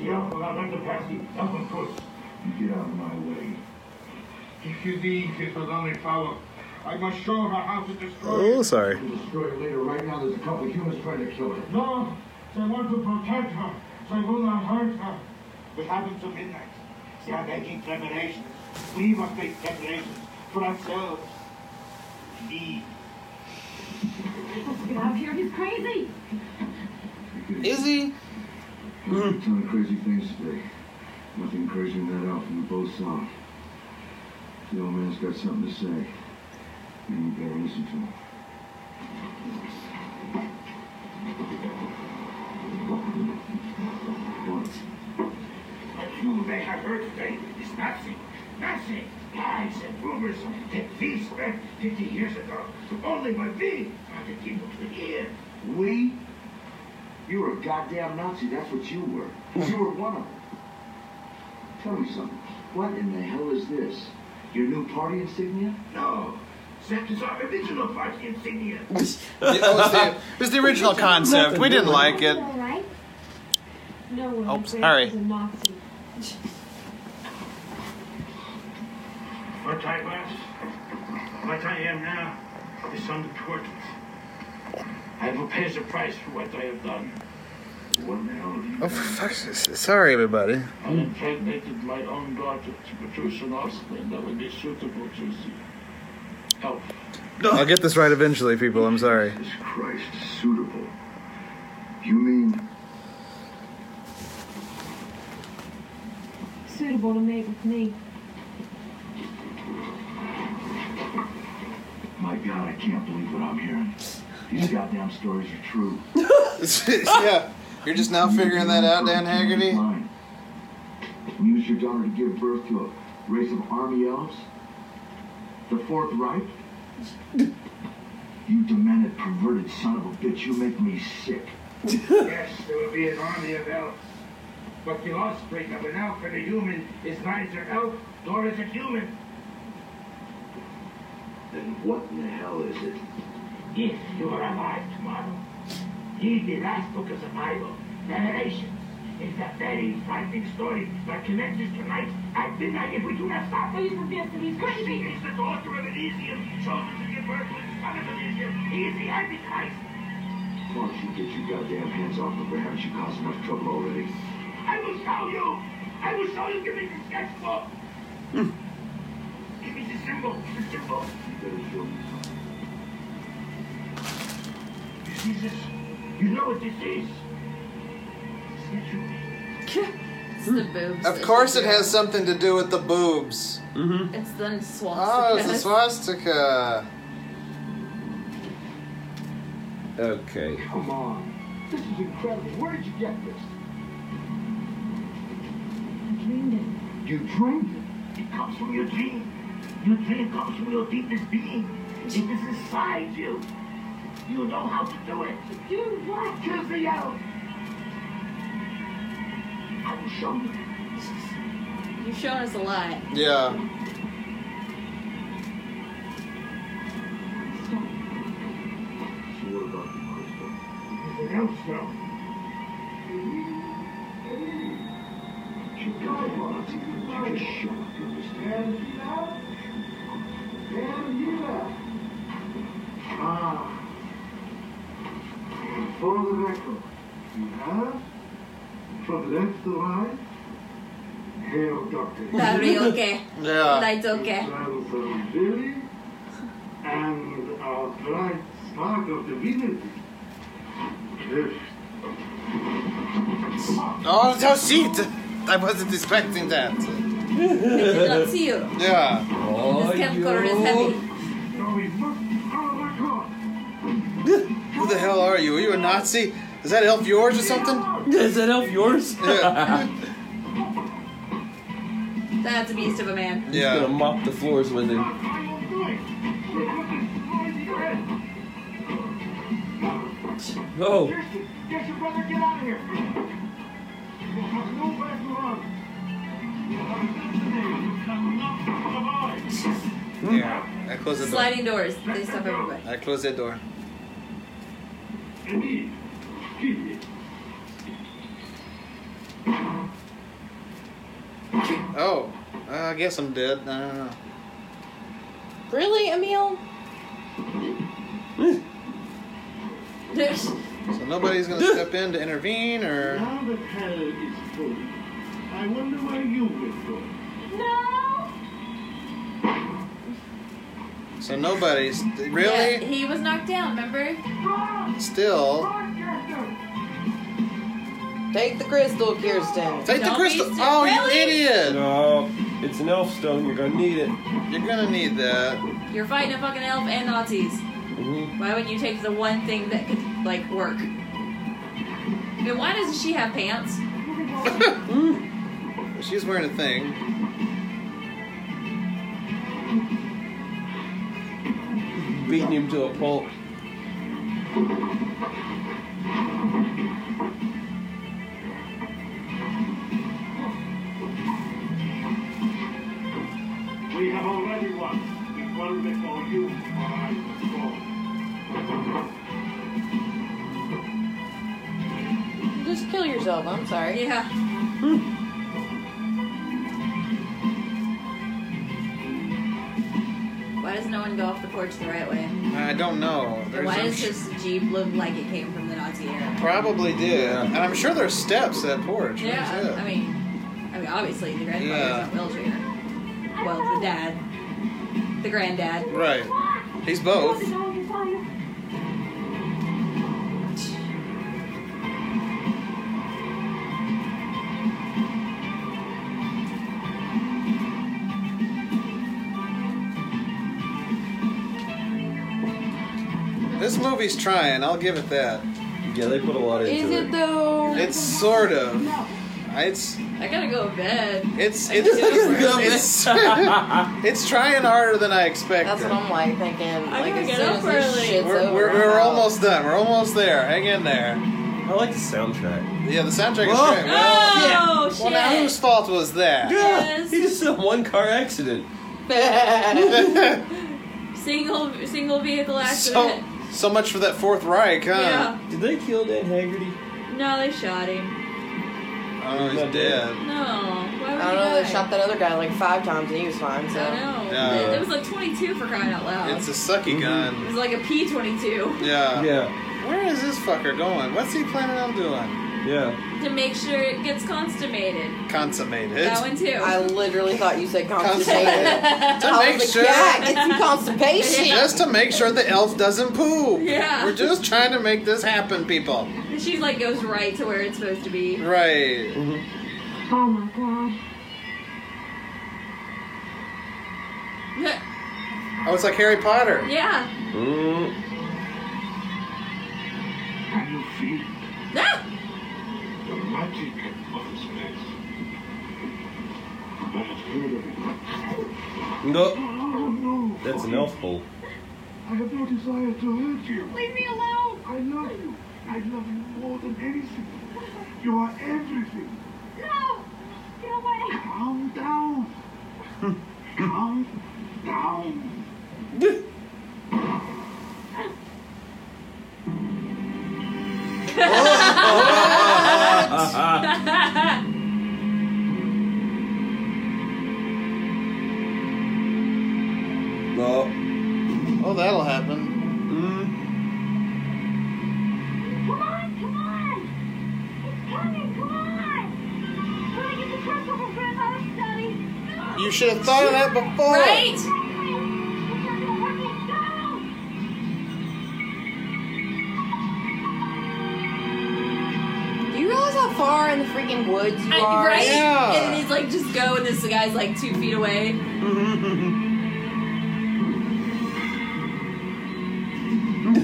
Speaker 27: Yeah, well, I'd like to pass you. Someone close.
Speaker 12: You get out of my way.
Speaker 27: If you leave, it will only follow. I must show her how to destroy.
Speaker 2: Oh, sorry.
Speaker 12: We'll destroy her later. Right now, there's a couple of humans trying to kill her.
Speaker 27: No, they want to protect her. They will not hurt her. It happens to midnight. They are making preparations. We must make preparations for ourselves. Leave.
Speaker 18: Let's get out of here. He's crazy.
Speaker 2: Is he?
Speaker 12: We're doing crazy things today. Nothing crazy in that outfit. We both saw it. The old man's got something to say. And you better listen to him.
Speaker 27: What? But you may have heard today is nothing. Nothing. Lies and rumors that we spread 50 years ago. Only by we are the people to hear. We?
Speaker 12: You were a goddamn Nazi. That's what you were. You were one of them. Tell me something. What in the hell is this? Your new party insignia? No. That is our original party insignia.
Speaker 2: it was the original concept. We didn't like it.
Speaker 18: All right. No one
Speaker 2: Oh,
Speaker 18: in France
Speaker 2: sorry.
Speaker 18: is a Nazi.
Speaker 12: What I was, what I am now, is unimportant. I will pay the price for what I have done. One hell
Speaker 2: Oh, for fuck's s- Sorry, everybody.
Speaker 12: I impregnated my own daughter to produce an offspring that would be suitable to the elf.
Speaker 2: I'll get this right eventually, people. I'm sorry.
Speaker 12: Christ, suitable. You mean
Speaker 18: Suitable to mate with me.
Speaker 12: My God, I can't believe what I'm hearing. These goddamn stories are true.
Speaker 2: yeah, you're just now figuring that out, Dan Haggerty.
Speaker 12: Use your daughter to give birth to a race of army elves? The Fourth Reich? You demented, perverted son of a bitch, you make me sick.
Speaker 27: yes, there will be an army of elves. But the offspring of an elf and a human is neither elf nor is it human.
Speaker 12: Then what in the hell is it?
Speaker 27: If you are alive tomorrow, read the last book of the Bible, Revelations. It's a very frightening story that connects us tonight at midnight if we do not stop. Please forgive me. She is the daughter of Elysium, chosen to give birth to the son of Elysium. He is the Antichrist.
Speaker 12: Why don't you get your goddamn hands off of her? Haven't you caused enough trouble already?
Speaker 27: I will show you. I will show you. Give me the sketchbook. Give me the symbol. The symbol.
Speaker 12: You better show me something.
Speaker 27: Jesus, you know what this is.
Speaker 2: Hmm. Of course, it has something to do with the boobs. Mm-hmm.
Speaker 14: It's the swastika.
Speaker 2: Oh, it's a swastika.
Speaker 12: Okay. Come on. This is incredible. Where did you get this?
Speaker 18: I dreamed it.
Speaker 12: You dreamed it. It comes from your dream.
Speaker 27: Your dream comes from your deepest being. It is inside you. You know how to do it. Do what? Kill the elf. I will show you.
Speaker 14: You've shown us a lot.
Speaker 2: Yeah.
Speaker 12: So what about you, Crystal?
Speaker 27: It's an elf now.
Speaker 12: She got a lot of you. You just shut up. You understand? Ah. For the record, you have, from left to right, hail doctor.
Speaker 14: That'll be okay.
Speaker 2: Uh.
Speaker 14: That's okay.
Speaker 12: Sons
Speaker 27: uh,
Speaker 12: of Billy and our bright spark of divinity. Yes.
Speaker 2: Oh, no, shit! I wasn't expecting that.
Speaker 14: did not see you.
Speaker 2: Yeah.
Speaker 14: This camcorder is heavy.
Speaker 2: Who the hell are you? Are you a Nazi? Is that elf yours or something? Is that elf yours? Yeah.
Speaker 14: That's a beast of a man.
Speaker 9: He's gonna mop the floors with him.
Speaker 27: Oh. Get your brother, get out of here. You have no way to run. You have a good today. You cannot survive.
Speaker 2: yeah. I close the door.
Speaker 14: Sliding doors. They stop everybody.
Speaker 2: I close that door. Oh, uh, I guess I'm dead. I don't know.
Speaker 6: Really, Emil?
Speaker 2: So nobody's gonna step in to intervene, or
Speaker 12: Now that hell is full, I wonder where you will go.
Speaker 2: so nobody's really
Speaker 14: Yeah, he was knocked down, remember?
Speaker 2: still.
Speaker 6: Take the crystal, Kirsten.
Speaker 2: Take the Don't be crystal. stupid. Oh, you Really? idiot.
Speaker 9: No, uh, it's an elf stone. You're gonna need it.
Speaker 2: You're gonna need that.
Speaker 14: You're fighting a fucking elf and Nazis.
Speaker 2: Mm-hmm.
Speaker 14: Why would you take the one thing that could, like, work? Then why doesn't she have pants?
Speaker 2: She's wearing a thing.
Speaker 9: Beating him to a pulp.
Speaker 6: years old. I'm sorry.
Speaker 8: Yeah. Why does no one go off the porch the right way?
Speaker 2: I don't know.
Speaker 8: And
Speaker 2: There's
Speaker 8: why
Speaker 2: I'm
Speaker 8: does
Speaker 2: sh-
Speaker 8: his Jeep look like it came from the Nazi era?
Speaker 2: Probably did. And I'm sure there's steps to that porch.
Speaker 8: Yeah, I mean, I mean, obviously the grandfather's
Speaker 2: Yeah.
Speaker 8: in a wheelchair. Well, the dad, the granddad.
Speaker 2: Right. He's both. This movie's trying, I'll give it that.
Speaker 9: Yeah, they put a lot
Speaker 6: Is it though?
Speaker 2: It's sort of. It's
Speaker 8: I gotta go to bed.
Speaker 2: it's
Speaker 8: I
Speaker 2: it's
Speaker 8: just gotta go to bed.
Speaker 2: it's, it's trying harder than I expected.
Speaker 6: That's what I'm like thinking. like
Speaker 8: gotta
Speaker 6: as
Speaker 8: get
Speaker 6: soon
Speaker 8: up
Speaker 6: as this
Speaker 8: early.
Speaker 6: shit's
Speaker 2: We're,
Speaker 6: over,
Speaker 2: we're,
Speaker 6: I'm
Speaker 2: we're
Speaker 6: out.
Speaker 2: almost done. We're almost there. Hang in there.
Speaker 9: I like the soundtrack.
Speaker 2: Yeah, the soundtrack
Speaker 9: Whoa.
Speaker 2: is great. Well,
Speaker 8: Oh,
Speaker 2: well, now whose fault was that?
Speaker 9: Yeah, he just said one car accident.
Speaker 8: Single single vehicle
Speaker 2: so
Speaker 8: accident.
Speaker 2: so much for that Fourth Reich, huh?
Speaker 8: Yeah.
Speaker 9: Did they kill Dan Haggerty?
Speaker 8: No, they shot him.
Speaker 2: Oh, he's dead.
Speaker 8: No.
Speaker 6: I
Speaker 8: Why would he
Speaker 6: don't know. They
Speaker 8: die?
Speaker 6: shot that other guy like five times and he was fine. So.
Speaker 8: I know.
Speaker 2: Yeah.
Speaker 8: It was like 22 for crying out loud.
Speaker 2: It's a sucky
Speaker 8: it
Speaker 2: gun.
Speaker 8: was like a P22
Speaker 2: Yeah.
Speaker 9: Yeah.
Speaker 2: Where is this fucker going? What's he planning on doing?
Speaker 9: Yeah.
Speaker 8: to make sure it gets consummated.
Speaker 2: Consummated.
Speaker 8: that one too.
Speaker 6: I literally thought you said constipated.
Speaker 2: Consummated. to
Speaker 6: I
Speaker 2: make
Speaker 6: was
Speaker 2: sure.
Speaker 6: like, yeah, get some constipation.
Speaker 2: Just to make sure the elf doesn't poop.
Speaker 8: Yeah.
Speaker 2: We're just trying to make this happen, people.
Speaker 8: she like goes right to where it's supposed to be.
Speaker 2: Right.
Speaker 18: Oh my god.
Speaker 2: Oh, it's like Harry Potter.
Speaker 8: yeah.
Speaker 9: Mm.
Speaker 12: Can you feel
Speaker 8: Ah!
Speaker 12: the magic of this place? Let us hear it.
Speaker 9: No,
Speaker 12: Oh no!
Speaker 9: that's an elf bowl.
Speaker 12: I have no desire to hurt you. Leave me alone. I love you. I love you more than anything. You are everything.
Speaker 4: No! Get away!
Speaker 12: Calm down. Calm down.
Speaker 9: No.
Speaker 2: Oh, that'll happen.
Speaker 9: Mm.
Speaker 4: Come on, come on! It's coming, come on! Try to get the truck over grandmother's study. No!
Speaker 2: You should have thought of that
Speaker 6: Oh.
Speaker 2: before.
Speaker 8: Right?
Speaker 4: It's not gonna work, let's go!
Speaker 6: Do you realize how far in the freaking woods you
Speaker 8: I,
Speaker 6: are?
Speaker 8: right?
Speaker 2: Yeah.
Speaker 8: And he's like, just go, and this guy's like two feet away.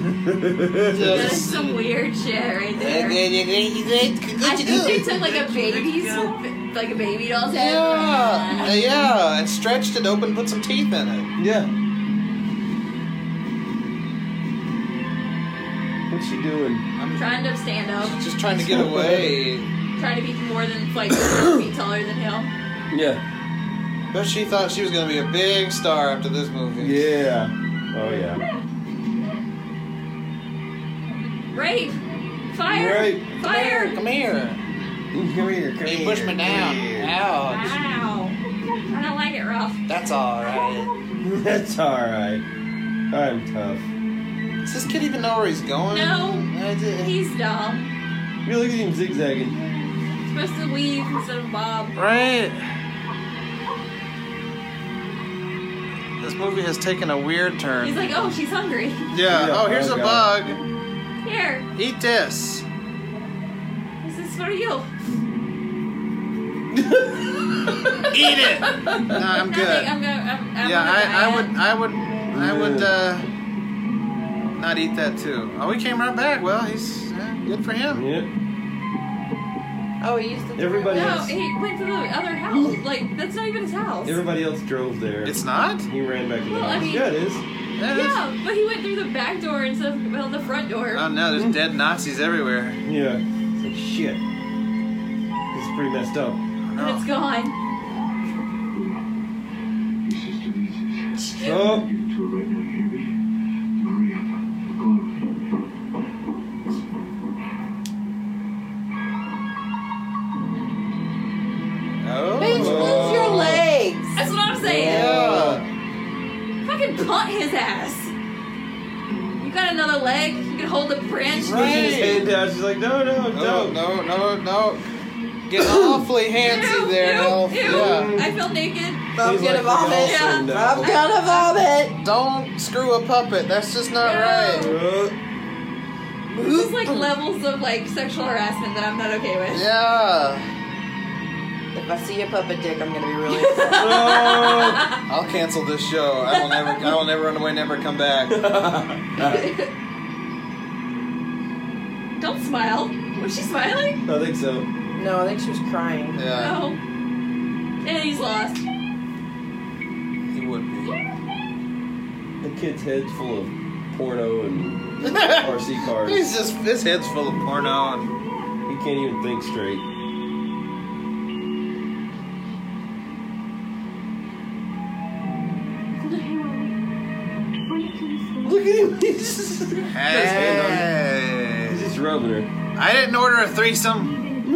Speaker 8: That's
Speaker 2: Just-
Speaker 8: some weird shit right there. I think they took like a baby's, like a baby doll's head.
Speaker 2: yeah. Yeah, and stretched it open, put some teeth in it.
Speaker 9: Yeah. What's she doing?
Speaker 8: I'm trying to stand up,
Speaker 2: Just trying to get away.
Speaker 8: trying to be more than like four feet taller than him.
Speaker 9: Yeah.
Speaker 2: But she thought she was going to be a big star after this movie.
Speaker 9: Yeah. Oh yeah.
Speaker 8: Rape, fire,
Speaker 9: Rape.
Speaker 8: fire.
Speaker 2: Come here.
Speaker 9: Come here. Come
Speaker 2: You push me down. Ouch.
Speaker 8: Wow. I don't like it, Ralph.
Speaker 2: That's alright.
Speaker 9: That's all right. I'm tough.
Speaker 2: Does this kid even know where he's going?
Speaker 8: No.
Speaker 2: I did-
Speaker 8: He's dumb.
Speaker 9: You look at him zigzagging.
Speaker 8: He's supposed to weave instead of bob.
Speaker 2: Right. This movie has taken a weird turn.
Speaker 8: He's like, oh, she's hungry.
Speaker 2: yeah.
Speaker 9: Yeah,
Speaker 2: Oh, here's
Speaker 9: oh,
Speaker 2: a
Speaker 9: God.
Speaker 2: bug.
Speaker 8: Here,
Speaker 2: Eat this.
Speaker 8: this is for you.
Speaker 2: Eat it. no, I'm
Speaker 8: I
Speaker 2: good.
Speaker 8: think I'm gonna. I'm, I'm
Speaker 2: yeah,
Speaker 8: on
Speaker 2: I,
Speaker 8: a
Speaker 2: I
Speaker 8: diet.
Speaker 2: would. I would. I would. uh Not eat that too. Oh, he came right back. Well, he's eh, good for him.
Speaker 9: Yeah.
Speaker 6: Oh, he used to.
Speaker 9: Everybody
Speaker 8: No,
Speaker 9: else.
Speaker 8: he went to the other house. Like that's not even his house.
Speaker 9: Everybody else drove there.
Speaker 2: It's not.
Speaker 9: He ran back to the
Speaker 8: Well, I
Speaker 9: house.
Speaker 8: mean-
Speaker 9: Yeah, it is.
Speaker 2: That is-
Speaker 8: Yeah, but he went through the back door instead of well, the front door.
Speaker 13: Uh,
Speaker 2: Oh no, there's dead Nazis everywhere.
Speaker 9: Yeah. It's like shit. It's pretty messed up.
Speaker 8: and
Speaker 13: oh.
Speaker 8: it's
Speaker 2: No.
Speaker 8: gone.
Speaker 12: Your sister needs this.
Speaker 9: Oh.
Speaker 12: Give it to her right now. You hear me, Maria? Go away.
Speaker 2: Oh. Uh,
Speaker 8: punt his ass. You got another leg? You can hold the branch.
Speaker 13: She's pushing his head down. She's like, no, no, no, no, no, no. Getting awfully handsy there, Elf.
Speaker 8: Ew,
Speaker 13: Yeah.
Speaker 8: I feel naked.
Speaker 13: I'm He's gonna like, vomit. "No,
Speaker 8: Yeah.
Speaker 13: no." I'm
Speaker 6: gonna vomit.
Speaker 2: Don't screw a puppet. That's just not
Speaker 9: Uh,
Speaker 2: right.
Speaker 8: This is like levels of like sexual harassment that I'm not okay with.
Speaker 2: Yeah.
Speaker 6: If I see a puppet dick, I'm gonna be really.
Speaker 2: No.
Speaker 13: I'll cancel this show. I will never. I will never run away. Never come back.
Speaker 8: Don't smile. Was she smiling?
Speaker 13: I think so.
Speaker 6: No, I think she was crying.
Speaker 13: Yeah.
Speaker 8: No. And he's lost.
Speaker 13: He would
Speaker 9: The kid's head's full of porno and
Speaker 13: be.
Speaker 9: RC cars.
Speaker 13: He's just. His head's full of porno. And
Speaker 9: he can't even think straight.
Speaker 13: Look at him. He's just. Hey.
Speaker 9: He's just rubbing her.
Speaker 2: I didn't order a threesome.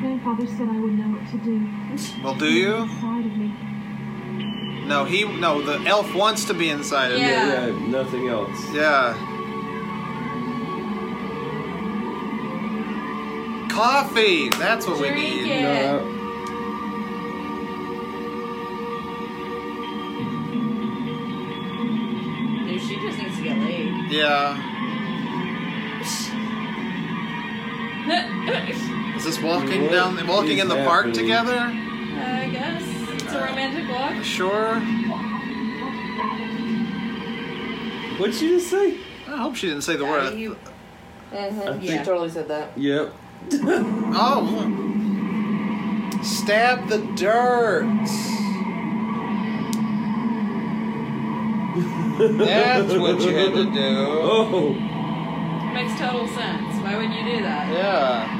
Speaker 18: Grandfather said I would know what to do.
Speaker 2: Well, do you?
Speaker 18: Inside of me.
Speaker 2: No, he. No, the elf wants to be inside of
Speaker 8: Yeah.
Speaker 2: you.
Speaker 9: Yeah, nothing else.
Speaker 2: Yeah. Coffee. That's what we
Speaker 8: Drink
Speaker 2: need.
Speaker 8: it. Dude, she just needs to get laid.
Speaker 2: Yeah. Is this walking
Speaker 13: What
Speaker 2: down, the, walking
Speaker 13: is
Speaker 2: in the park
Speaker 13: happening?
Speaker 2: together?
Speaker 8: I guess it's a romantic walk.
Speaker 2: Sure.
Speaker 9: What'd she just say?
Speaker 2: I hope she didn't say the word.
Speaker 6: You.
Speaker 9: I
Speaker 6: Mm-hmm.
Speaker 9: think-
Speaker 6: She totally said that.
Speaker 9: Yep.
Speaker 2: Oh. Stab the dirt. That's what you had to do.
Speaker 9: Oh.
Speaker 8: Makes total sense. Why would you do that?
Speaker 2: Yeah.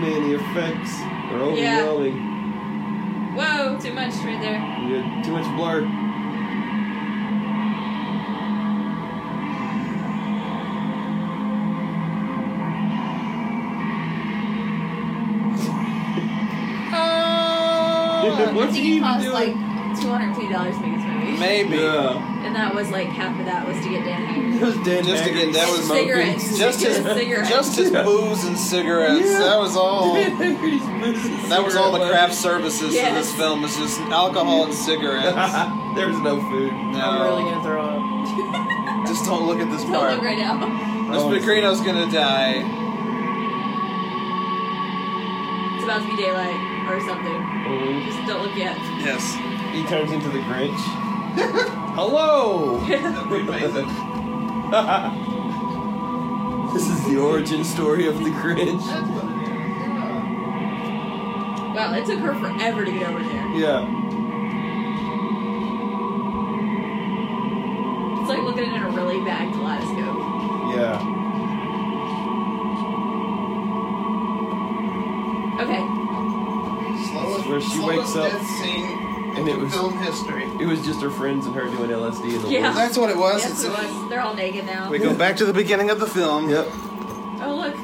Speaker 9: Man, the effects are
Speaker 8: Yeah.
Speaker 9: overwhelming.
Speaker 8: Whoa, too much right there.
Speaker 9: You got too much blur.
Speaker 8: Oh,
Speaker 9: What's
Speaker 8: I think
Speaker 9: he
Speaker 8: it
Speaker 9: even
Speaker 8: cost
Speaker 9: doing?
Speaker 8: like two hundred and two dollars to make this movie.
Speaker 2: Maybe.
Speaker 8: And that was like half of that was to get Dan Haggard.
Speaker 2: just to get that
Speaker 8: And
Speaker 2: was
Speaker 8: cigarettes.
Speaker 2: Just his
Speaker 8: Cigarettes.
Speaker 2: just his booze and cigarettes.
Speaker 13: Yeah.
Speaker 2: That was all.
Speaker 9: that
Speaker 2: That was all the craft services
Speaker 13: Yes.
Speaker 2: for this film. It's just alcohol and cigarettes.
Speaker 9: There's no food.
Speaker 2: No.
Speaker 6: I'm really gonna throw up.
Speaker 2: Just don't look at this
Speaker 8: Don't
Speaker 2: part.
Speaker 8: look right now.
Speaker 2: Miss Pecorino's gonna die.
Speaker 8: It's about to be daylight or something.
Speaker 2: Mm-hmm.
Speaker 9: Mhm.
Speaker 8: Just don't look yet.
Speaker 2: Yes.
Speaker 9: He turns into the Grinch. Hello. this is the origin story of the Grinch.
Speaker 8: Wow, it took her forever to get over there.
Speaker 9: Yeah.
Speaker 8: It's like looking in a really bad kaleidoscope.
Speaker 9: Yeah.
Speaker 8: Okay.
Speaker 9: This is where she wakes up. And it was
Speaker 13: film history.
Speaker 9: It was just her friends and her doing LSD in the
Speaker 8: Yeah.
Speaker 9: woods.
Speaker 2: That's what it was.
Speaker 8: Yes, it was. They're all naked now.
Speaker 2: We go back to the beginning of the film. Yep.
Speaker 8: Oh look,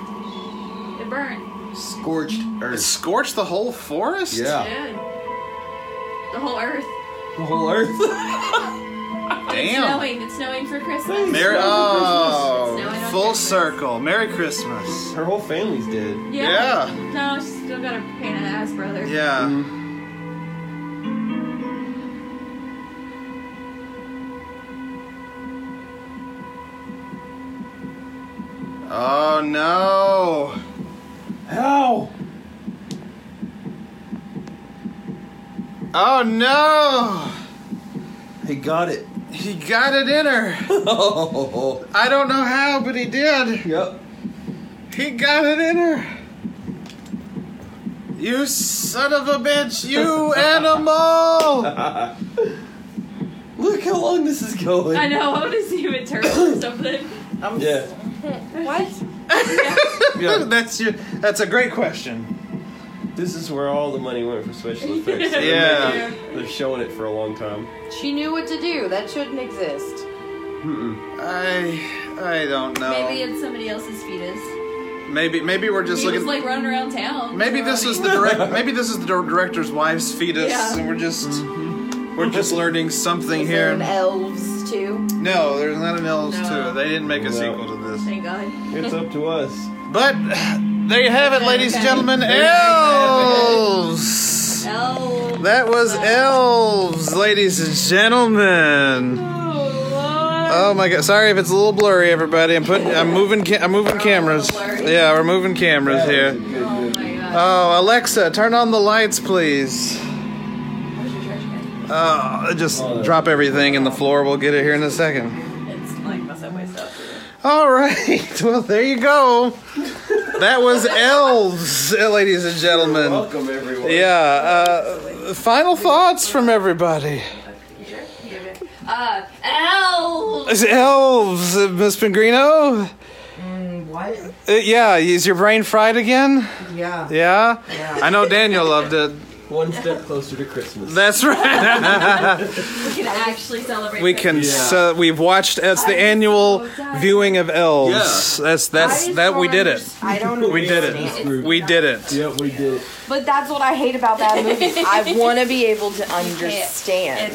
Speaker 8: it burned.
Speaker 2: Scorched earth. It scorched the whole forest?
Speaker 8: Dude. The whole earth.
Speaker 9: The whole earth.
Speaker 8: It's
Speaker 2: Damn.
Speaker 8: snowing. It's snowing for Christmas.
Speaker 2: Merry
Speaker 8: It's snowing
Speaker 2: Oh,
Speaker 8: on
Speaker 2: full circle. Merry Christmas.
Speaker 9: Her whole family's dead.
Speaker 8: Yeah. No, she's still got a pain in the ass, brother.
Speaker 2: Yeah. Yeah. Oh no.
Speaker 9: How?
Speaker 2: Oh no.
Speaker 9: He got it.
Speaker 2: He got it in her.
Speaker 9: Oh.
Speaker 2: I don't know how, but he did.
Speaker 9: Yep.
Speaker 2: He got it in her. You son of a bitch, you animal!
Speaker 9: Look how long this is going.
Speaker 8: I know. I want to see him in turn or something.
Speaker 9: Yeah.
Speaker 6: What?
Speaker 2: that's your. That's a great question.
Speaker 9: This is where all the money went for special effects. They're
Speaker 2: Yeah.
Speaker 9: making it- They're showing it for a long time.
Speaker 6: She knew what to do. That shouldn't exist.
Speaker 9: Mm-mm.
Speaker 2: I I don't know.
Speaker 8: Maybe it's somebody else's fetus.
Speaker 2: Maybe maybe we're just
Speaker 8: he
Speaker 2: looking.
Speaker 8: was like running around town.
Speaker 2: maybe this is the direct. Maybe this is the director's wife's fetus,
Speaker 8: Yeah.
Speaker 2: and we're just we're just learning something here.
Speaker 14: And elves too.
Speaker 2: No, there's not an Elves
Speaker 14: No.
Speaker 2: 2. They didn't make a sequel to this.
Speaker 14: Thank God.
Speaker 2: to us. But there you have it, ladies and gentlemen. Elves!
Speaker 8: Elves.
Speaker 2: That was Elves, ladies and gentlemen. Oh my god! Sorry if it's a little blurry, everybody. I'm putting, I'm moving, ca- I'm moving cameras. Yeah, we're moving cameras here. Oh, Alexa, turn on the lights, please. Uh, just drop everything in the floor. We'll get it here in a second.
Speaker 8: It's like my subway stuff.
Speaker 2: All right. Well, there you go. That was elves, eh, ladies and gentlemen.
Speaker 9: welcome, everyone.
Speaker 2: Yeah. Uh, final thoughts from everybody.
Speaker 8: Uh, elves.
Speaker 2: Is it elves, uh, Miss Pingrino?
Speaker 5: What?
Speaker 2: Uh, yeah. Is your brain fried again?
Speaker 5: Yeah.
Speaker 2: Yeah.
Speaker 5: Yeah.
Speaker 2: I know Daniel loved it.
Speaker 9: One step closer to Christmas.
Speaker 2: That's right.
Speaker 8: We can actually celebrate.
Speaker 2: we can.
Speaker 9: Yeah.
Speaker 2: So we've watched. It's the annual viewing of elves. That's that's that we did it.
Speaker 28: I don't
Speaker 2: We did
Speaker 28: understand
Speaker 2: it. We did it.
Speaker 9: Yep, we did it.
Speaker 28: But that's what I hate about that movie. I want to be able to understand.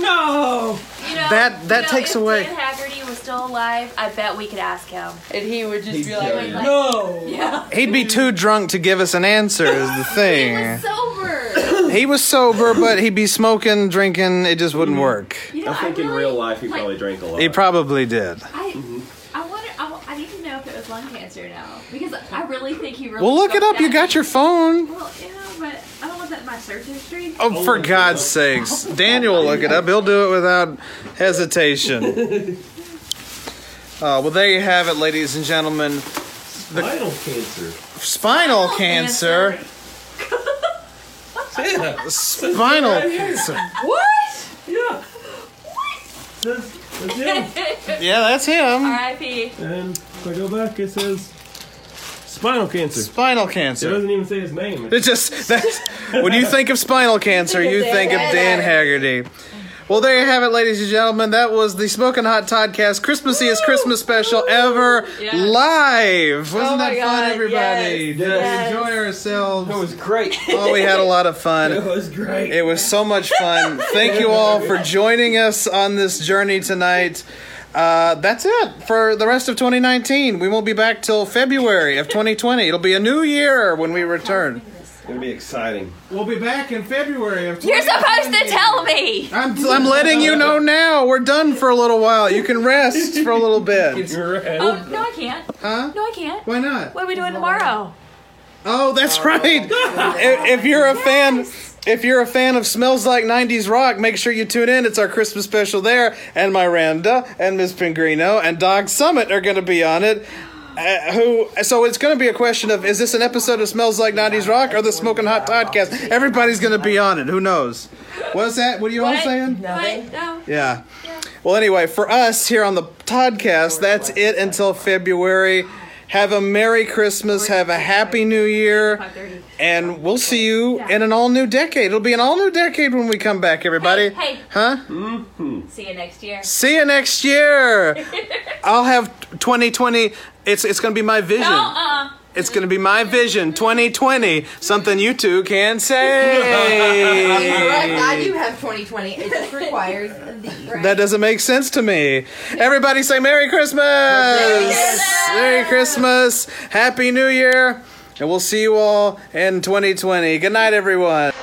Speaker 2: no.
Speaker 3: You know,
Speaker 2: That- that
Speaker 3: you know,
Speaker 2: takes
Speaker 3: if
Speaker 2: away-
Speaker 3: Dan Haggerty was still alive, I bet we could ask him, and he would just
Speaker 2: He'd
Speaker 3: be
Speaker 2: tell
Speaker 3: like,
Speaker 2: you.
Speaker 3: like,
Speaker 2: No.
Speaker 3: yeah,
Speaker 2: He'd be too drunk to give us an answer, is the thing.
Speaker 8: sober.
Speaker 2: He was sober, but he'd be smoking, drinking. It just wouldn't work.
Speaker 9: I think in real life he probably Mm-hmm. drank a lot.
Speaker 2: He probably did.
Speaker 8: I, I wonder. I, wa- I need to know if it was lung cancer now because I really think he really.
Speaker 2: Well, look it
Speaker 8: got
Speaker 2: up. You
Speaker 8: that.
Speaker 2: got your phone.
Speaker 8: Well, yeah, but I don't want that in my search history.
Speaker 2: Oh, for God's sakes. Daniel will look it up. He'll do it without hesitation. Uh, well, there you have it, ladies and gentlemen. The
Speaker 9: Spinal cancer.
Speaker 8: Oh,
Speaker 2: Spinal cancer. Spinal cancer.
Speaker 8: What?
Speaker 9: Yeah.
Speaker 2: Yeah, that's him.
Speaker 8: R.I.P.
Speaker 9: And if I go back, it says spinal cancer.
Speaker 2: Spinal cancer.
Speaker 9: It doesn't even say his name.
Speaker 2: It's just that's when you think of spinal cancer, you
Speaker 9: Dan
Speaker 2: think of Dan Haggerty. Well, there you have it, ladies and gentlemen. That was the Smoking Hot Toddcast Christmasiest Christmas special ever live. Wasn't
Speaker 13: Oh my
Speaker 2: that
Speaker 13: God,
Speaker 2: fun, everybody?
Speaker 13: yes,
Speaker 2: Did
Speaker 13: yes.
Speaker 2: we enjoy ourselves? It was
Speaker 9: great.
Speaker 2: Oh, we had a lot of fun.
Speaker 9: It was great.
Speaker 2: It was so much fun. Thank you all for joining us on this journey tonight. Uh, that's it for the rest of 2019. We won't be back till February of 2020. It'll be a new year when we return.
Speaker 9: It'll be exciting.
Speaker 2: We'll be back in February of
Speaker 3: You're supposed to tell me.
Speaker 2: I'm, I'm letting you know now. We're done for a little while. You can rest for a little bit.
Speaker 3: Oh no, I can't.
Speaker 2: Huh?
Speaker 3: No, I can't.
Speaker 2: Why not?
Speaker 3: What are we doing tomorrow?
Speaker 2: Oh, that's right. if, if you're a fan, if you're a fan of Smells Like '90s Rock, make sure you tune in. It's our Christmas special there, and Miranda and Miss Pingrino and Dog Summit are going to be on it. Uh, who? So it's going to be a question of: Is this an episode of Smells Like '90s Rock or the Smoking Hot Podcast? Everybody's going to be on it. Who knows? What's that? What are you all saying?
Speaker 8: What? No.
Speaker 2: Yeah. Well, anyway, for us here on the podcast, that's it until February. Have a Merry Christmas. Have a Happy New Year. And we'll see you in an all new decade. It'll be an all new decade when we come back, everybody.
Speaker 8: Hey, hey.
Speaker 2: Huh?
Speaker 8: See you next year.
Speaker 2: See you next year. I'll have 2020. It's, it's going to be my vision.
Speaker 8: No, uh,
Speaker 2: It's going to be my vision, 2020, something you two can say.
Speaker 5: I do have 2020. It just requires the.
Speaker 2: That doesn't make sense to me. Everybody say Merry Christmas! Merry Christmas! Happy New Year! And we'll see you all in 2020. Good night, everyone.